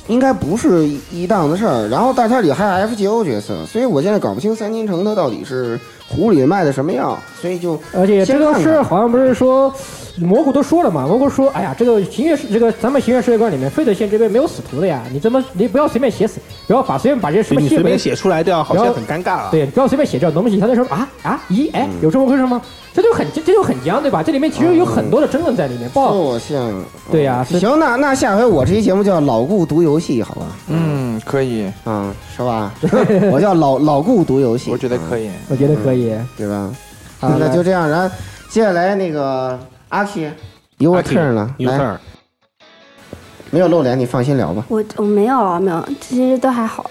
G: 应该不是一一档子事儿。然后大家里还有 FGO 角色，所以我现在搞不清三金城它到底是壶里卖的什么药，所以就
J: 而且这
G: 先
J: 个
G: 看看
J: 事好像不是说蘑菇都说了嘛，蘑菇说，哎呀，这个行月这个咱们行月世界观里面，费德县这边没有死徒的呀，你怎么你不要随便写死，不要把随便把这些什么
I: 你随便
J: 本
I: 写出来掉，好
J: 不
I: 像
J: 要
I: 很尴尬了。
J: 对，你不要随便写这种东西。他那时候啊啊咦哎，有这么回事吗？这就很这这就很僵，对吧？这里面其实有很多的争论在里面，不好
G: 我像
J: 对呀是
G: 嗯行，那那下回我这期节目叫老顾读游戏，好吧？
H: 嗯，可以，
G: 嗯，是吧？我叫老老顾读游戏，
H: 我觉得可以，
J: 我觉得可以，
E: 嗯
G: 对吧？
H: 好
G: 那
H: 来
G: 就这样，然后接下来那个阿 K，your turn 了，
I: ，your
G: 来，没有露脸，你放心聊吧。
D: 我我没有啊，没有，其实都还好，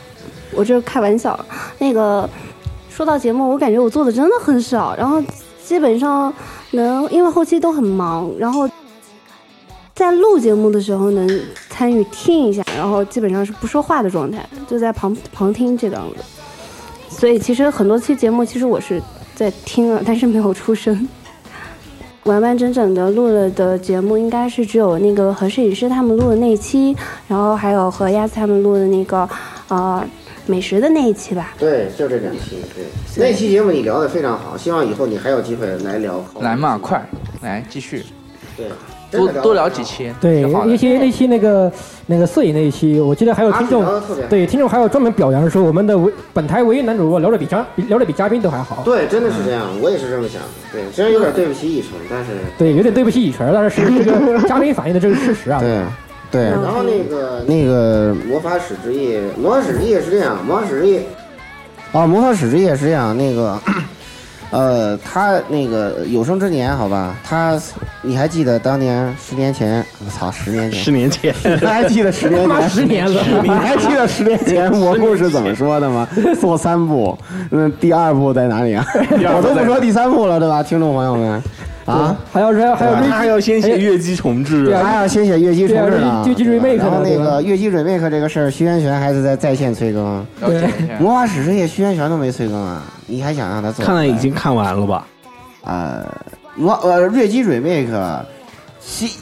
D: 我这是开玩笑。那个说到节目，我感觉我做的真的很少，然后基本上能因为后期都很忙，然后在录节目的时候能参与听一下，然后基本上是不说话的状态，就在旁旁听这样子。所以其实很多期节目，其实我是在听了，但是没有出声。 完完整整的录了的节目，应该是只有那个和摄影师他们录的那一期，然后还有和鸭子他们录的那个，呃，美食的那一期吧。
G: 对，就这两期，对，那期节目你聊的非常好，希望以后你还有机会来聊。
H: 来嘛，快来继续，
G: 对，
H: 多多
G: 啊
H: 聊几期，
J: 对，
H: 挺好
J: 那
H: 的。
J: 期那期那个那个摄影那一期，我记得还有听众
G: 阿紫聊得特别好
J: 对听众还有专门表扬说我们的唯本台唯一男主播聊的比嘉比聊的比嘉宾都还好。
G: 对，真的是这样，我也是这么想的。对，虽然有点对不起乙醇，但是
J: 对，有点对不起乙醇，但是是这个嘉宾反映的这个事实啊。
G: 对对然后那个那个魔法使之翼，魔法使之翼是这样，魔法使之翼啊，魔法使之夜是这样，那个，呃，他那个有生之年，好吧，他你还记得当年十年前，我操，十年前，
I: 十年前
G: 你还记得十年
I: 他妈
G: 前，
I: 十年了
G: 你还记得十年前蘑菇是怎么说的吗？做三步，那第二步在哪里啊？
I: 第二
G: 我
I: 步在哪
G: 都不说第三步了，对吧，听众朋友们？啊，
J: 还要还
I: 还有他还要啊先写
G: 月。
I: 月姬重置，
G: 对，还要先写月姬
I: 啊
G: 重置呢，
I: 月姬
G: 对吧
I: remake 呢
G: 然后那
I: 对吧
G: 个月姬 remake 这个事儿，徐元玄还是在在线催更。啊
I: 了解一下
G: 魔法使之夜徐元玄都没催更啊，你还想让他做？
I: 看来已经看完了吧？
G: 呃，魔呃月姬 remake，西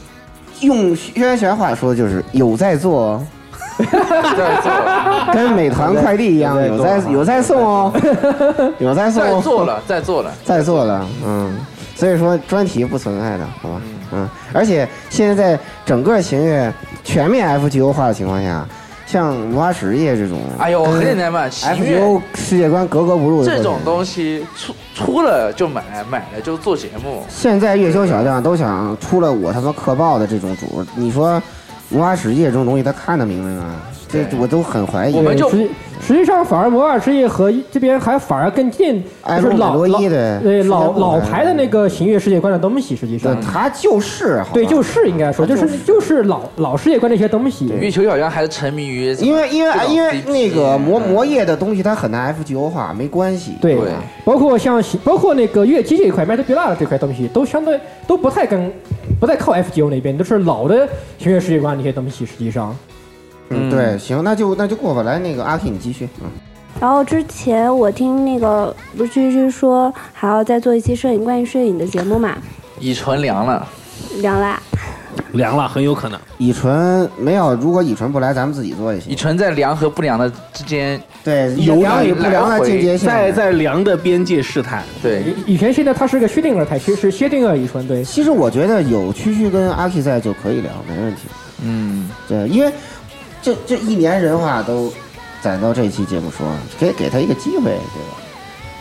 G: 用徐元玄话说就是有在 做哦， 跟美团快递一样，有在
I: 啊
G: 有在送 哦，有在送
H: 在
G: 哦，
H: 做了，在做了，
G: 在座的，嗯，所以说专题不存在的，好吧，嗯，而且现在在整个秦月全面 FGO 化的情况下，像魔法使夜这种，
H: 哎呦，
G: 嗯
H: 很简单嘛，喜悦
G: FGO 世界观格格不入的作
H: 这
G: 品
H: 种东西出出了就买，买了就做节目，
G: 现在月球小将都想出了我他妈克爆的这种主，你说魔法使夜这种东西，他看得明白吗？这我都很怀疑。
J: 对实际实际上反而魔法之夜和这边还反而更近，
G: 哎
J: 就
G: 洛
J: 是老
G: 洛
J: 老
G: 伊的
J: 对
G: 是
J: 老
G: 洛伊的
J: 老牌的那个行月世界观的东西，实际上
G: 嗯对它就是好吧
J: 对就是应该说就是就是老老世界观那些东西。
H: 月球小将还是沉迷于
G: 因为因为
H: 这种
G: 因为
H: CP
G: 那个魔魔夜的东西，它很难 FGO 化，没关系。
J: 对，包括像喜包括那个月姬这一块 m e t a b i l a 这块东西，都相对都不太跟不太靠 FGO 那边，都是老的行月世界观那些东西，实际上。
G: 嗯，对，行，那就那就过吧。来，那个阿 K，你继续。嗯，
D: 然后之前我听那个不是芝芝说还要再做一期摄影关于摄影的节目嘛，
H: 乙醇凉了，
D: 凉啦，
I: 凉了，很有可能。
G: 乙醇没有，如果乙醇不来，咱们自己做也行。
H: 乙醇在凉和不凉的之间，
G: 对
I: 有
G: 良与不良的境界线
I: 在在良的边界试探。
H: 对，
J: 以前现在它是个薛定谔态，其实是薛定谔乙醇对。
G: 其实我觉得有区区跟阿 K 在就可以聊，没问题。
H: 嗯，
G: 对，因为这这一年人话都攒到这期节目说，给给他一个机会，对吧？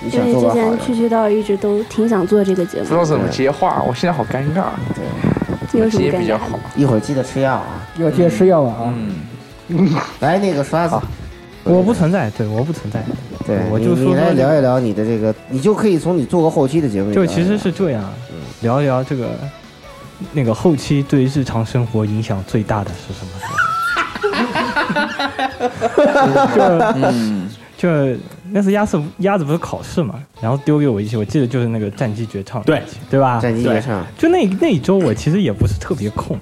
G: 你
D: 因
G: 想
D: 为
G: 做
D: 之
G: 个好
D: 前
G: 人，
D: 区区道一直都挺想做这个节目，
H: 不知道怎么接话，我现在好尴尬。
D: 你有什么
H: 接
D: 尴
H: 比
D: 尬
H: 较
D: 的
H: 好。
G: 一会儿记得吃药啊。
J: 一会儿记得吃药啊。
G: 嗯，来那个刷子，
K: 我不存在，对，我不存在。
G: 对，
K: 我就
G: 你
K: 说
G: 你来
K: 说
G: 聊一聊你的这个，你就可以从你做个后期的节目里聊
K: 就
G: 一聊，
K: 其实是这样，聊一聊这个那个后期对日常生活影响最大的是什
G: 嗯
K: 么？就就那次鸭子鸭子不是考试嘛，然后丢给我一期，我记得就是那个战机绝唱，对对吧？
G: 战机绝唱，
K: 就那那一周我其实也不是特别空，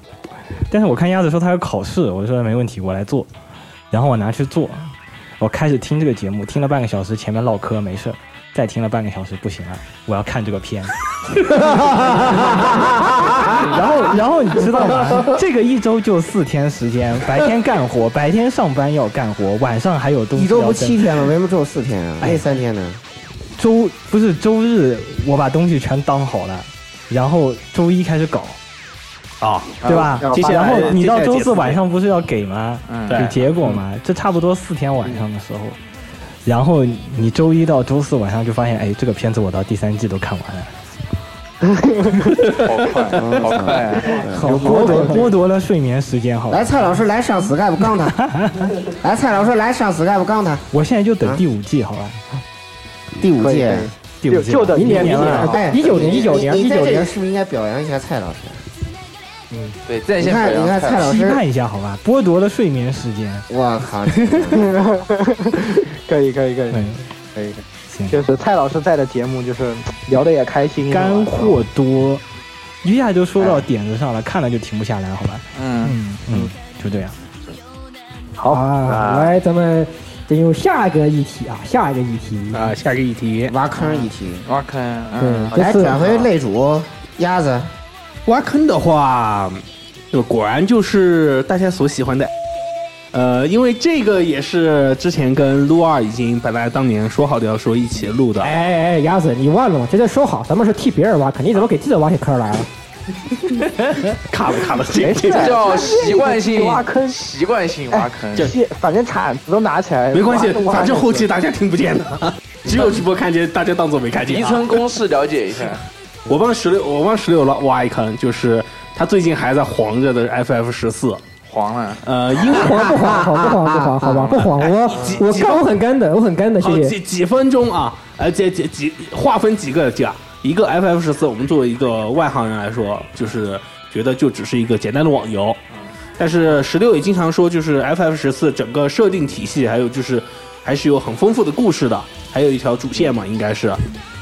K: 但是我看鸭子说他要考试，我说没问题，我来做，然后我拿去做，我开始听这个节目，听了半个小时，前面唠嗑没事儿，再听了半个小时，不行了，我要看这个片。然后，然后你知道吗？这个一周就四天时间，白天干活，白天上班要干活，晚上还有东西。哎
G: 一周不七天吗？？为什么只有四天啊？那三天呢？
K: 周不是周日，我把东西全当好了，然后周一开始搞，
I: 啊，
K: 对吧？然后你到周四晚上不是要给吗？
I: 嗯
K: 给
I: 对
K: 结果嘛，这差不多四天晚上的时候，然后你周一到周四晚上就发现，哎，这个片子我到第三季都看完了。
G: 好快啊
K: 好
G: 有
K: 剥夺
G: 毛病
K: 剥夺了睡眠时间，好吧
G: 来，蔡老师来上 Skype 杠 他。来，蔡老师来上 Skype 杠他。
K: 我现在就
G: 啊
K: 等第五季，好吧？
G: 第五届，
K: 第五季了明年了，
G: 哎，
J: 19年19年
G: 你你在这
J: 19
G: 里
J: 年
G: 是不是应该表扬一下蔡老师？
H: 对，
G: 在线你看表扬你看蔡蔡老师
K: 期待一下好吧？剥夺了睡眠时间，
G: 我靠！
E: 可以可以可以
G: 可以，
E: 就是蔡老师在的节目，就是聊的也开心，
K: 干货多，一下就说到点子上了，看了就停不下来，好吧？
H: 嗯
K: 嗯，就这样。
E: 好
J: 啊，来咱们进入下一个议题啊，下一个议题
I: 啊，下一个议题，
G: 挖坑议题，
H: 挖坑，
J: 嗯
G: 来
J: 这次
G: 转回擂主鸭子，
I: 挖坑的话，就果然就是大家所喜欢的。呃，因为这个也是之前跟撸二已经本来当年说好的要说一起录的，
J: 哎哎哎，鸭子，你忘了吗？这次说好，咱们是替别人挖坑，你怎么给自己挖起坑来了？ 啊
I: 卡了卡了，
E: 没
I: 这
E: 事
I: 这
E: 儿
I: 这
H: 叫习惯性
E: 挖坑
H: 习惯性挖坑，
E: 就是反正铲子都拿起来，
I: 没关系，
E: 挖
I: 反正后期大家听不见
E: 哦
I: 的， 只有直播看见，大家当做没看见、
H: 移
I: 啊。
H: 村公式了解一下。
I: 我帮十六，我帮十六挖一坑，就是他最近还在黄着的 FF 十四，
H: 黄了。
I: 呃，因为
J: 黄不黄？黄不黄？不黄？好吧，不黄。我我刚我很干的，我很干的，
I: 好
J: 谢
I: 几
J: 谢。
I: 几分钟啊，呃，这几几划分几个这样，一个 FF 十四，我们作为一个外行人来说，就是觉得就只是一个简单的网游，但是十六也经常说，就是 FF 十四整个设定体系，还有就是还是有很丰富的故事的，还有一条主线嘛，应该是。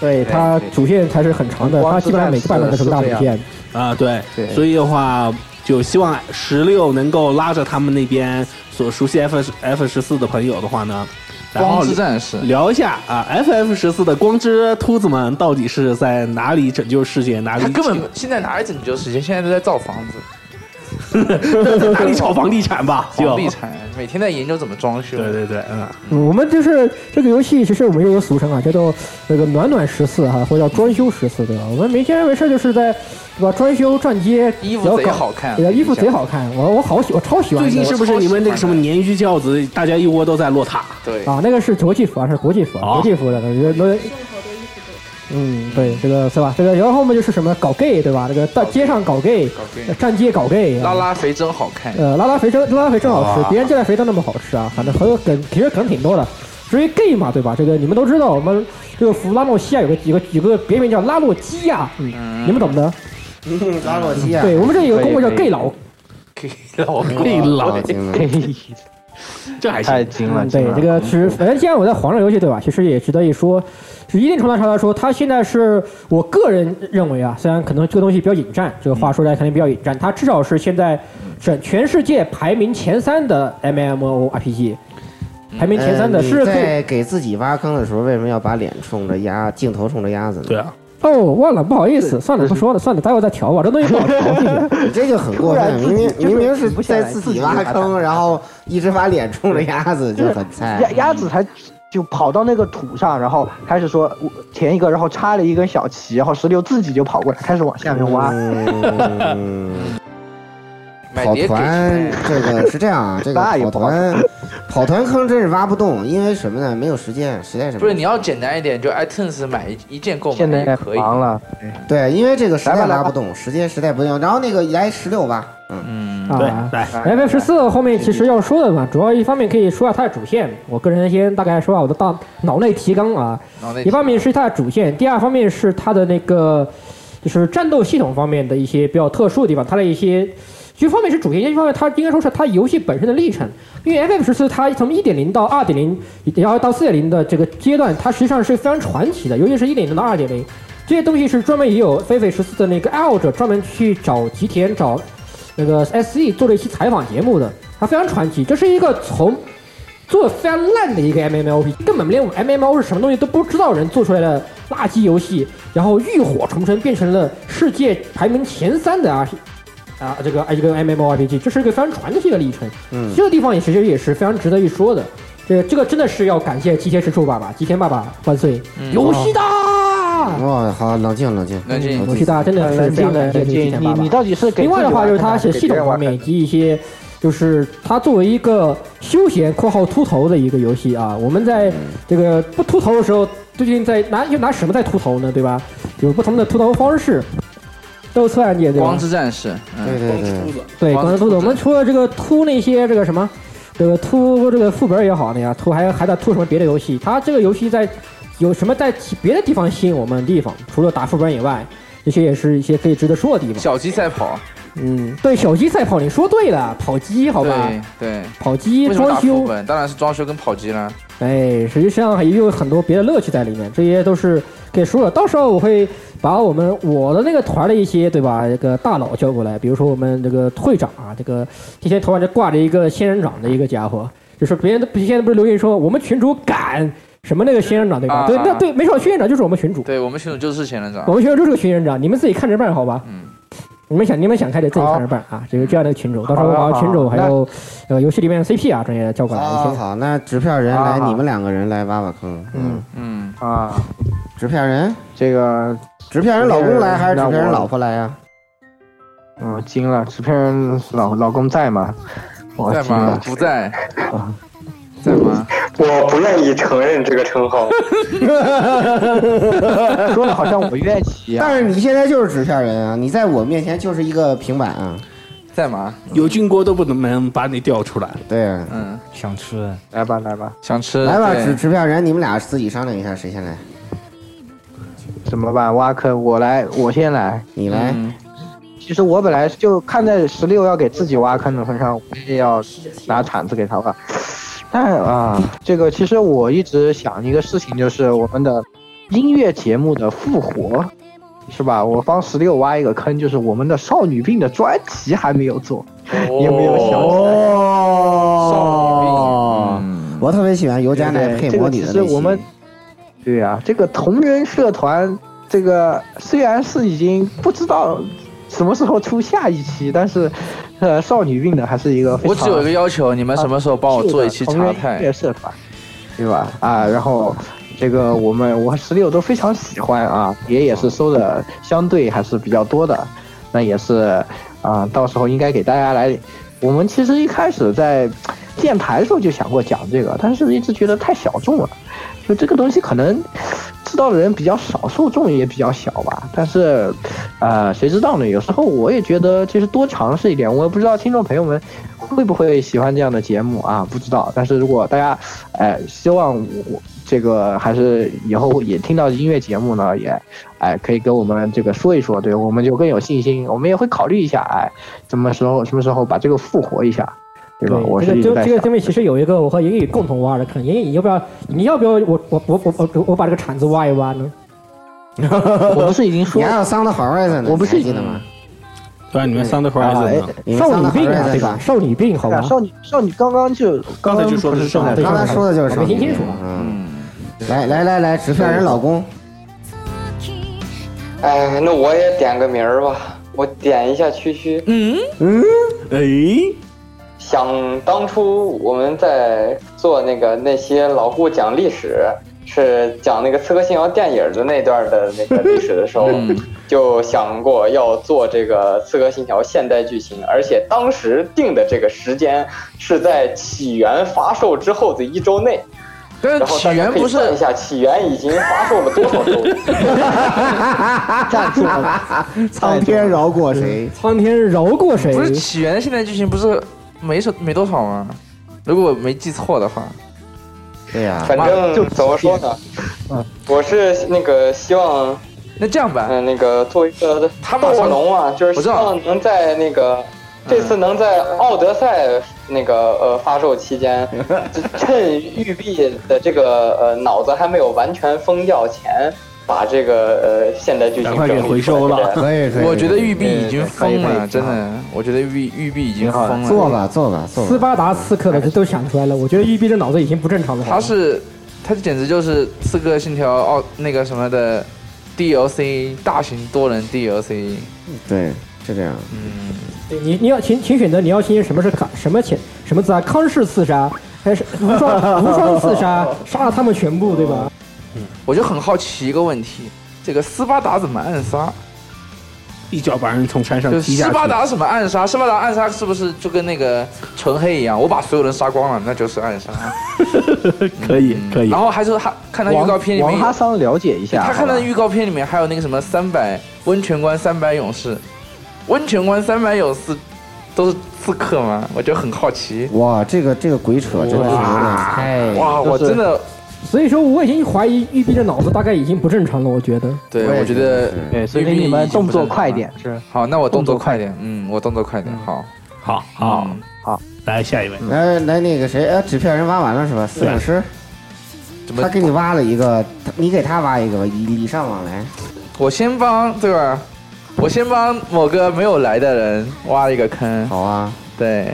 J: 对它主线才是很长的，它基本上每个版本都是个大主线。
I: 啊，对，
J: 对
I: 所以的话，就希望十六能够拉着他们那边所熟悉 F F 十四的朋友的话呢，然后
H: 光之战士
I: 聊一下啊，F F 十四的光之秃子们到底是在哪里拯救世界，哪里
H: 他根本现在哪里拯救世界？现在都在造 房子，
I: 本哪里炒房地产吧，就
H: 房地产，每天在研究怎么装修。对
I: 对对，嗯，
J: 嗯我们就是这个游戏，其实我们又有俗称啊，叫做那个“暖暖十四”哈，或者叫“装修十四”，对吧？我们没天没事就是在对吧，装修转街，
H: 衣服
J: 然后
H: 贼
J: 搞
H: 好看
J: 对啊，衣服贼好看，我我好喜，我超喜欢
I: 最近
J: 的。
I: 是不是你们那个什么鲶鱼教子，大家一窝都在落塔？
H: 对
J: 啊，那个是国际服啊，是国际服，国际服的，那那嗯，对，这个是吧？这个然后后面就是什么搞 gay 对吧？那个到街上搞 gay，
H: 搞 gay
J: 呃站街搞 gay，
H: 拉拉肥真好看。
J: 呃，拉拉肥真拉拉肥真好
H: 哇
J: 吃，别人家的肥都那么好吃啊，反正很有梗，其实梗挺多的。至于 gay 嘛，对吧？这个你们都知道，我们这个弗拉诺西亚有个有个有个别名叫拉洛基亚，嗯，你们懂的。
K: 嗯
G: 拉洛
K: 啊
G: 基亚，
J: 对我们这里有个公会叫 gay 佬，
H: 给老
I: 给老
E: 给，
I: 这还
E: 太精了，
J: 嗯对
E: 精，了
J: 这个是反正现在我在皇上游戏对吧？其实也值得一说，是一定程度上来说，它现在是我个人认为啊，虽然可能这个东西比较引战，这个话说出来肯定比较引战，它至少是现在整全世界排名前三的 MMORPG，排名前三的
G: 呃
J: 是
G: 你
J: 可以
G: 在给自己挖坑的时候，为什么要把脸冲着鸭镜头冲着鸭子呢？对
I: 啊，
J: 哦，忘了，不好意思，算了，不说了，算了，待会儿再调吧，这东西不好调。谢谢
G: 你这就很过
J: 突然
G: 分，
J: 自己
G: 明明
J: 就是
G: 明明是
J: 停不下
G: 在
J: 来
G: 自
J: 自
G: 己
J: 己
G: 挖
J: 挖
G: 坑，然后一直把脸冲着鸭子，就很菜。
E: 鸭鸭子才就跑到那个土上，然后开始说我前一个，然后插了一根小旗，然后石榴自己就跑过来，开始往下面挖。嗯
G: 跑团这个是这样啊，这 个
H: 那也
G: 跑团跑团坑真是挖不动，因为什么呢？没有时间，实在是没有
H: 不是你要简单一点，就 iTunes 买一一键购买也可以。
E: 了，
G: 对，因为这个实在拉不动，时间实在不行。然后那个来十六吧，嗯
J: 对来 F 十四后面其实要说的嘛，主要一方面可以说下它的主线，我个人先大概说下我的大脑内提纲啊
H: 脑内，提纲
J: 一方面是它的主线，第二方面是它的那个就是战斗系统方面的一些比较特殊的地方，它的一些。一方面是主线，一方面它应该说是它游戏本身的历程。因为 FF 十四它从一点零到二点零，然后到四点零的这个阶段，它实际上是非常传奇的，尤其是一点零到二点零，这些东西是专门也有菲菲十四的那个爱好者专门去找吉田找那个 SE 做了一期采访节目的，他非常传奇，这是一个从做的非常烂的一个 MMORP，根本连我 MMO 是什么东西都不知道人做出来的垃圾游戏，然后浴火重生变成了世界排名前三的 R 啊这个一个 MMORPG，这是一个非常传奇的历程。
G: 嗯
J: 这个地方也其实也是非常值得一说的。这个这个真的是要感谢吉田石树爸爸，吉田爸爸万岁！
G: 嗯
E: 嗯
J: 游戏大，
G: 哇，哦好，冷静，冷静，冷
J: 游戏嗯大真的是非常感谢吉田爸爸。
E: 你到底是给
J: 另外的话，
E: 自己
J: 就
E: 玩
J: 是他写系统方面以及一些，就是他作为一个休闲（括号秃头）的一个游戏啊，我们
E: 嗯
J: 在这个不秃头的时候，最近在拿又拿什么在秃头呢？对吧？有不同的秃头方式。都测案界对吧？
H: 光之战士，嗯
G: 对对对
J: 对，
H: 光
J: 刚才
H: 之
J: 秃子，
H: 兔子
J: 我们除了这个秃那些这个什么，这个秃这个副本也好那样，秃还还在秃什么别的游戏？它这个游戏在有什么在其别的地方吸引我们的地方？除了打副本以外，这些也是一些可以值得说的地方。
H: 小鸡赛跑，
J: 嗯，对，小鸡赛跑，你说对了，跑鸡好吧？
H: 对对，
J: 跑鸡
H: 为什么
J: 装
H: 打副
J: 修，
H: 本？当然是装修跟跑机啦。
J: 哎，实际上还也有很多别的乐趣在里面，这些都是可以说的。到时候我会把我们我的那个团的一些对吧，这个大佬叫过来，比如说我们这个会长啊，这个今天头上就挂着一个仙人掌的一个家伙，就是别人都现在不是留言说我们群主敢什么那个仙人掌对吧？
H: 啊
J: 对，那对，没错，仙人掌就是我们群主，
H: 对我们群主就是仙人掌
J: 我，们群主就是个仙人掌，你们自己看着办好吧？嗯。你们想，你们想开得自己看着办啊！这个这样的群主，到时候我
G: 好的
J: 把群主
G: 好的
J: 还有呃游戏里面的 CP 啊专业的叫过来一
G: 好
J: 些。
G: 好，那支票人来，
J: 啊
G: 你们两个人来挖挖坑。嗯，
H: 嗯
E: 啊，
G: 支票人，
E: 这个
G: 纸片人老公来还是纸片人老婆
E: 来啊呀、嗯，惊了，纸片人老老公在吗？我
H: 在
E: 惊
H: 吗
E: 了？，
H: 不在，在吗？
L: 我不愿意承认这个称号。
G: 说
E: 的好像我愿意
G: 但是你现在就是纸片人啊，你在我面前就是一个平板啊。
H: 在吗？
I: 有菌锅都不能把你调出来。
G: 对啊，
H: 嗯，
K: 想吃，
E: 来吧来吧，
H: 想吃
G: 来吧，纸纸票人，你们俩自己商量一下，谁先来？
E: 怎么办？挖坑，我来，我先来，嗯
G: 你来。
E: 其实我本来就看在十六要给自己挖坑的份上，我也要拿铲子给他挖。但 啊，这个其实我一直想一个事情，就是我们的音乐节目的复活，是吧？我帮十六挖一个坑，就是我们的少女病的专辑还没有做，也没有想起来。
G: 哦，我特别喜欢尤加奈配魔女的
E: 嗯
G: 那
E: 这个其实我们
G: 期。
E: 对呀、这个同人社团，这个虽然是已经不知道什么时候出下一期，但是，呃，少女病的还是一个非
H: 我
E: 常啊
H: 只有一个要求，你们什么时候帮我做一期茶
E: 同人音乐
H: 太？
E: 社团，对吧？啊，然后这个我们我和十六都非常喜欢啊，也也是收的相对还是比较多的，那也是啊，到时候应该给大家来。我们其实一开始在电台的时候就想过讲这个，但是一直觉得太小众了，就这个东西可能知道的人比较少，受众也比较小吧。但是，呃，谁知道呢？有时候我也觉得就是多尝试一点，我也不知道听众朋友们会不会喜欢这样的节目啊，不知道。但是如果大家，哎、希望我这个还是以后也听到音乐节目呢，也哎、可以跟我们这个说一说，对我们就更有信心，我们也会考虑一下，哎、什么时候什么时候把这个复活一下，对吧？我
J: 这
E: 是
J: 个
E: 一直
J: 这个
E: 在
J: 这
E: 想
J: 个。这边其实有一个我和莹莹共同挖的坑，莹莹你要不要你要不要我我我我我我把这个铲子挖一挖呢？
E: 我不是已经说
G: 你还有 Sound Horizon 呢？
E: 我不是
G: 你还记得吗？
I: 对啊，你们 Sound
E: 啊哎
I: Horizon 呢
G: 你们
J: 少女
G: Sound
J: 病啊
G: Horizon
J: 对吧？少女病好吧？
E: 少女少女刚刚就
I: 刚才就说的是
E: 少
I: 少
E: 女
I: 女
G: 刚才说的就是少
J: 我没
G: 女
J: 听
G: 病
J: 清楚啊。
G: 嗯，来来来来，纸片人老公，
L: 哎，那我也点个名儿吧，我点一下区区。
I: 嗯
G: 嗯，
I: 哎，
L: 想当初我们在做那个那些老顾讲历史，是讲那个《刺客信条》电影的那段的那个历史的时候，就想过要做这个《刺客信条》现代剧情，而且当时定的这个时间是在起源发售之后的一周内。
H: 但
L: 是起源不是算一下，起源已经发售了多少周？
E: 嗯
G: 站住！ 苍天饶过谁？
J: 苍天饶过谁？
H: 不是起源的现在剧情不是没少没多少吗？如果我没记错的话，
G: 对呀
L: 反正怎么说呢，我是那个希望，
H: 那这样吧，
L: 嗯，那个作为一个
H: 马
L: 斗
H: 上
L: 农啊，就是
H: 我
L: 希
H: 知道
L: 望能在那个这次能在奥德赛那个呃发售期间，就趁育碧的这个呃脑子还没有完全疯掉前。把这个呃现代剧情
I: 赶快给
L: 整理
I: 回收
L: 出来
I: 了
L: 这个
I: 可以
H: 我觉得育碧已经疯
L: 可以可
H: 了，
L: 以
H: 真的，我觉得育育碧已经疯了。
G: 做吧，做吧，做吧。
J: 斯巴达刺客的这都想出来了，我觉得育碧这脑子已经不正常了。好
H: 他
J: 吧
H: 是他简直就是《刺客信条》奥那个什么的 DLC 大型多人 DLC。
G: 嗯对，是这样。
H: 嗯
J: 对你你要请请选择你要进行什么是康什么前什么字啊？康氏刺杀还是无双无双刺杀，杀了他们全部，对吧？
I: 嗯
H: 我就很好奇一个问题：这个斯巴达怎么暗杀？
I: 一脚把人从山上
H: 就
I: 踢
H: 斯
I: 下去。
H: 巴达怎么暗杀？斯巴达暗杀是不是就跟那个纯黑一样？我把所有人杀光了，那就是暗杀。
I: 可以可以。
H: 然后还是他看他预告片里
E: 王王
H: 面有，
E: 哈桑了解一下，
H: 他
E: 好
H: 看到
E: 吧
H: 预告片里面还有那个什么三百温泉关三百勇士，温泉关三百勇士都是刺客吗？我就很好奇。
G: 哇，哎这个这个鬼
H: 啊
G: 扯真的是有点太
H: 哇，我真的，
J: 所以说我已经怀疑玉碧的脑子大概已经不正常了，我觉得。
I: 哎
H: 对我觉得，对，
E: 所以你们动作快点
H: 是。好，那我动作快点，嗯，我动作快点，好，嗯
I: 好，好，
E: 好，
I: 来下一位，
G: 来来那个谁，呃，纸片人挖完了是吧？四影师，他给你挖了一个，他你给他挖一个吧，礼礼尚往来。
H: 我先帮对吧？我先帮某个没有来的人挖一个坑。
G: 好啊。
H: 对。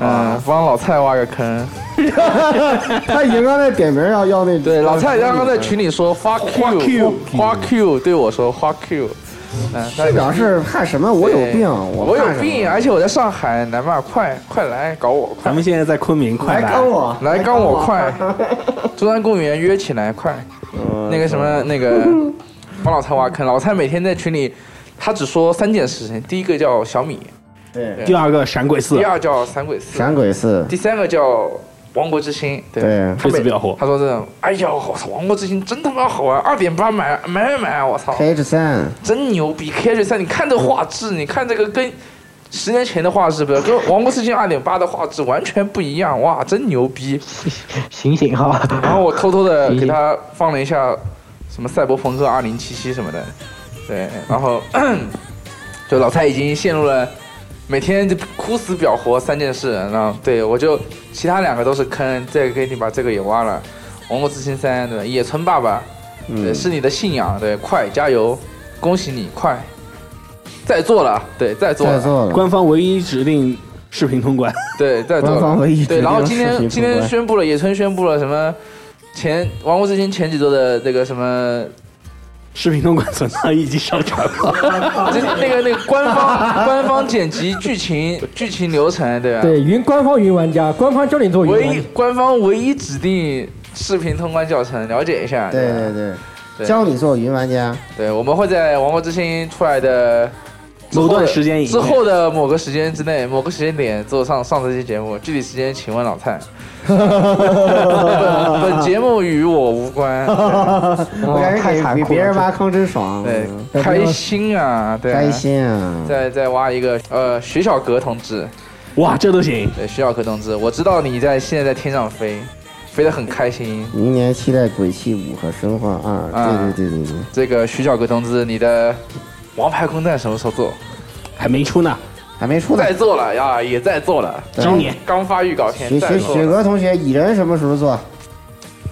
H: 嗯，帮老蔡挖个坑。
G: 他已经刚才点名要要那
H: 对，老蔡刚刚在群里说花 Q，花 Q 对我说花 Q。嗯，
G: 这表示怕什么？我有
H: 对
G: 病，
H: 哎我
G: 怕
H: 有
G: 什
H: 病，
G: 么
H: 而且我在上海，来嘛，快快来搞我，快！
I: 咱们现在在昆明，快
H: 来
I: 跟
H: 来跟我快！中山公园约起来，快！那个什么，那个帮老蔡挖坑，老蔡每天在群里，他只说三件事情，第一个叫小米，
G: 对
I: 第二个闪鬼四
H: 第，二叫闪鬼四，
G: 闪鬼四
H: 第三个叫王国之心，对，
G: 对
H: 他
I: 这次
H: 每
I: 比较火。
H: 他说这种，哎呀，我操，王国之心真他妈好啊玩，二点八买买买买，我操，
G: ？H 三，
H: 真牛逼！KH 三，你看这画质，你看这个跟十年前的画质，不是跟王国之心二点八的画质完全不一样，哇，真牛逼！
E: 醒醒哈。
H: 然后我偷偷的给 他放了一下什么赛博朋克二零七七什么的，对，然后 就老蔡已经陷入了每天就哭死表活三件事，然后对我就其他两个都是坑，这个给你把这个也挖了，王国之心三对吧？野村爸爸，对，是你的信仰，对，快加油，恭喜你，快，在做了，对，在做了，
I: 官方唯一指定视频通关。
H: 对，在做
I: 官方唯一
H: 了。
I: 指定
H: 对，然后
I: 的
H: 今
I: 视
H: 天
I: 频
H: 今
I: 通
H: 天
I: 关
H: 宣布了，野村宣布了什么前《王国之心》前几周的这个什么，
I: 视频通关存档已经上传 了。
H: 这那个那个官方官方剪辑剧情剧情流程，对吧？
J: 对，云官方云玩家，官方教你做云
H: 唯
J: 玩
H: 一
J: 家。
H: 官方唯一指定视频通关教程，了解一下。
G: 对
H: 吧
G: 对对
H: 哎对
G: 教你做云玩家。
H: 对，我们会在《王国之心》出来的之后
G: 某
H: 的
G: 段时间以内
H: 之后的某个时间之内，某个时间点做上上这期节目，具体时间请问老 蔡。本本节目与我无 关。
G: 我感
H: 哦
G: 觉给比别人挖坑真爽。
H: 对，开心啊，对啊，
G: 开心啊！
H: 再再挖一个，呃，徐小格同志，
I: 哇，这都行。
H: 对，徐小格同志，我知道你在现在在天上飞，飞得很开心。
G: 明年期待《鬼泣五》和《生化二》。
H: 啊
G: 对对对对对，
H: 这个徐小格同志，你的《王牌空战》什么时候做？
I: 还没出呢，
G: 还没出呢
H: 在。做了呀，也在做了，
G: 对今年
H: 刚发预告片，
G: 雪
H: 在
G: 雪
H: 做
G: 雪
H: 了。
G: 哥同学，蚁人什么时候做？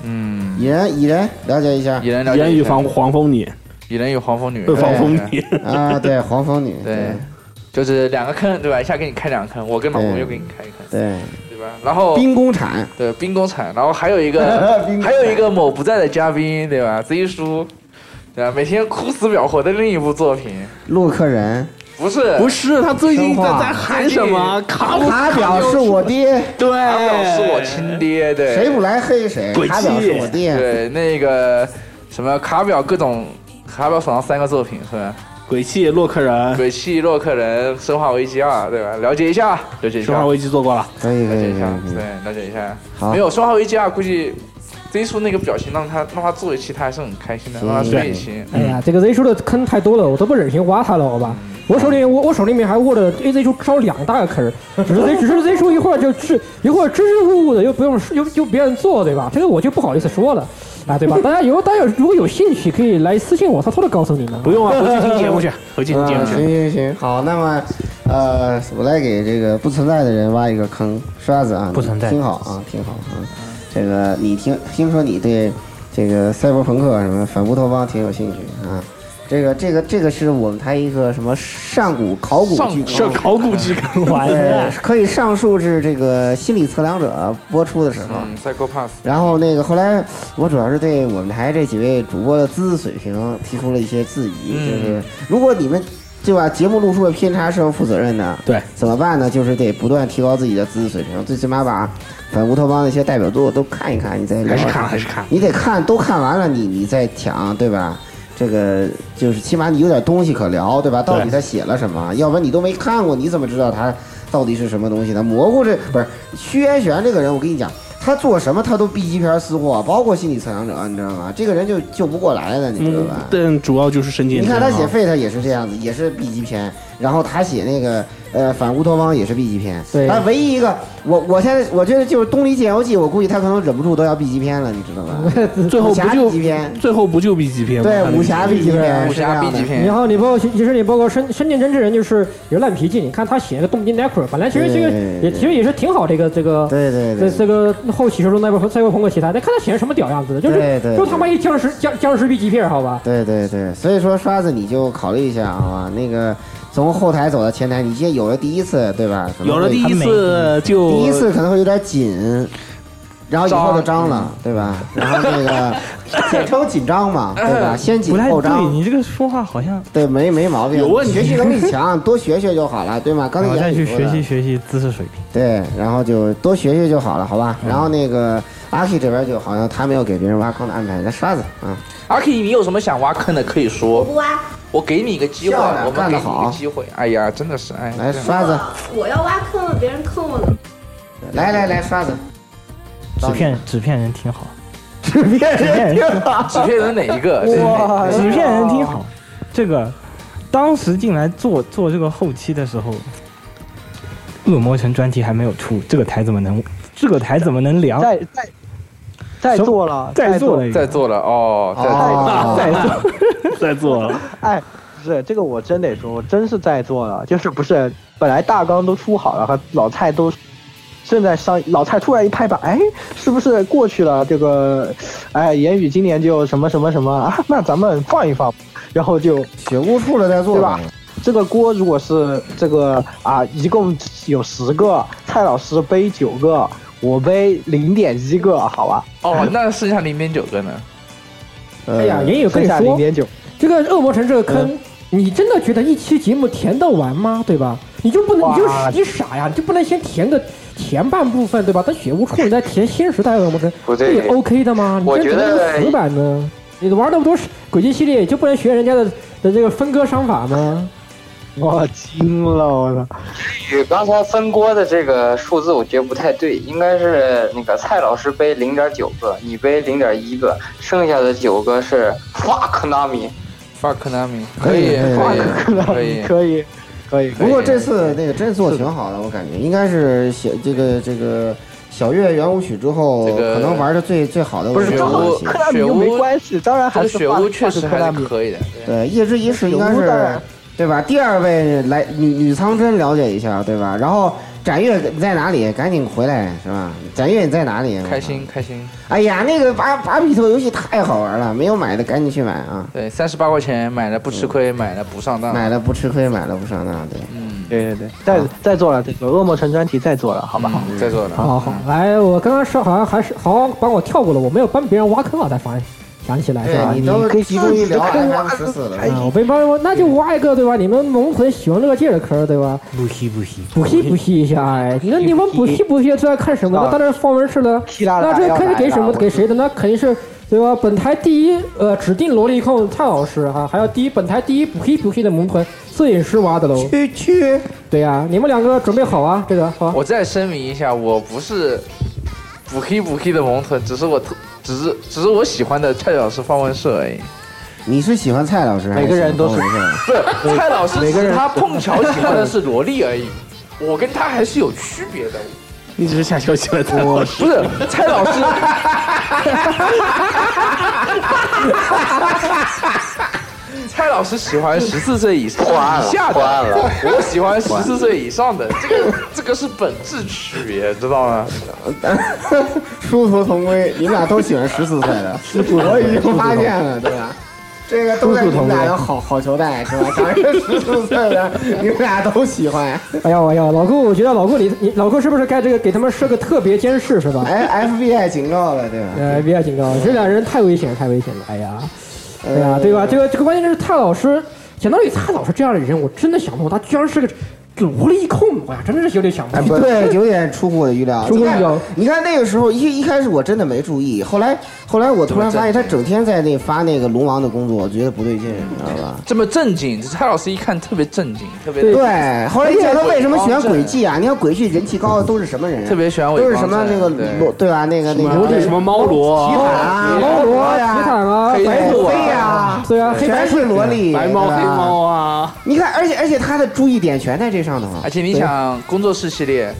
H: 嗯，
G: 蚁人蚁人了解一下。
H: 蚁人了解一下蚁人与黄
I: 黄蜂女，
H: 蚁人与黄蜂女，
G: 对
H: 对
G: 啊，对黄蜂女。
H: 对，就是两个坑，对吧？一下给你开两个坑，我跟老公
G: 对
H: 又给你开一个坑，
G: 对
H: 对吧？然后
G: 兵工铲。
H: 对兵工厂，然后还有一个还有一个某不在的嘉宾，对吧？Z 叔，对吧？每天哭死表活的另一部作品，
G: 洛克人。
H: 不是
I: 不是，他最近在
G: 生化
I: 在喊什么？卡普
G: 卡表是我爹。
I: 对，
H: 他表是我亲爹，对，
G: 谁不来黑谁。
H: 鬼
G: 卡表是我爹。
H: 对，那个什么卡表各种卡表手上三个作品是吧？
I: 鬼泣、洛克人、
H: 鬼泣、洛克人、生化危机二，对吧？了解一下，了解一下。
I: 生化危机做过了，
G: 可以可以
H: 对，了解一下。
I: 好
H: 没有《生化危机二》，估计 Z 叔那个表情让他让他做一期，他还是很开心的，让他做一嗯期。
J: 哎
I: 嗯
J: 呀，这个 Z 叔的坑太多了，我都不忍心挖他了，好吧？我手里我我手里面还握着 A Z 叔烧两大个坑儿，只 是 Z 只是 Z 叔一会儿就是一会儿支支吾吾的，又不用又又别人做，对吧？这个我就不好意思说了，啊，对吧？大家以后大家如果有兴趣，可以来私信我，偷偷的告诉你们。
I: 不 用啊，回去听节目 去，回去听节目
G: 嗯行
I: 去。
G: 行行，好，那么，呃，我来给这个不存在的人挖一个坑，刷子啊，
K: 不存在
G: 你听好啊，听好啊，这个你听听说你对这个赛博朋克什么反乌托邦挺有兴趣啊？这个这个这个是我们台一个什么上古考古
I: 上
G: 巨
I: 古上
G: 坑，
I: 考古巨坑
J: 完了
G: 对，可以上述至这个心理测量者播出的时候，
H: 嗯，Psycho Pass，
G: 然后那个后来，我主要是对我们台这几位主播的资质水平提出了一些质疑，
H: 嗯
G: 就是如果你们对吧？节目露出的偏差是要负责任的。
I: 对，
G: 怎么办呢？就是得不断提高自己的自制水平，最起码把反乌托邦那些代表作都看一看，你再聊
I: 还是看还是看，
G: 你得看，都看完了，你你再讲，对吧？这个就是起码你有点东西可聊，对吧？到底他写了什么？要不然你都没看过，你怎么知道他到底是什么东西呢？蘑菇这不是徐元玄这个人，我跟你讲，他做什么他都 B 级片私货，包括心理测量者，你知道吗？这个人就救不过来了，你知道吧？
I: 嗯但主要就是神经。
G: 你看他写，
J: 啊
G: 废他也是这样子，也是 B 级片，然后他写那个呃反乌托邦也是 B 级片，
I: 对
G: 他唯一一个我我现在我觉得就是东离剑游记，我估计他可能忍不住都要 B 级片了，你知道 吧？
I: 最后不
G: 武侠
I: 就
G: B 级片，
I: 最后不就 B 级片吗？
G: 对武侠 B 级片，是这样的
J: 然后你包括其实你包括深深见真之人，就是有烂脾气。你看他写那个《东京 Necro》，本来其实这个
G: 对对对
J: 也其实也是挺好的一个这个
G: 对对
J: 这这个后期时候那边赛博朋克题材，但看他写成什么屌样子的，就是
G: 对对
J: 就他妈一僵尸僵僵尸 B 级片，好吧？
G: 对对对，所以说刷子你就考虑一下好吧？那个从后台走到前台，你现在有了第一次对吧？可能
I: 有了
G: 会
I: 第一次就
G: 第一次可能会有点紧，然后以后就张了，对吧？
I: 嗯
G: 然后那个简称紧张嘛，对吧？先紧
K: 不太
G: 后
K: 对，
G: 张。
K: 你这个说话好像
G: 对，没没毛病，
K: 有问题
G: 学习能力强，多学学就好了，对吗？刚才
K: 我再
G: 也
K: 去
G: 说了
K: 学习学习知识水平。
G: 对，然后就多学学就好了，好
K: 嗯
G: 吧？然后那个阿 K 这边就好像他没有给别人挖坑的安排，那刷子啊，
H: 阿 K，你有什么想挖坑的可以说。
D: 挖，
H: 我给你一个机会，
G: 漂亮
H: 我们
G: 干
H: 给
G: 得
H: 你一
G: 好
H: 个机会。哎呀，真的是哎。
G: 来刷子，
M: 我要挖坑了，别人坑我了。
G: 来来来刷子，
K: 纸片纸片人挺好，
G: 纸片
K: 人挺
G: 好，
H: 纸片人哪一个？这是哪一个
K: 纸片人挺好。这个当时进来做做这个后期的时候，《恶魔城》专题还没有出，这个台怎么能这个台怎么能聊？
E: 再再再做了，
K: 啊再做了一个
H: 在做了哦，在
E: 哦
H: 做
E: 在
H: 了。
E: 做
I: 在做了。
E: 哎，不是这个我真得说，我真是在做了，就是不是本来大纲都出好了，和老蔡都正在商，老蔡突然一拍板，哎，是不是过去了这个？哎，言语今年就什么什么什么啊？那咱们放一放，然后就
G: 雪屋处了再做
E: 对吧？这个锅如果是这个啊，一共有十个，蔡老师背九个，我背零点一个，好吧？
H: 哦，那剩下零点九个呢？
G: 哎
J: 哎呀，也有跟你
E: 剩下
J: 说，
E: 0.9
J: 这个恶魔城这个坑，你真的觉得一期节目填得完吗？对吧？你就不能，你就
E: 哇
J: 你傻呀，你就不能先填个前半部分，对吧？但血无处你再填新时代恶魔城，
L: 不
J: 这
L: 对
J: 也 OK 的吗？你
L: 我
J: 这
L: 觉
J: 怎么
L: 得
J: 能死板呢？你玩那么多轨迹系列，就不能学人家的的这个分割商法吗？
E: 我惊了，我操！
L: 与刚才分锅的这个数字，我觉得不太对，应该是那个蔡老师背零点九个，你背零点一个，剩下的九个是 fuck Nami。
H: fuck Nami 可以可以
E: 可以可以。
G: 不过这次那个真做挺好的，我感觉应该是写这个这个小月圆舞曲之后，
H: 个
G: 可能玩的最最好的
H: 不是
G: 我觉
H: 雪
G: 得
H: 屋，
G: 游戏
H: 雪屋
E: 系，当然
H: 这个雪屋确实还
G: 克拉
H: 是
G: 米
H: 可以的。
G: 对，夜之仪式应该
H: 有屋当
G: 是
H: 然
G: 对吧？第二位来女女苍真了解一下，对吧？然后展月你在哪里？赶紧回来是吧？展月你在哪里？
H: 开心开心。
G: 哎呀，那个把把比特游戏太好玩了，没有买的赶紧去买啊！
H: 对，三十八块钱买了不吃亏，买了不上当。嗯
G: 买了不吃亏，买了不上当，对。
E: 对对对，再再做了，再做了恶魔城专题再做了，好吧？
H: 再做了。
J: 哦好好，来，我刚刚说好像还是好像帮我跳过了，我没有帮别人挖坑啊，才发现想起来是
G: 对
J: 吧？
G: 哎你都
J: 可以
G: 集中于聊
J: 自己的坑
G: FM 十四了，
H: 哎
J: 啊，我被帮人挖，那就挖一个对吧？你们农村喜欢乐界的坑儿对吧？
K: 不稀不稀，
J: 补习补习一下哎，那你们补习补习最爱看什么呢？当然是方文式了。那这坑是给什么给谁的？那肯定是对吧？本台第一呃指定萝莉控蔡老师哈、还有第一本台第一补习补习的萌魂摄影师挖的喽。
G: 去去，
J: 对呀、你们两个准备好啊，这个好。
H: 我再声明一下，我不是补 k 补 k 的萌豚，只是我特，只是只是我喜欢的蔡老师方文社而已。
G: 你是喜欢蔡老师还
H: 每
G: 是喜欢方文社？
H: 个人都是不是 蔡老师，
G: 每
H: 只
G: 个人
H: 是他碰巧喜欢的是萝莉而已，我跟他还是有区别的。
I: 你只是下消息了，蔡
H: 我
I: 老师。
H: 不是蔡老师，蔡老师喜欢十四岁以上
L: 破案了
H: 以下的
L: 破案了，
H: 我喜欢十四岁以上的，这个这个是本质区别，知道吗？
G: 殊途同归，你们俩都喜欢十四岁 的，我已经发现 了，对吧？这个都在你们俩有好好球带是吧？反正十四岁的，你们俩都喜欢。
J: 哎呀哎呀，老顾，我觉得老顾你你老顾是不是该这个给他们设个特别监视 是吧？
G: 哎，FBI 警告了，对吧？
J: 呃，比较警告，这俩人太危险了，太危险了。哎呀，哎呀，
G: 呃
J: 对吧？这个这个关键是蔡老师，想到有蔡老师这样的人，我真的想不通，他居然是个萝莉控，我呀，真的是有点想不
G: 哎，
J: 通。
G: 不对，有点出乎我的预料。
J: 出乎
G: 你看
J: 预料。
G: 你看那个时候一一开始我真的没注意，后来后来我突然发现他整天在那发那个龙王的工作，我觉得不对劲，你知道吧？
H: 这么正经，蔡老师一看特别正经，特别
G: 对，后来你想他为什么喜欢鬼剧啊？你看鬼剧人气高的都是什么人？啊
H: 特别喜欢伪
G: 都是
H: 光
G: 什么那
H: 正
G: 个
H: 对
G: 罗对吧？那个那
H: 什么
G: 个
H: 什么
I: 猫罗
G: 奇塔啊，猫罗呀，
J: 皮坦啊，
G: 黑
J: 白
G: 黑
J: 虎
G: 飞呀，
J: 对啊，黑白
G: 全是萝莉，
H: 白猫
G: 对吧
H: 黑猫
I: 啊。
G: 你看，而且而且他的注意点全在这上头，啊
H: 而且你想，工作室系列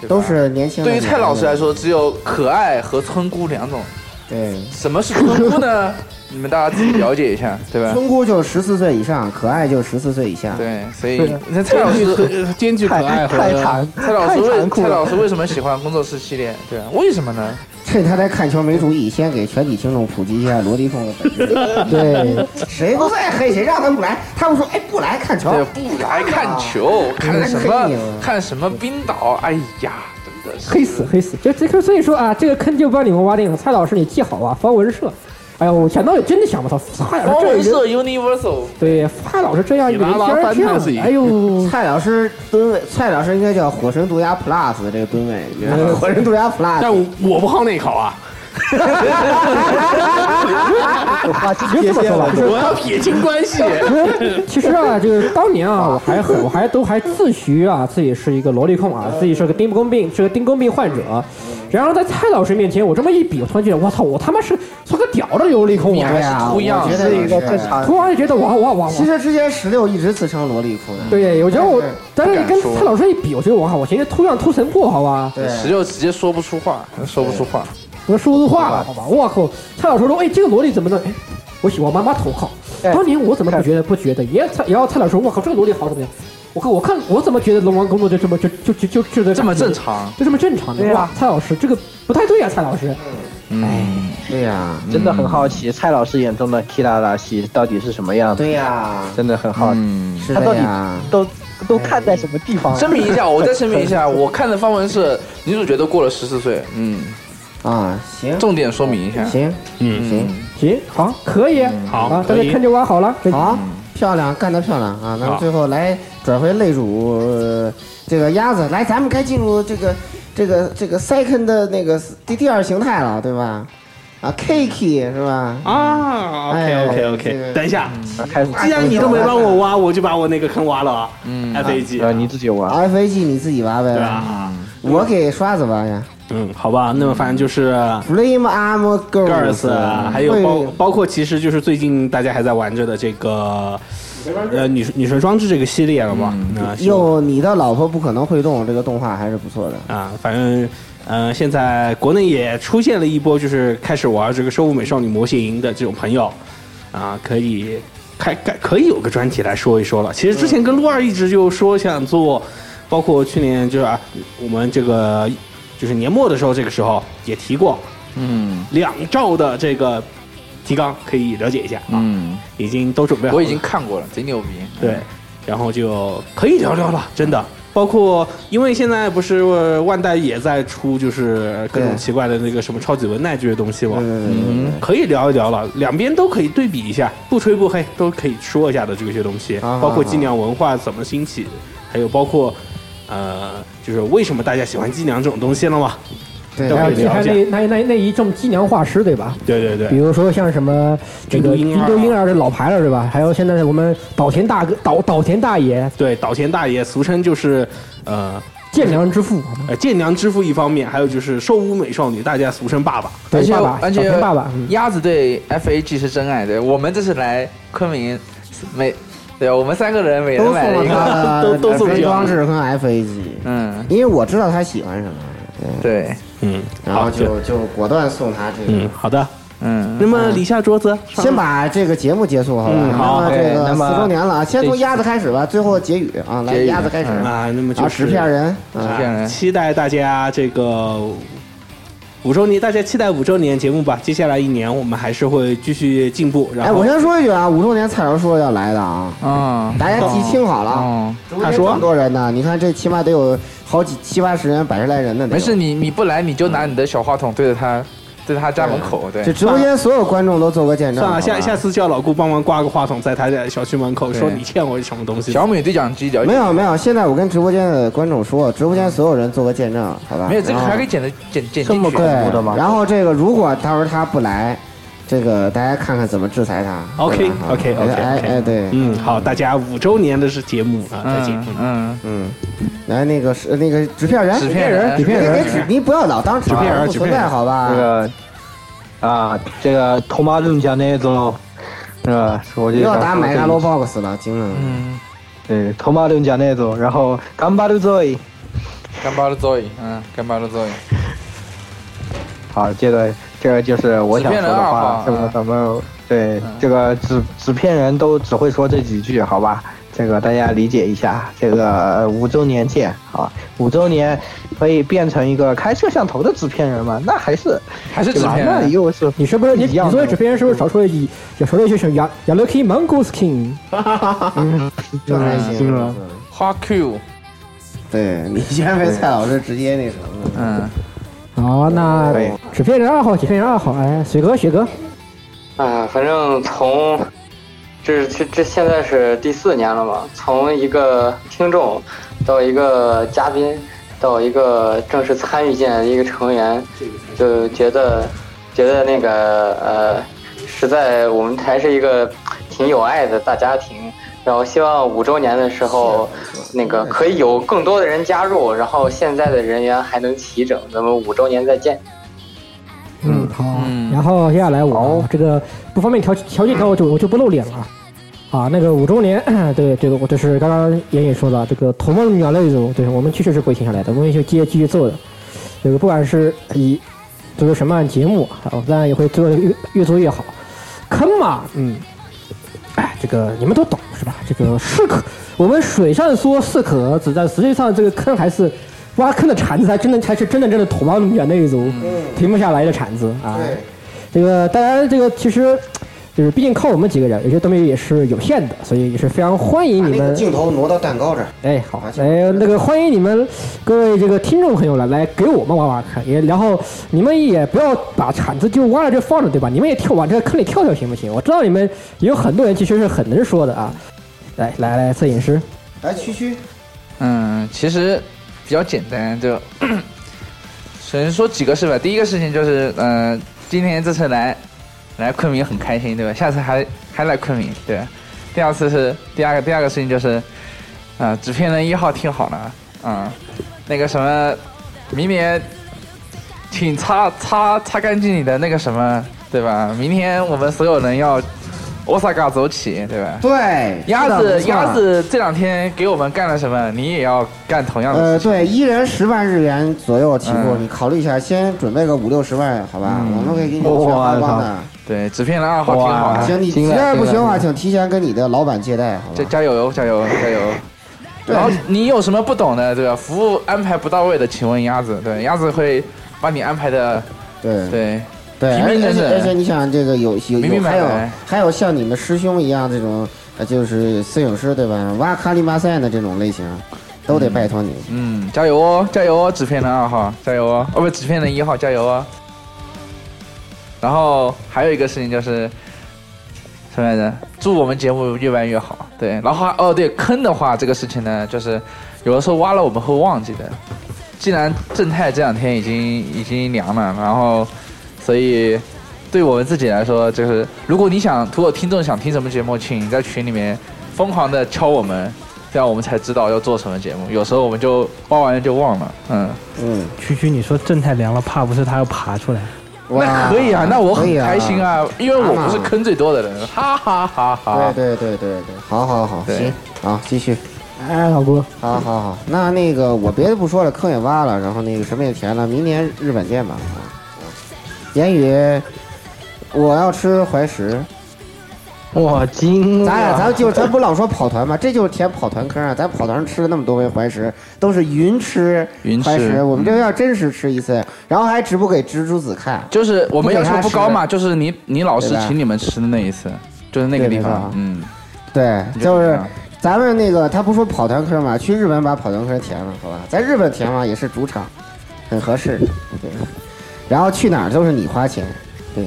G: 对都是年轻人。
H: 对于蔡老师来说，只有可爱和村姑两种。
G: 对，
H: 什么是村 姑呢？你们大家自己了解一下，对吧？
G: 村姑就十四岁以上，可爱就十四岁以下。
H: 对，所以
G: 啊
H: 那蔡老师
I: 兼具
G: 可爱和太太残
H: 蔡老师
G: 太
H: 为
G: 残酷了
H: 蔡老师为什么喜欢工作室系列？对啊，为什么呢？
G: 趁他在看球没注意，先给全体听众普及一下萝莉控的本质。 对，谁不爱黑谁让他们来？他们说哎不来看球
H: 对，，不来看球，看什
G: 看啊
H: 么
G: 你
H: 看什么冰岛？哎呀，真的是
J: 黑死黑死，这这个所以说啊，这个坑就帮你们挖定了。蔡老师，你记好啊，方文社。哎呀，我想到也真的想不到，蔡老
H: 猫
J: 师这
H: 文
J: 人
H: 社 Universal，
J: 对蔡老师这哎样一个人，居然这样，哎 呦，
G: 蔡老师蹲位，蔡老师应该叫火神毒牙 Plus 这个蹲位，你知道
I: 嗯
G: 吗？火神毒牙 Plus。
I: 但我不好那 口啊。
J: 别这么说吧，就是
I: 我要撇清关系。
J: 其实啊，就是当年啊，我还我还都还自诩啊自己是一个萝莉控啊，自己是个丁公病，是个丁公病患者。然后在蔡老师面前，我这么一比，我突然觉得，我操，我他妈是算个屌的萝莉控啊！
G: 对哎呀，我觉得也
J: 突然就觉得我我我
G: 其实之前十六一直自称萝莉控的。
J: 对，我觉得我，但是跟
H: 不敢说
J: 蔡老师一比，我觉得我靠，我寻思突上突神破，好吧？
H: 十六直接说不出话，说不出话。
J: 我说的话吧，好吧，我靠，蔡老师说，哎，这个萝莉怎么弄？哎，我喜欢妈妈头靠，
H: 哎
J: 当年我怎么不觉得不觉得？也蔡，然后蔡老师说，我靠，这个萝莉好怎么样？我靠，我看我怎么觉得龙王工作就这么就就就就就这
H: 这么正常
J: 就这么正常的？
N: 对啊
J: 哇，蔡老师这个不太对啊，蔡老师，哎
H: 嗯，
G: 对呀，
E: 真的很好奇蔡老师眼中的 Kira 拉西到底是什么样子？
G: 对呀，
E: 真的很好奇，
G: 是
E: 他
G: 的
E: 到底
G: 呀。
E: 都都看在什么地方？
H: 声明一 下，我再声明一 下，我看的方文社女主角都过了十四岁，嗯，
G: 啊，行，
H: 重点说明一下，
G: 行，
H: 嗯
G: 行
J: 行，好，可以，
H: 好
J: 啊，
H: 可
J: 大
H: 以
J: 家看就挖好了，
G: 好，漂亮，干得漂亮啊！咱
J: 好
G: 们最后来转回擂主、呃这个鸭子，来，咱们该进入这个这个这个 second 的那个第第二形态了，对吧？啊，Kiki 是吧？
I: 啊，OK
G: 哎
I: OK
G: 这个
I: OK，等一下，
E: 嗯啊开始
I: 既然你都没帮我挖，我就把我那个坑挖了啊。
E: 嗯
I: FAG
E: 呃，你自己玩。
G: 啊 f a g 你自己挖呗，
I: 对吧？
G: 我给刷子挖呀。
I: 嗯，好吧，那么反正就是啊
G: Flame Arm Girls，
I: Girls，啊还有包
G: 对
I: 包括其实就是最近大家还在玩着的这个呃女女神装置这个系列了
E: 嗯
I: 嘛？那希望
G: 哟，你的老婆不可能会动，这个动画还是不错的。
I: 啊，反正呃，现在国内也出现了一波，就是开始玩这个《生物美少女模型》的这种朋友啊，可以开开可以有个专题来说一说了。其实之前跟陆二一直就说想做，包括去年就是啊，我们这个就是年末的时候，这个时候也提过
H: 嗯
I: 两兆的这个提纲，可以了解一下啊，
H: 嗯，
I: 已经都准备好了，
H: 我已经看过了，贼牛逼。
I: 对，然后就可以聊聊了，真的。包括因为现在不是呃万代也在出，就是各种
G: 对
I: 奇怪的那个什么超级文奈这些东西嘛，
G: 嗯，
I: 可以聊一聊了，两边都可以对比一下，不吹不黑都可以说一下的这些东西，
G: 好
I: 包括
G: 好
I: 伎俩文化怎么兴起，还有包括呃，就是为什么大家喜欢伎俩这种东西了嘛，
G: 对
I: 都
J: 还
I: 可
J: 有
I: 以
J: 其他
I: 聊一下。
J: 那那那那一众伎俩画师，对吧？
I: 对对对，
J: 比如说像什么这个
I: 军都婴儿
J: 军都婴儿的老牌了是吧？还有现在我们岛田大哥、岛岛田大爷、
I: 对，岛田大爷俗称就是呃
J: 建良之父，
I: 呃建良之父一方面，还有就是寿屋美少女，大家俗称爸爸。
H: 而且而且
J: 田爸爸
G: 嗯
H: 鸭子对 FAG 是真爱的。我们这次来昆明，每对我们三个人每人
G: 都
H: 买了
G: 送
H: 一
G: 他
H: 个
G: 的，装置跟 FAG，
H: 嗯，
G: 因为我知道他喜欢什么，
H: 对，
I: 嗯，
G: 然后就就果断送他这个。
I: 嗯，好的，
H: 嗯
I: 那么李下桌子，
G: 先把这个节目结束好吧？
I: 嗯好
G: 那么这
I: 哎
G: 个
I: 那么
G: 四周年了啊，先从鸭子开始吧，最后结语啊，来
I: 结语
G: 鸭子开始
I: 嗯啊那么就是
G: 啊纸片人，
I: 啊
G: 啊，
I: 期待大家这个五周年，大家期待五周年节目吧。接下来一年我们还是会继续进步。然
G: 哎，
I: 后，
G: 我先说一句啊，五周年蔡老师说要来的啊，
H: 嗯，
G: 大家记清好了啊，直播间
I: 他说
G: 这么多人呢，你看这起码得有好几七八十人、百十来人呢，得有
H: 没事，你你不来你就拿你的小话筒对着他在他家门口，对，
G: 就直播间所有观众都做个见证。
I: 算
H: 嗯
I: 了，下
G: 好吧
I: 下次叫老顾帮忙挂个话筒，在他的小区门口
G: 对
I: 说你欠我什么东西。
H: 小米对讲机了
G: 没
H: 解
G: 有没有，现在我跟直播间的观众说，直播间所有人做个见证，好吧？
H: 没有这个
G: 然后
H: 还可以剪的剪剪
G: 这
H: 进
G: 么
H: 去
G: 恐怖的吗？然后这个如果到时候他不来，这个大家看看怎么制裁他。对
I: OK
G: 吧
I: OK
G: 哎
I: OK，
G: 哎哎对，
I: 嗯，好，大家五周年的是节目啊，再见。
H: 嗯
G: 嗯，来那个是那个纸片人，
I: 纸片人
G: 纸
I: 纸
G: 片
I: 片
G: 人，
I: 人
G: 别别你不要老当
E: 纸片人，
G: 不
E: 纸
G: 存
E: 片
G: 在
E: 人，
G: 好吧
E: 这？个啊，这个头马论讲那种，呃，我就
G: 又要打
E: 想说
G: 买
E: 这
G: 个
E: 一
G: low box 了，惊了。
H: 嗯，
E: 对，头马论讲那种，然后干巴鲁佐伊，
H: 干巴的 Zoe，嗯，干巴的 Zoe，
E: 好，这个这个就是我想说的话，这
H: 纸片人二号啊嗯
E: 个咱们对这个纸纸片人都只会说这几句，好吧？这个大家理解一下，这个呃五周年见啊！五周年可以变成一个开摄像头的纸片人嘛？那还是对吧那 又是
J: 你是不是你
E: 一
J: 你
E: 样的
J: 作为纸片人是不是少说了一少说了一句什么 y a l u k i Mango Skin？嗯，
G: 这还行
J: 惊了。
H: 花 Q，
G: 对你先被蔡老师直接那什么了。
H: 嗯，
J: 好，那纸片人二号，纸片人二号，哎，雪哥，雪哥，
L: 啊，反正从这这这现在是第四年了嘛，从一个听众到一个嘉宾，到一个正式参与进来的一个成员，就觉得觉得那个呃，实在我们还是一个挺有爱的大家庭。然后希望五周年的时候，那个可以有更多的人加入，然后现在的人员还能齐整，咱们五周年再见。
J: 嗯，好，然后接下来我啊这个不方便调调镜头，我就我就不露脸了啊。啊，那个五周年， 对这个我就是刚刚妍妍说的，这个《头梦鸟类组》，对我们确实是不会停下来的，我们也就继续继续做的。这个不管是以做个什么样的节目，啊我们当然也会做得越越做越好。坑嘛，嗯，哎，这个你们都懂是吧？这个是可，我们水上说适可而止，但实际上这个坑还是挖坑的铲子，才真的才是真的真的土猫远那一种停不下来的铲子啊。这个当然，这个其实就是毕竟靠我们几个人，有些东西也是有限的，所以也是非常欢迎你
G: 那个
J: 们。
G: 镜头挪到蛋糕这儿。
J: 哎，好，哎，那个欢迎你们各位这个听众朋友来来给我们挖挖坑，也然后你们也不要把铲子就挖了就放着，对吧？你们也跳往这个坑里跳跳行不行？我知道你们有很多人其实是很能说的啊。来来
G: 嗯
J: 来，摄影师，
G: 来，区区，
H: 嗯，其实比较简单，就 首先说几个事吧。第一个事情就是，嗯、今天这次来来昆明很开心，对吧？下次还还来昆明，对吧。第二次是第二个第二个事情就是，啊、纸片人一号听好了，嗯，那个什么，明年请擦擦擦干净你的那个什么，对吧？明天我们所有人要 Osaka 走起，对吧？
G: 对，
H: 鸭
G: 是的
H: 子
G: 没，错
H: 鸭子这两天给我们干了什么？你也要干同样的
G: 呃，
H: 事情。
G: 对，一人十万日元左右起步，
H: 嗯
G: 你考虑一下，先准备个五六十万，好吧？我们会给你
H: 我
G: 全花光
H: 操
G: 的。！
H: 对，纸片人二号挺好的。
G: 行，你实在不行的话，请提前跟你的老板借贷，好吧？
H: 加加油，加油，加油！然后你有什么不懂的，对吧？服务安排不到位的，请问鸭子，对，鸭子会把你安排的，
G: 对
H: 对
G: 对，
H: 平
G: 而
H: 平
G: 且而
H: 整
G: 且而且
H: 整。
G: 你想，这个有有
H: 明
G: 有
H: 明白
G: 还有
H: 白
G: 还有像你们师兄一样这种，呃，就是摄影师对吧？哇卡里马赛的这种类型，都得拜托你。
H: 嗯，加油哦，加油哦，纸片人二号，加油哦，哦不，纸片人一号，加油哦。然后还有一个事情就是什么来着？祝我们节目越办越好。对，然后还哦对，坑的话这个事情呢，就是有的时候挖了我们会忘记的。既然正太这两天已经已经凉了，然后所以对我们自己来说，就是如果你想，如果听众想听什么节目，请在群里面疯狂的敲我们，这样我们才知道要做什么节目。有时候我们就挖完就忘了，嗯
G: 嗯，
K: 区区你说正太凉了，怕不是他要爬出来？
H: 那可以啊，那我很开心啊，因为我不是坑最多的人，哈哈哈哈。
G: 啊对对对对对，好好好，
H: 对
G: 行，好，继续。
J: 哎，老郭，
G: 好好好，那那个我别的不说了，坑也挖了，然后那个什么也填了，明年日本见吧。啊，言语，我要吃怀石。
E: 我惊
G: 咱俩
E: 了
G: 咱就咱不老说跑团嘛，这就是填跑团坑啊！咱跑团吃了那么多回怀石，都是云吃
H: 云吃
G: 怀石，我们
H: 嗯
G: 这要真实吃一次，然后还直播给蜘蛛子看。
H: 就是我们要求
G: 不给他
H: 不
G: 吃
H: 高嘛，就是你你老师
G: 对吧
H: 请你们吃的那一次，就是那个地
G: 对没
H: 方
G: 错，
H: 嗯，
G: 对，
H: 你就
G: 就是
H: 这样
G: 咱们那个他不说跑团坑嘛，去日本把跑团坑填了，好吧？在日本填嘛也是主场，很合适。对，然后去哪儿都是你花钱，对，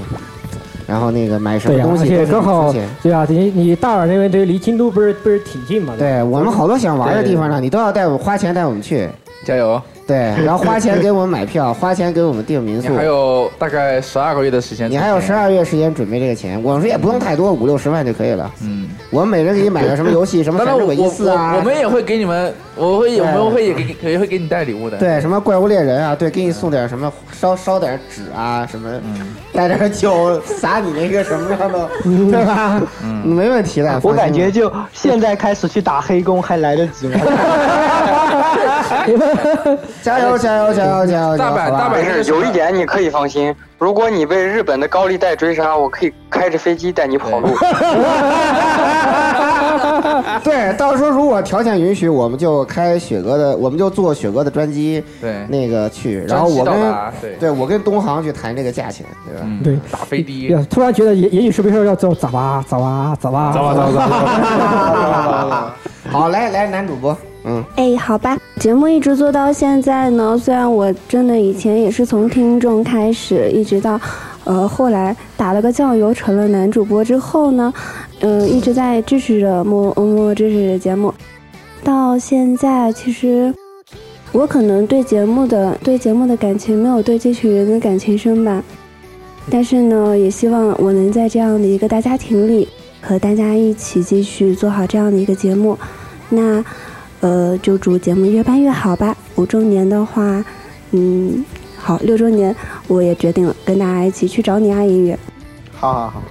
G: 然后那个买什
J: 对
G: 么
J: 呀、
G: 东
J: 而
G: 西都
J: 且
G: 是你
J: 刚好
G: 出钱。
J: 对啊，你你大碗那边这离京都不是不是挺近嘛？
G: 对我们好多想玩的地方呢，你都要带我花钱带我们去，
H: 加油！
G: 对，然后花钱给我们买 票，花钱给我们订民
H: 你
G: 宿，
H: 还有大概十二个月的时间，
G: 你还有十二月时间准备这个钱，我们说也不用太多，五六十万就可以了。
H: 嗯，
G: 我们每人给你买个什么游戏，什么
H: 当
G: 闪
H: 然
G: 之轨
H: 我
G: 迹四啊
H: 我我们也会给你们，我会
G: 对
H: 我们会也给你也会给你带礼物的。
G: 对，什么怪物猎人啊，对，给你送点什么，烧烧点纸啊，什么，
H: 嗯
G: 带点酒洒你那个什么上头，对吧？ 嗯，没问题的。
N: 我感觉
G: 就
N: 现在开始去打黑工还来得及吗？
G: 加油加油加油加油！
L: 大阪大阪是有一点你可以放心，如果你被日本的高利贷追杀，我可以开着飞机带你跑路。
G: 对，到时候如果条件允许，我们就开雪哥的，我们就坐雪哥的专机，
H: 对
G: 那个去，
H: 专机
G: 然后我
H: 到
G: 跟
H: 达对嗯
G: 我跟东航去谈这个价钱，对吧？
J: 对，
H: 打飞
J: 对啊突然觉得也也许是不是要走咋哇咋哇咋哇
G: 走吧走吧走吧 好，来来男主播，嗯，
D: 哎，好吧，节目一直做到现在呢。虽然我真的以前也是从听众开始，一直到，呃，后来打了个酱油成了男主播之后呢，嗯、一直在支持着默默默支持着节目，到现在其实。我可能对节目的对节目的感情没有对这群人的感情深吧，但是呢，也希望我能在这样的一个大家庭里，和大家一起继续做好这样的一个节目。那，呃，就祝节目越办越好吧。五周年的话，嗯，好，六周年我也决定了，跟大家一起去找你啊，音乐。
G: 好好好。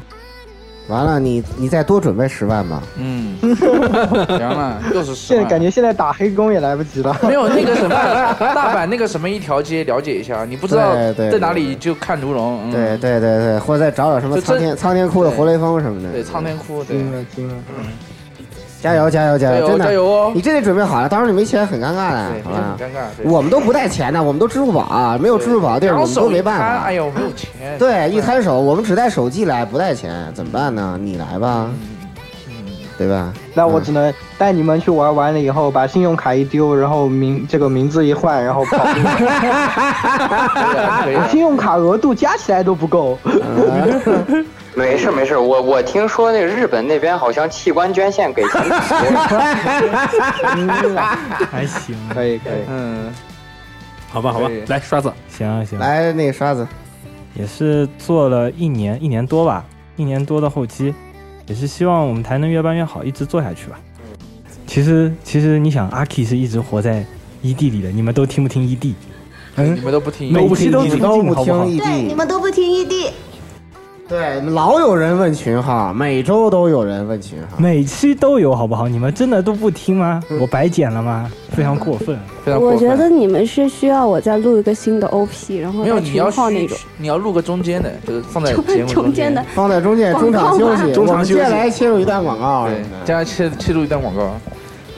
G: 完了，你你再多准备十万吧。
H: 嗯，行了，又是十
N: 现在
H: 万。
N: 感觉现在打黑工也来不及了。
H: 没有那个什么， 大阪那个什么一条街了解一下，你不知道
G: 对对
H: 在哪里就看如龙。嗯
G: 对对对对，或者再找找什么
H: 就
G: 苍
H: 真
G: 天苍天哭的活雷锋什么的。
H: 对，苍天哭，对，
G: 惊
H: 惊了，
G: 加油加油加
H: 加油
G: 真的
H: 加油哦
G: 你真得准备好了，到时候你没钱很尴尬的，
H: 对
G: 好吧
H: 没钱很尴尬对
G: 我们都不带钱的，我们都支付宝啊，没有支付宝，对，
H: 然
G: 我
H: 后
G: 们都
H: 手一
G: 没办
H: 摊
G: 法
H: 哎。呦，没有钱。
G: 对，一摊手，我们只带手机来，不带钱，怎么办呢？你来吧，对 吧？
N: 那我只能带你们去玩，完了以后把信用卡一丢，然后名这个名字一换，然后跑。信用卡额度加起来都不够。
L: 没事没事，我我听说那个日本那边好像器官捐献 给挺
K: 还行，
N: 可以可以，
H: 嗯，
I: 好吧好吧，来刷子，
K: 行啊行啊，
G: 来那个刷子，
K: 也是做了一年一年多吧，一年多的后期，也是希望我们台能越办越好，一直做下去吧。其实其实你想，阿 K 是一直活在 ED 里的，你们都听不听 ED？嗯
H: 你们都不听，
K: 每期都
G: 你
K: 听
G: 都
K: 进
G: 不
K: 好不好
H: E
G: 听异
A: 你
G: 地，
A: 们都不听异地，
G: 对，老有人问群号，每周都有人问群号。
K: 每期都有好不好？你们真的都不听吗？我白剪了吗？非常过分，
H: 非常过
D: 我
H: 分。
D: 觉得你们是需要我再录一个新的 OP，然后
H: 没有，
D: 再
H: 你
D: 群
H: 要
D: 号那种。
H: 你要录个中间的，就是放在节目
D: 中
H: 间
D: 间的，
G: 放在中间中场休息，
H: 中场
G: 我们
H: 休息
G: 接下来切入一段广告。啊
H: 对，加上切切入一段广告，啊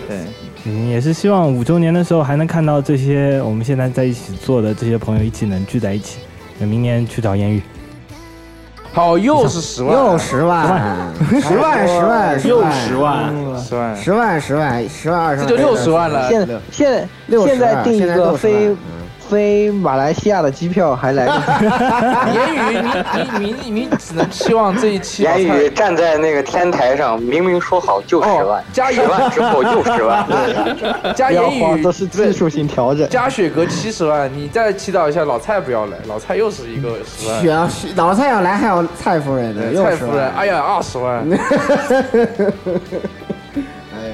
H: 对，
K: 嗯，也是希望五周年的时候还能看到这些我们现在在一起做的这些朋友一起能聚在一起。那明年去找艳遇，
H: 好，又是十万，
G: 又十万，十万，十万，十万，
H: 十万，
G: 十万，十万，十万，二十万，
N: 现在现在
G: 六十
N: 现在订一
G: 现在六
N: 个
G: 十
N: 飞
G: 嗯
N: 飞马来西亚的机票还来得及。
H: 言语，你你你你只能期望这一期
L: 言
H: 好
L: 语
H: 菜
L: 站在那个天台上，明明说好就十万，
H: 哦加
L: 十
H: 油
L: 万之后又十 万。
H: 加
N: 不要
H: 言
N: 慌
H: 语
N: 这是技术性调整。
H: 加雪格七十万，你再祈祷一下老蔡不要来，老蔡又是一个十万，
G: 选老蔡要来，还有蔡夫人呢，
H: 对
G: 啊又
H: 蔡
G: 十
H: 夫人，
G: 万。
H: 哎呀二十万，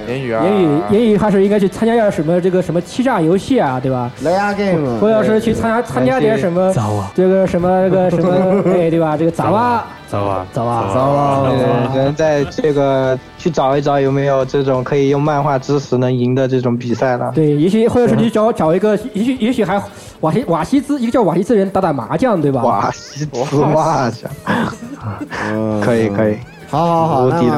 H: 言语啊，
J: 言语言语还是应该去参加点什么这个什么欺诈游戏啊，对吧？
G: 来呀 game，
J: 或者是去参加参加点什么
K: 早啊
J: 这个什么这个什么 哎对吧？这个咋哇
K: 走啊
J: 走啊
K: 走啊
N: 对
K: 走啊
N: 只能在这个去找一找有没有这种可以用漫画知识能赢的这种比赛了。
J: 对，也许或者是你找找一个，也许也许还瓦西瓦西兹一个叫瓦西兹人打打麻将，对吧？
N: 瓦西兹哇塞，可以可以，
G: 嗯好好好，
N: 无
G: 那
N: 敌的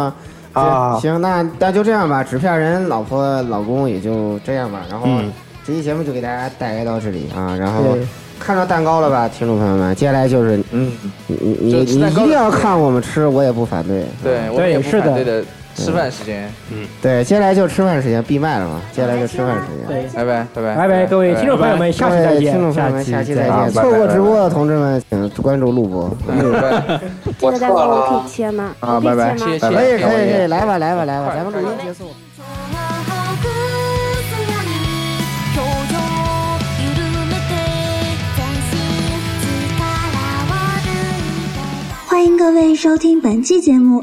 G: 么
N: 啊
G: 行，那那就这样吧，纸片人老婆老公也就这样吧，然后
N: 嗯
G: 这期节目就给大家带来到这里啊，然后
N: 对
G: 看到蛋糕了吧，听众朋友们，接下来就是嗯，你你
H: 就
G: 你
H: 吃
G: 你
H: 蛋
G: 一
H: 糕的
G: 定要
H: 时间
G: 看我们吃，我也不反对，
H: 对我们也不反对的，吃饭时间，嗯，
G: 对，接下来就吃饭时间，闭麦了嘛，接下来就吃饭时间。
H: 拜拜拜拜
J: 拜拜，各位听众朋友们，下期再
G: 各位
J: 见，
G: 听众朋友们，下期再
J: 好
G: 见。错过直播的同志们，请关注录播。
D: 这个蛋糕我可以切吗？
G: 啊，
D: 我可
G: 拜
D: 以
G: 拜，
D: 切吗？
G: 可以可以可以，来吧来吧来吧，咱们录音结束。
A: 欢迎各位收听本期节目，